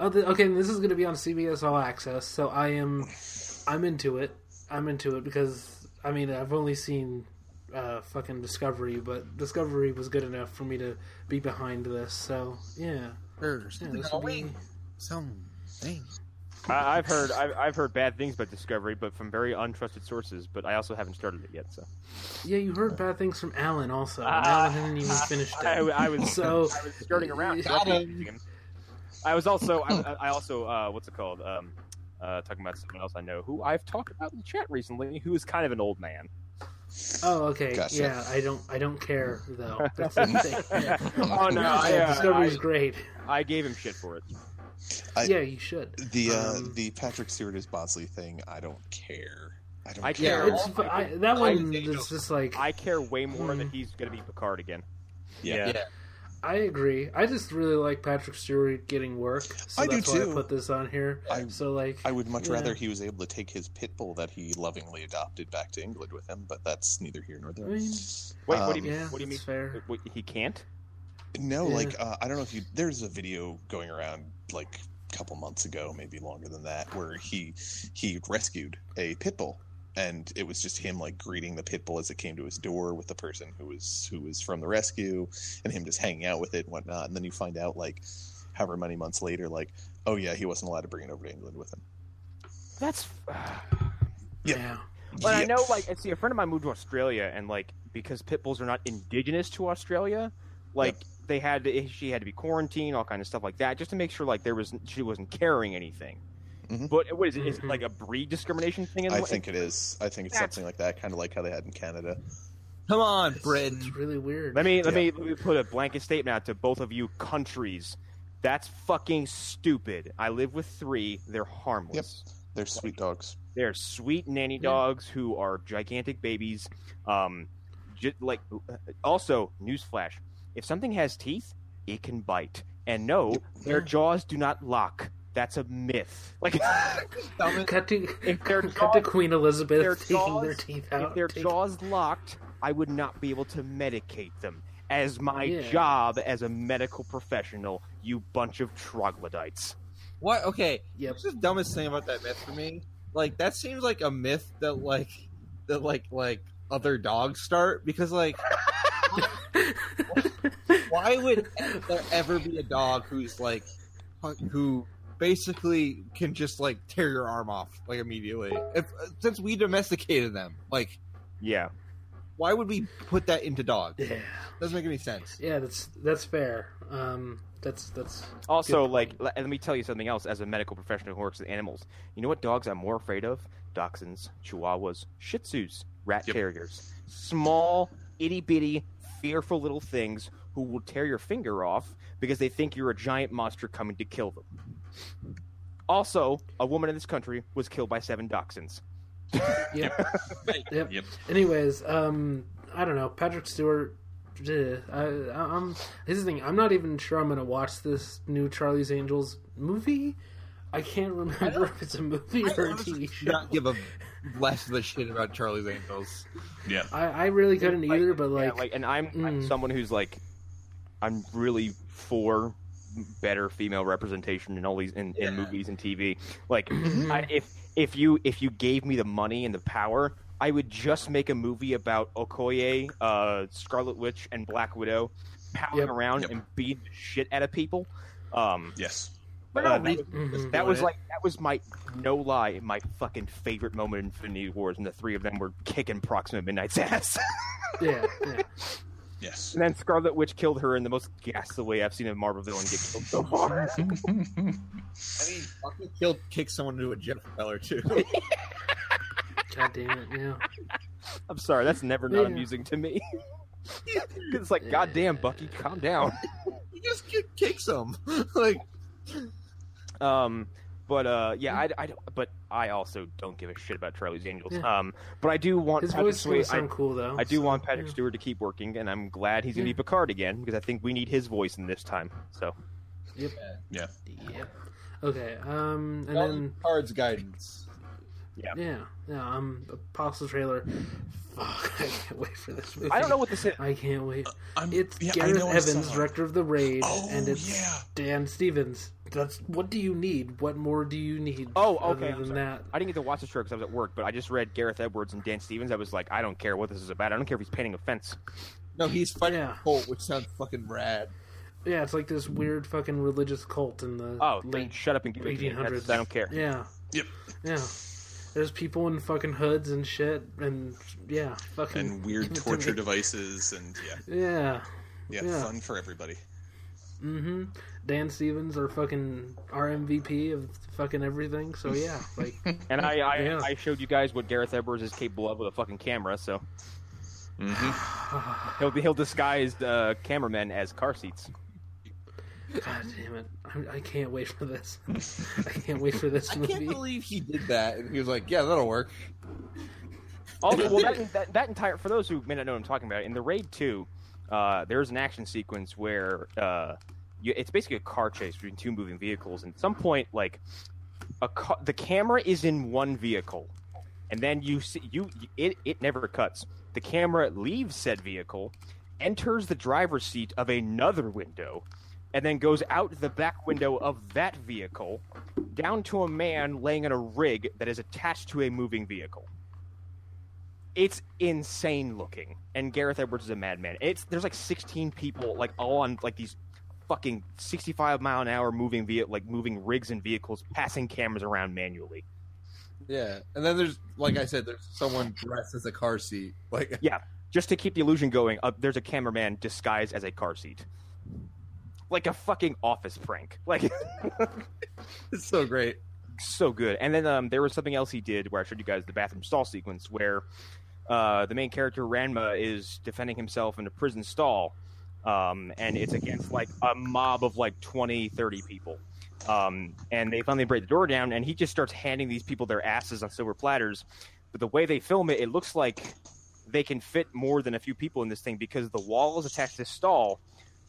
S2: Oh, the, okay, and this is going to be on CBS All Access, so I am, I'm into it. I'm into it because I mean I've only seen uh, fucking Discovery, but Discovery was good enough for me to be behind this. So yeah,
S6: There's
S2: yeah, this will be.
S6: something.
S1: I, I've heard I've, I've heard bad things about Discovery, but from very untrusted sources. But I also haven't started it yet, so
S2: Yeah, you heard bad things from Alan also. and
S1: Ah.
S2: Alan hadn't even finished it.
S1: I, I was
S2: so
S1: I was skirting around.
S2: Got
S1: directly him. I was also I, I I also uh, what's it called? Um, uh, talking about someone else I know who I've talked about in the chat recently, who is kind of an old man.
S2: Oh, okay.
S4: Gotcha.
S2: Yeah, I don't. I don't care though. That's the thing.
S1: oh no, I,
S2: Yeah,
S1: uh,
S2: Discovery's
S1: I,
S2: great.
S1: I gave him shit for it.
S4: I-
S2: yeah, you should.
S4: The uh,
S2: Um,
S4: the Patrick Stewart as Bosley thing, I don't care. I don't
S1: I
S4: care.
S1: care.
S2: It's,
S1: I,
S2: I, that
S1: I-
S2: one is just like
S1: I care way more that
S2: Hmm.
S1: he's gonna be Picard again.
S4: Yeah.
S2: I agree. I just really like Patrick Stewart getting work, so
S4: I do
S2: that's why
S4: too.
S2: I put this on here.
S4: I,
S2: So like,
S4: I would much
S2: yeah.
S4: rather he was able to take his pit bull that he lovingly adopted back to England with him, but that's neither here nor there.
S2: I mean,
S1: Wait, what do you mean?
S2: Um, yeah,
S1: what do you
S2: that's
S1: mean?
S2: fair.
S1: Wait, he can't.
S4: No,
S2: Yeah.
S4: like uh, I don't know if you. There's a video going around like a couple months ago, maybe longer than that, where he he rescued a pit bull, and it was just him like greeting the pit bull as it came to his door with the person who was who was from the rescue, and him just hanging out with it and whatnot. And then you find out like however many months later, like oh yeah, he wasn't allowed to bring it over to England with him.
S1: That's. uh,
S4: Yeah.
S2: Yeah.
S1: But I
S4: Yeah.
S1: know, like, and see, a friend of mine moved to Australia, and like, because pit bulls are not indigenous to Australia, like, they had to, she had to be quarantined, all kind of stuff like that, just to make sure like there was she wasn't carrying anything.
S4: Mhm.
S1: But what is it? Is it
S2: Mhm.
S1: like a breed discrimination thing? In
S4: I
S1: the-
S4: think it is. I think it's
S1: That's-
S4: something like that, kind of like how they had in Canada.
S6: Come on,
S2: It's, it's
S6: Britain.
S2: really weird.
S1: Let me let
S4: Yeah.
S1: me let me put a blanket statement out to both of you countries. That's fucking stupid. I live with three. They're harmless.
S4: They're sweet dogs.
S1: They're sweet nanny dogs who are gigantic babies. Um, ju- like also newsflash: if something has teeth, it can bite. And no, their jaws do not lock. That's a myth. Like
S2: Cut to
S1: If their
S2: cut to
S1: jaws-
S2: Queen Elizabeth
S1: their
S2: taking their
S1: jaws-
S2: teeth out.
S1: if their
S2: take-
S1: jaws locked, I would not be able to medicate them. As my
S2: Yeah.
S1: job as a medical professional, you bunch of troglodytes.
S6: What? Okay.
S2: Yep.
S6: What's the dumbest thing about that myth for me? Like that seems like a myth that like that like like other dogs start because like why would there ever be a dog who's like who basically can just like tear your arm off like immediately if since we domesticated them like
S1: Yeah.
S6: why would we put that into dogs
S2: Yeah.
S6: doesn't make any sense
S2: Yeah. That's that's fair. Um. That's that's.
S1: Also,
S2: Good
S1: like, le- let me tell you something else. As a medical professional who works with animals, you know what dogs I'm more afraid of? Dachshunds, Chihuahuas, Shih Tzus, Rat
S4: Yep.
S1: Terriers. Small, itty bitty, fearful little things who will tear your finger off because they think you're a giant monster coming to kill them. Also, a woman in this country was killed by seven dachshunds.
S2: Yep.
S4: Yep.
S2: yep.
S4: Yep.
S2: Anyways, um, I don't know. Patrick Stewart I, I- I'm. Here's the thing. I'm not even sure I'm gonna watch this new Charlie's Angels movie. I can't remember if it's a movie or a TV show.
S6: Not give a less of a shit about Charlie's Angels.
S4: Yeah.
S2: I, I really couldn't
S1: Like,
S2: either, but like,
S1: yeah, like and I'm, I'm
S2: mm.
S1: someone who's like I'm really for better female representation in all these in, in movies and TV. Like
S2: Mm-hmm.
S1: I, if if you if you gave me the money and the power, I would just make a movie about Okoye, uh, Scarlet Witch, and Black Widow powering
S2: Yep.
S1: around
S4: Yep.
S1: and beating the shit out of people. Um,
S4: Yes.
S1: but
S6: Uh,
S1: no, that-
S2: mhm.
S1: that
S6: doing
S1: was
S6: it.
S1: like that was my no lie my fucking favorite moment in Infinity Wars, and the three of them were kicking Proxima Midnight's ass.
S2: yeah, yeah.
S4: Yes.
S1: and then Scarlet Witch killed her in the most ghastly way I've seen a Marvel villain get killed so far.
S6: I mean, fucking kill kick someone into a jet propeller too.
S2: God damn it, yeah.
S1: I'm sorry, that's never not
S2: Yeah.
S1: amusing to me. 'Cause it's like, goddamn, Bucky, calm down.
S6: you just kick, kicks them. like
S1: Um, but uh, yeah, I, I don't- but I also don't give a shit about Charlie's Angels.
S2: Yeah.
S1: Um, but I do want
S2: His
S1: Patrick
S2: voice is gonna
S1: Swayze- I-
S2: sound cool though.
S1: I do
S2: so,
S1: want Patrick
S2: yeah.
S1: Stewart to keep working, and I'm glad he's gonna
S2: Yeah.
S1: be Picard again because I think we need his voice in this time. So.
S2: Yep. Okay. Um, and then
S6: cards guidance.
S2: yeah, yeah. Um, Apostle trailer. Fuck! I can't wait for this movie.
S1: I don't know what this is.
S2: I can't wait.
S4: I'm,
S2: It's
S4: yeah, I
S2: Gareth
S4: know I saw
S2: Evans,
S4: it.
S2: director of The Raid,
S4: Oh,
S2: and it's
S4: yeah.
S2: Dan Stevens. That's what do you need? What more do you need?
S1: Oh,
S2: other
S1: okay, I'm
S2: than
S1: sorry.
S2: that,
S1: I didn't get to watch the show because I was at work, but I just read Gareth Edwards and Dan Stevens. I was like, I don't care what this is about. I don't care if he's painting a fence.
S6: No, he's fighting
S2: Yeah.
S6: a cult, which sounds fucking rad.
S2: yeah, it's like this weird fucking religious cult in the
S1: Oh,
S2: late
S1: shut up and give it to me. That's-
S2: 1800s.
S1: I don't care.
S2: Yeah.
S4: Yep.
S2: Yeah. There's people in fucking hoods and shit, and yeah, fucking
S4: And weird torture devices, and yeah,
S2: Yeah.
S4: yeah,
S2: Yeah.
S4: fun for everybody.
S2: Mm-hmm. Dan Stevens, our fucking our MVP of fucking everything. So yeah, like
S1: And I, I,
S2: Yeah.
S1: I showed you guys what Gareth Edwards is capable of with a fucking camera. So
S4: Mm-hmm.
S1: he'll he'll disguise uh, cameramen as car seats.
S2: God damn it! I, I can't wait for this. I can't wait for this
S6: I
S2: movie.
S6: can't believe he did that. And he was like, "Yeah, that'll work."
S1: Also, well, that, that, that entire for those who may not know what I'm talking about, in the raid two, uh, there's an action sequence where uh, you, it's basically a car chase between two moving vehicles, and at some point, like a ca- the camera is in one vehicle, and then you see you it it never cuts. The camera leaves said vehicle, enters the driver's seat of another window, and then goes out the back window of that vehicle, down to a man laying in a rig that is attached to a moving vehicle it's insane looking and gareth edwards is a madman it's there's like 16 people like all on like these fucking 65 mile an hour moving via like moving rigs and vehicles passing cameras around manually
S6: Yeah, and then there's like I said, there's someone dressed as a car seat. Like,
S1: just to keep the illusion going uh, there's a cameraman disguised as a car seat like a fucking office prank like
S6: it's so great.
S1: so good. And then um, there was something else he did where I showed you guys the bathroom stall sequence where uh, the main character Ranma is defending himself in a prison stall, um, and it's against like a mob of like 20, 30 people. Um, and they finally break the door down, and he just starts handing these people their asses on silver platters. But the way they film it, it looks like they can fit more than a few people in this thing because the walls attached to this stall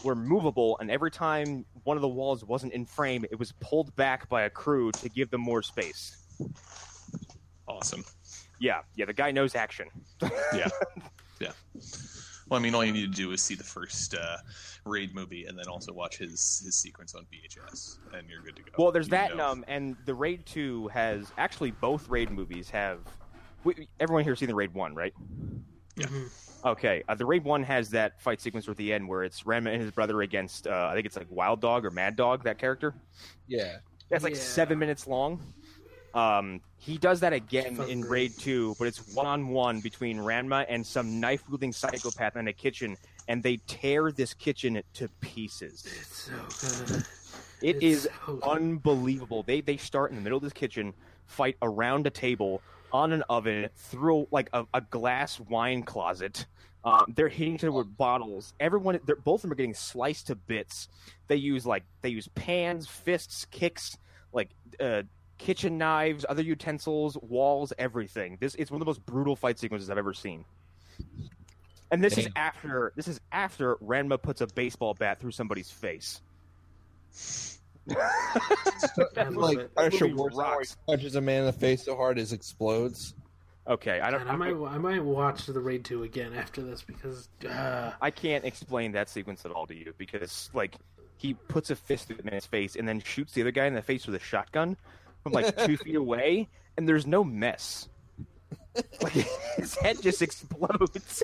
S1: were movable, and every time one of the walls wasn't in frame, it was pulled back by a crew to give them more space.
S4: Awesome.
S1: Yeah, yeah, the guy knows action.
S4: Well, I mean, all you need to do is see the first uh, raid movie, and then also watch his his sequence on VHS, and you're good to go.
S1: Well, there's
S4: You
S1: that, and,
S4: know.
S1: um, and the Raid Two has actually both Raid movies have. We, everyone here seen the Raid One, right?
S4: Yeah.
S2: Mhm.
S1: Okay, uh, the Raid One has that fight sequence at the end where it's Ranma and his brother against uh, I think it's like Wild Dog or Mad Dog that character.
S6: Yeah,
S1: That's like
S2: Yeah.
S1: seven minutes long. Um, he does that again
S2: Fucker.
S1: in Raid 2, but it's one on one between Ranma and some knife wielding psychopath in a kitchen, and they tear this kitchen to pieces.
S2: It's so good.
S1: It
S2: It's
S1: is
S2: so good.
S1: unbelievable. They they start in the middle of this kitchen, fight around a table, on an oven, through like a, a glass wine closet. Um, they're hitting each other with bottles. Everyone, they're, both of them are getting sliced to bits. They use like they use pans, fists, kicks, like uh, kitchen knives, other utensils, walls, everything. This it's one of the most brutal fight sequences I've ever seen. And this is
S6: Damn.
S1: after this is after Ranma puts a baseball bat through somebody's face.
S2: I love
S6: like
S2: it.
S1: That
S6: Punisher
S1: movie
S6: Warzone
S1: rocks.
S6: punches a man in the face so hard it explodes.
S1: Okay, I don't.
S2: And I might
S1: I,
S2: I might watch the raid two again after this because uh,
S1: I can't explain that sequence at all to you because like he puts a fist through the man's face and then shoots the other guy in the face with a shotgun from like two feet away, and there's no mess. Like his head just explodes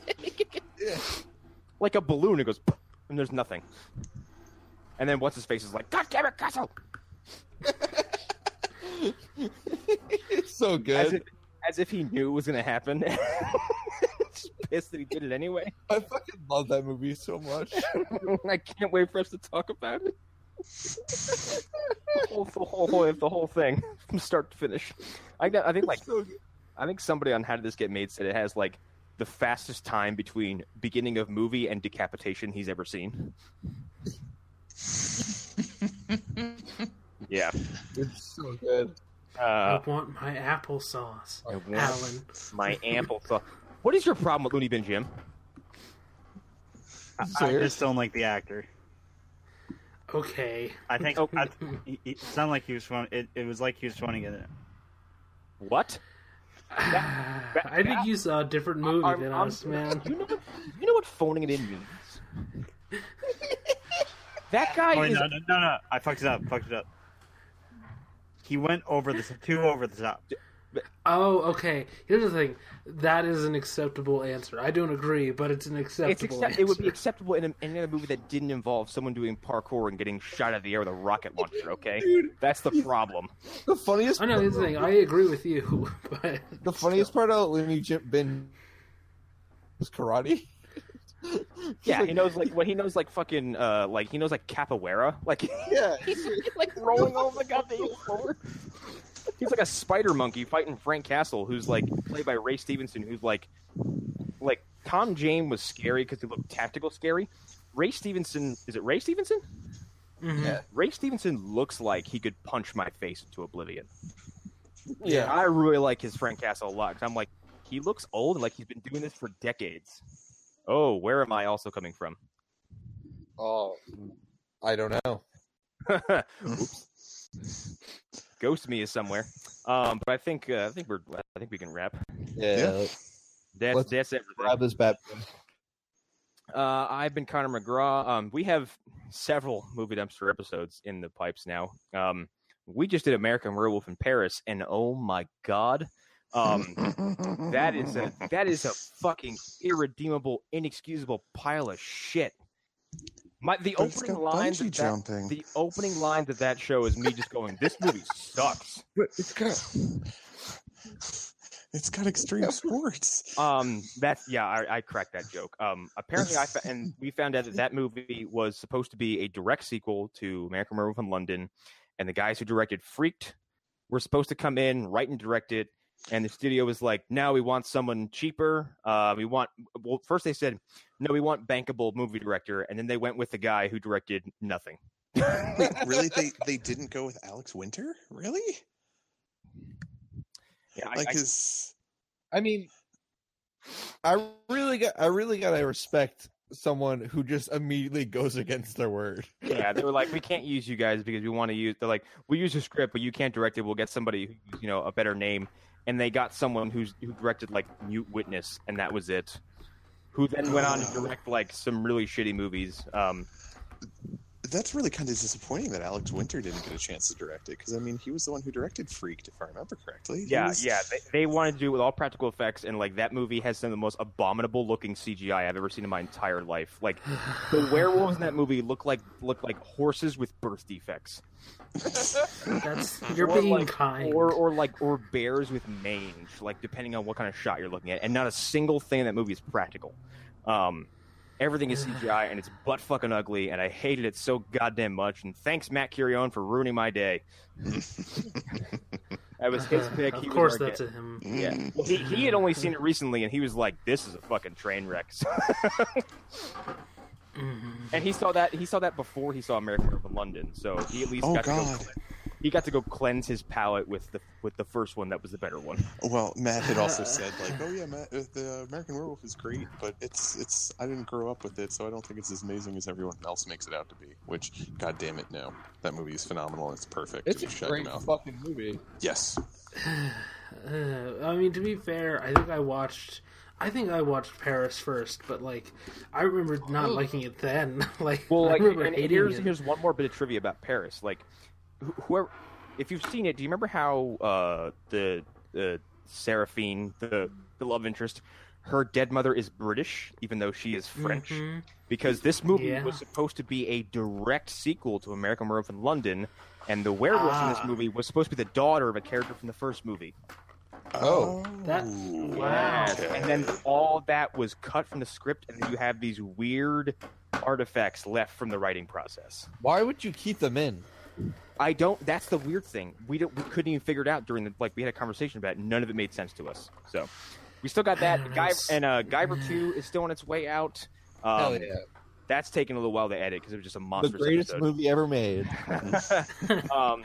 S1: like a balloon. It goes "Pop," and there's nothing. And then what's his face is like, God damn it, Castle!
S6: It's so
S1: As if,
S6: good.
S1: as if he knew it was gonna happen. Just pissed that he did it anyway.
S6: I fucking love that movie so much.
S1: I can't wait for us to talk about it. the, whole, the, whole, the whole thing from start to finish. I, got- I think like
S6: So good.
S1: I think somebody on How Did This Get Made said it has like the fastest time between beginning of movie and decapitation he's ever seen. yeah.
S6: It's so good.
S1: Uh,
S2: I want my applesauce,
S1: Oh,
S6: I
S2: Oh, Alan.
S1: my ample thought. What is your problem with Looney Bin Jim?
S5: I just don't like the actor.
S2: Okay.
S5: I think
S1: Oh.
S5: I, he- he- it sounded like he was phone. It, it was like he was phoning it.
S1: What?
S2: I think you saw a different movie
S1: I'm-
S2: than
S1: I'm-
S2: us, man.
S1: You know, you know what phoning it in means? that guy
S5: Oh, wait,
S1: is.
S5: no, no, no, no! I fucked it up. Fucked it up. He went over the too over the top.
S2: Oh, okay. Here's the thing. That is an acceptable answer. I don't agree, but it's an acceptable
S1: It's accept-
S2: answer.
S1: it would be acceptable in, a, in another movie that didn't involve someone doing parkour and getting shot out of the air with a rocket launcher. Okay, that's the problem.
S6: The funniest.
S2: I know. Here's the thing. I agree with you, but
S6: The funniest part of Looney Jim Ben was karate.
S1: Yeah, he knows like when he knows like fucking uh like he knows like capoeira. Like
S6: Yeah,
S1: he's like rolling over the goddamn floor. He's like a spider monkey fighting Frank Castle, who's like played by Ray Stevenson, who's like like Tom Jane was scary because he looked tactical scary. Ray Stevenson is it Ray Stevenson?
S2: Mhm.
S6: Yeah.
S1: Ray Stevenson looks like he could punch my face into oblivion.
S6: yeah.
S1: I really like his Frank Castle a lot 'cause I'm like, he looks old and like he's been doing this for decades. Oh, where am I also coming from?
S6: Oh, I don't know.
S1: Oops. Ghost me is somewhere. Um, but I think uh, I think we're I think we can wrap.
S4: Yeah.
S6: let's
S1: That's
S6: Let's
S1: that's everything.
S6: grab this bat.
S1: Uh, I've been Connor McGraw. Um, we have several movie dumpster episodes in the pipes now. Um, we just did American Werewolf in Paris, and oh my god, um, that is a that is a fucking irredeemable, inexcusable pile of shit. My the
S4: But it's
S1: opening
S4: got
S1: lines
S4: bungee
S1: of that,
S4: jumping.
S1: the opening lines of that show is me just going, "This movie sucks."
S4: It's got it's got extreme sports.
S1: Um, that's yeah, I, I cracked that joke. Um, apparently, I fa- and we found out that that movie was supposed to be a direct sequel to American Werewolf in London, and the guys who directed Freaked were supposed to come in, write and direct it, and the studio was like, "No, we want someone cheaper. Uh, we want." Well, first they said, "No, we want bankable movie director," and then they went with the guy who directed nothing.
S4: Wait,
S1: um,
S4: really? They they didn't go with Alex Winter? Really?
S1: Yeah, I,
S4: Like
S1: I-
S4: his
S6: I mean, I really got, I really gotta respect someone who just immediately goes against their word.
S1: yeah, they were like, "We can't use you guys because we want to use." They're like, "We use your script, but you can't direct it. We'll get somebody, who, you know, a better name." And they got someone who's who directed like Mute Witness, and that was it. Who then went on to direct like some really shitty movies. Um,
S4: that's really kind of disappointing that Alex Winter didn't get a chance to direct it because I mean he was the one who directed Freaked, if I remember correctly. He
S1: yeah,
S4: was-
S1: yeah, they, they wanted to do it with all practical effects, and like that movie has some of the most abominable looking CGI I've ever seen in my entire life. Like the werewolves in that movie look like look like horses with birth defects.
S2: that's you're
S1: Or
S2: being
S1: like-
S2: kind.
S1: or or like or bears with mange, like depending on what kind of shot you're looking at, and not a single thing in that movie is practical. Um, everything is CGI, and it's butt fucking ugly, and I hated it so goddamn much. And thanks, Matt Curion, for ruining my day. that was his pick.
S2: Of
S1: he was
S2: course,
S1: our
S2: that's
S1: guest.
S2: a him.
S1: Yeah, Well, he, he had only seen it recently, and he was like, "This is a fucking train wreck." So-
S2: Mm-hmm.
S1: and he saw that he saw that before he saw American Werewolf in London, so he at least
S4: Oh
S1: got to go
S4: god.
S1: he he got to go cleanse his palate with the with the first one that was the better one.
S4: Well, Matt had also said like, "Oh yeah, Matt, uh, the American Werewolf is great, but it's it's I didn't grow up with it, so I don't think it's as amazing as everyone else makes it out to be." Which, god damn it, no, that movie is phenomenal. It's perfect.
S6: It's
S4: Just
S6: a
S4: shut your
S6: great
S4: mouth.
S6: fucking movie.
S4: Yes,
S2: Uh, I mean, to be fair, I think I watched. I think I watched Paris first, but like, I remember not liking it then. like,
S1: Well,
S2: I
S1: like,
S2: remember
S1: and
S2: hating
S1: here's
S2: it.
S1: here's one more bit of trivia about Paris. Like, wh- whoever, if you've seen it, do you remember how uh, the uh, Seraphine, the the love interest, her dead mother is British, even though she is French,
S2: Mhm.
S1: because this movie
S2: Yeah.
S1: was supposed to be a direct sequel to American Werewolf in London, and the werewolf in this
S2: Ah.
S1: movie was supposed to be the daughter of a character from the first movie.
S6: Oh.
S2: That- wow.
S1: Yes, And then all that was cut from the script, and you have these weird artifacts left from the writing process.
S6: Why would you keep them in?
S1: I don't. That's the weird thing. We don't. We couldn't even figure it out during the like. We had a conversation about. It, none of it made sense to us. So we still got that. Guy and uh, Guyver two is still on its way out. Um,
S6: Hell yeah.
S1: That's taking a little while to edit because it was just a
S6: The
S1: monster.
S6: greatest
S1: episode.
S6: movie ever made.
S1: um,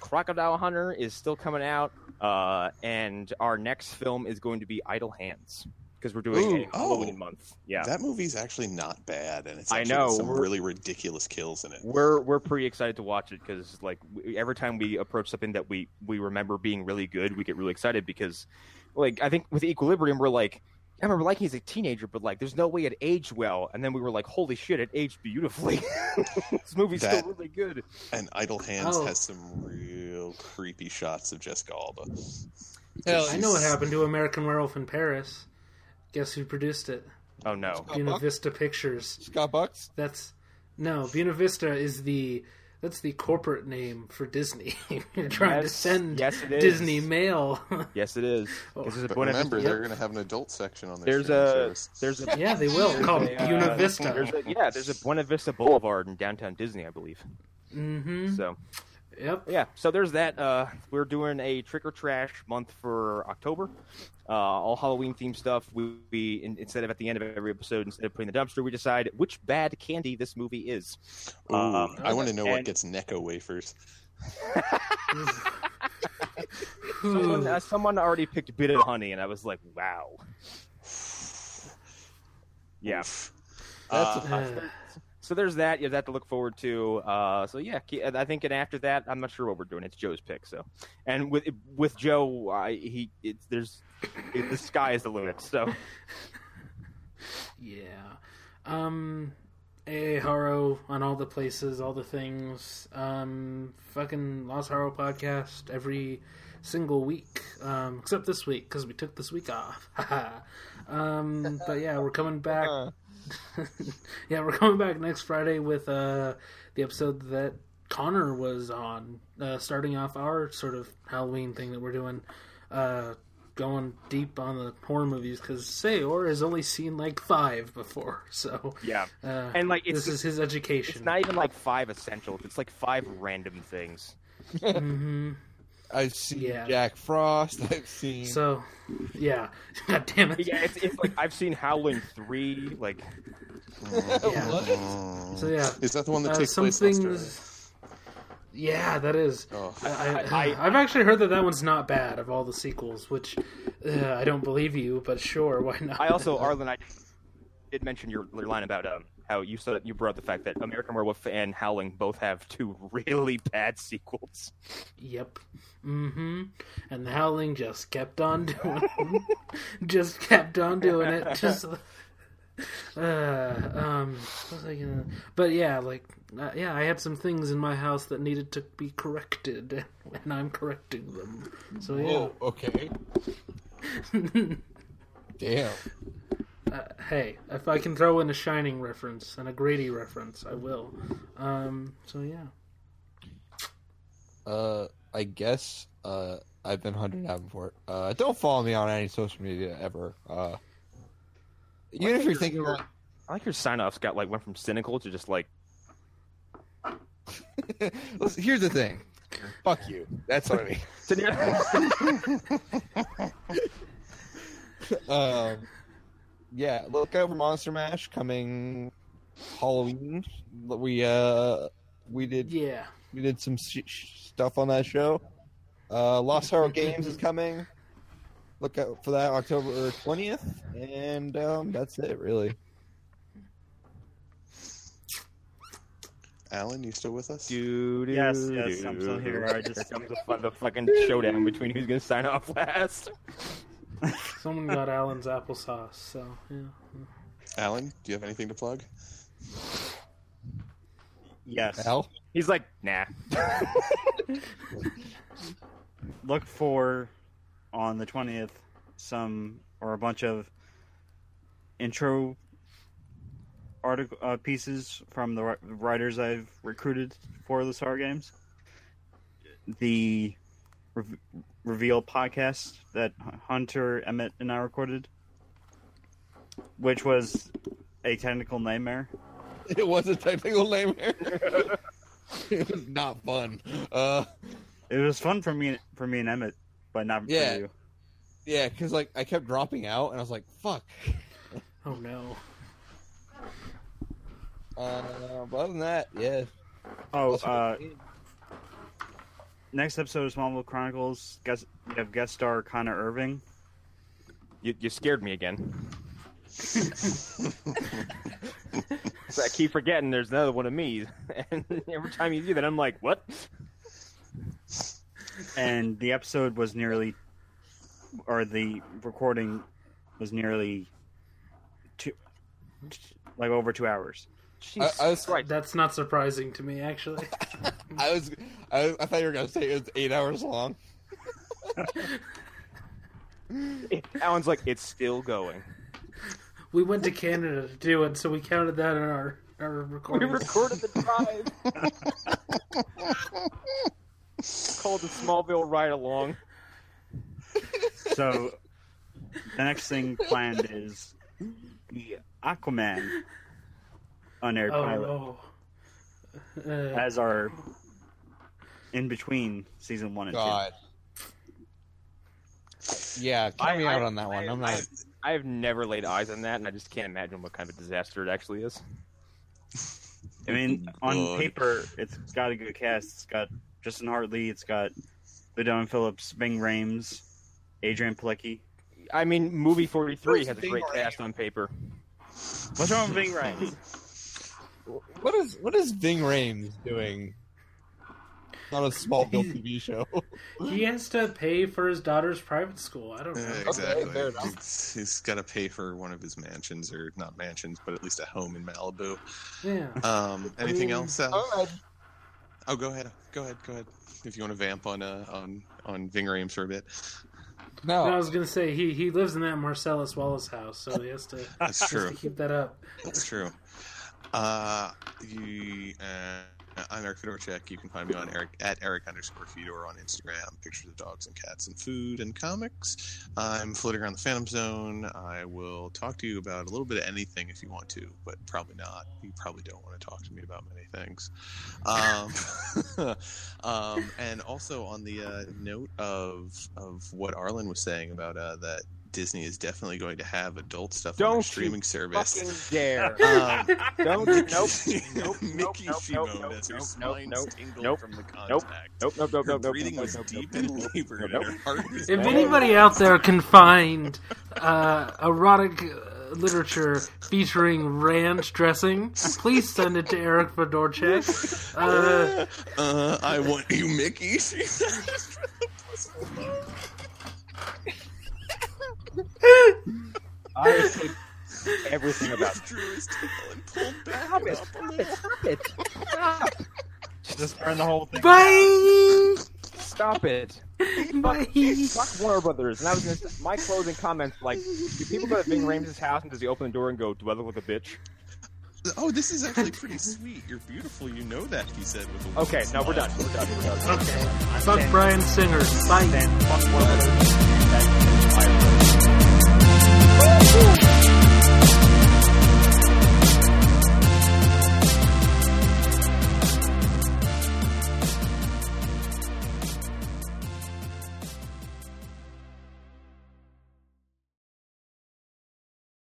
S1: Crocodile Hunter is still coming out, uh, and our next film is going to be Idle Hands because we're doing
S4: Ooh,
S1: a Halloween
S4: oh.
S1: month. Yeah,
S4: That movie's actually not bad, and it's
S1: I
S4: actually got
S1: know,
S4: some
S1: we're-
S4: really ridiculous kills in it.
S1: we're we're pretty excited to watch it because like we, every time we approach something that we we remember being really good, we get really excited because like I think with Equilibrium we're like. I remember liking it as a teenager, but like, there's no way it aged well. And then we were like, "Holy shit, it aged beautifully." this movie's
S4: That-
S1: still really good.
S4: And Idle Hands
S2: Oh.
S4: has some real creepy shots of Jessica Alba.
S6: Hell,
S2: I know what happened to American Werewolf in Paris. Guess who produced it?
S1: Oh no!
S2: Buena
S6: Buck?
S2: Vista Pictures.
S6: Scott Bucks?
S2: That's no Buena Vista is the that's the corporate name for Disney. You're trying to
S1: Yes,
S2: send
S1: yes, it is.
S2: Disney Oh. mail.
S1: Yes, it is. This is a
S4: But
S1: Buena
S4: remember,
S1: Vista-
S4: they're going to have an adult section on their
S1: There's a
S4: service.
S1: there's a
S2: yeah, they will called
S1: There's a,
S2: Buena
S1: uh, There's
S2: Vista.
S1: a, yeah, there's a Buena Vista Boulevard in downtown Disney, I believe.
S2: Mm-hmm.
S1: So
S2: Yep.
S1: yeah, so there's that. Uh, we're doing a trick or trash month for October. Uh, all Halloween themed stuff. We, we in, instead of at the end of every episode, instead of putting the dumpster, we decide which bad candy this movie is.
S4: Ooh,
S1: um,
S4: I want to know what
S1: and-
S4: gets Necco wafers.
S1: Someone, uh, someone already picked Bit of Honey, and I was like, wow. Yeah.
S6: That's
S1: Uh, so there's that. You have that to look forward to. Uh, so yeah, ke- and I think, and after that, I'm not sure what we're doing. It's Joe's pick. So, and with with Joe, I, he it's there's it, the sky is the limit. So
S2: Yeah. Um AA Haro on all the places, all the things. Um fucking Lost Haro podcast every single week. Um except this week cuz we took this week off. um but yeah, we're coming back. yeah, we're coming back next Friday with uh the episode that Connor was on, uh, starting off our sort of Halloween thing that we're doing, uh, going deep on the horror movies because Sayor has only seen like five before, so
S1: yeah,
S2: uh,
S1: and like it's
S2: this is his education.
S1: it's not even like five essentials. It's like five random things.
S2: hmm
S6: I've seen
S2: Yeah.
S6: Jack Frost. I've seen.
S2: So, yeah, god damn it.
S1: Yeah, it's, it's like I've seen Howlin' three. Like
S2: Yeah.
S4: Mm.
S2: So yeah,
S4: Is that the one that
S2: uh,
S4: takes
S2: some
S4: place in Australia?
S2: things. Yeah, that is.
S4: Oh.
S2: I,
S1: I-
S2: I, I've actually heard that that one's not bad of all the sequels, which uh, I don't believe you, but sure, why not?
S1: I also Arlen, I did mention your, your line about um how you said you brought up the fact that American Werewolf and Howling both have two really bad sequels.
S2: Yep. Mm-hmm. And the howling just kept on doing just kept on doing it. Just uh, um what was I gonna... but yeah, like uh, yeah, I had some things in my house that needed to be corrected and I'm correcting them. So yeah.
S6: Whoa, Oh, okay. Damn.
S2: Uh, hey, if I can throw in a shining reference and a Grady reference, I will. Um so yeah.
S6: Uh, I guess uh, I've been hunted down for it. Uh, don't follow me on any social media ever. Uh, even if you're thinking about
S1: I like your sign offs got like went from cynical to just like
S6: Listen, here's the thing. Fuck you. That's what I mean. Um, yeah, look over Monster Mash coming Halloween. We uh, we did
S2: Yeah.
S6: We did some sh- sh- stuff on that show. Uh, Lost Sorrow Games is coming. Look out for that October twentieth, and um, that's it really.
S4: Alan, you still with us?
S1: Doo, doo,
S5: Yes, yes, I'm still here. I just-
S1: Here comes the, fu- the fucking showdown between who's gonna sign off last.
S2: Someone got Alan's applesauce, so yeah.
S4: Alan, do you have anything to plug?
S5: Yes.
S6: Al,
S1: He's like, nah.
S5: Look for on the twentieth some or a bunch of intro article uh, pieces from the wri- writers I've recruited for the SAR games. The re- reveal podcast that Hunter Emmett and I recorded, which was a technical nightmare.
S6: it was a technical nightmare. it was not fun. Uh,
S5: It was fun for me for me and Emmett, but not
S6: Yeah.
S5: for you.
S6: yeah, because like I kept dropping out, and I was like, "Fuck."
S2: Oh no.
S6: Uh, but other than that, yeah.
S5: Oh,
S6: Also,
S5: uh, next episode is Marvel Chronicles. Guest, we have guest star Connor Irving.
S1: You, you scared me again. So I keep forgetting there's another one of me, and every time you do that, I'm like, what?
S5: and the episode was nearly or the recording was nearly two like over two hours
S6: I,
S1: Jesus
S6: I was
S1: Christ.
S2: That's not surprising to me actually.
S6: I was, I, I thought you were gonna say it was eight hours long.
S1: Alan's like, it's still going.
S2: We went to Canada to do it, so we counted that in our our
S1: We
S2: recording.
S1: recorded the drive. Called the Smallville ride along.
S5: so the next thing planned is the aquaman unaired
S2: oh
S5: pilot
S2: no. Uh,
S5: as our in between season one and
S6: God. Yeah, count
S1: I-
S6: me
S1: I-
S6: out on that one. I'm not.
S1: I, I have never laid eyes on that, and I just can't imagine what kind of disaster it actually is.
S5: two i mean on
S4: Lord.
S5: paper it's got a good cast it's got justin hartley it's got Ludon phillips bing rames adrian Pilecki.
S1: I mean, movie 43
S6: Who's
S1: has a
S6: Bing
S1: great
S6: Rames?
S1: cast on paper.
S5: What's wrong with Bing Rames?
S6: what is what is Ving Rhames doing? On a Smallville TV show.
S2: he has to pay for his daughter's private school. I don't
S4: Yeah,
S2: know.
S4: Uh, exactly.
S6: fair enough.
S4: He's- he's got to pay for one of his mansions, or not mansions, but at least a home in Malibu.
S2: Yeah.
S4: Um, anything
S6: mean,
S4: else? Al?
S6: All right.
S4: Oh, go ahead. Go ahead. Go ahead. If you want to vamp on uh, on on Ving Rhames for a bit,
S1: Oh.
S2: No, I
S6: No,
S2: was gonna say he he lives in that Marcellus Wallace house, so he has to, he
S4: that's
S2: has
S4: true.
S2: to keep that up.
S4: That's true. Uh, you, uh, I'm Eric Fedorchak. You can find me on Eric at Eric underscore Fedor on Instagram. Pictures of dogs and cats and food and comics. I'm floating around the Phantom Zone. I will talk to you about a little bit of anything if you want to, but probably not. You probably don't want to talk to me about many things. Um, um, and also on the uh, note of of what Arlen was saying about uh, that Disney is definitely going to have adult stuff on
S1: Don't
S4: their
S1: you
S4: streaming service.
S1: Fucking dare.
S4: Um,
S1: Don't. Nope. Nope. Nope. Nope.
S4: Mickey
S1: Nope.
S4: Simone,
S1: Nope. Nope.
S4: that's her
S1: Nope.
S4: spine
S1: Nope. Nope.
S4: tingled
S1: nope,
S4: from the contact.
S1: nope, Nope. Nope. Nope.
S4: Her
S1: Nope. Nope.
S4: breathing
S1: nope,
S4: was
S1: nope,
S4: deep
S1: nope,
S4: and
S1: nope,
S4: labored,
S1: nope,
S4: and
S1: nope.
S4: her heart was
S2: If
S4: banging.
S2: anybody out there can find uh, erotic uh, literature featuring ranch dressing, please send it to Eric Fedorchek. Uh,
S4: uh, I want you, Mickey.
S1: I hate everything about
S4: Just drew his tail and pulled back
S1: Stop it.
S4: up a
S1: Stop
S4: little.
S1: it. Stop it. Stop.
S5: Just burn the whole thing.
S2: bye!
S1: Stop it.
S2: Bye!
S1: Fuck Warner Brothers. And I was gonna say, my closing comments like, do people go to Bing Rames' house and does he open the door and go dwell with a bitch?
S4: Oh, this is actually pretty sweet. You're beautiful. You know that, he said with a warm
S1: Okay, no, we're
S4: smile.
S1: done. We're done. We're done.
S2: Okay. Fuck Brian Singer. Bye.
S5: Fuck Warner Brothers. That's- I-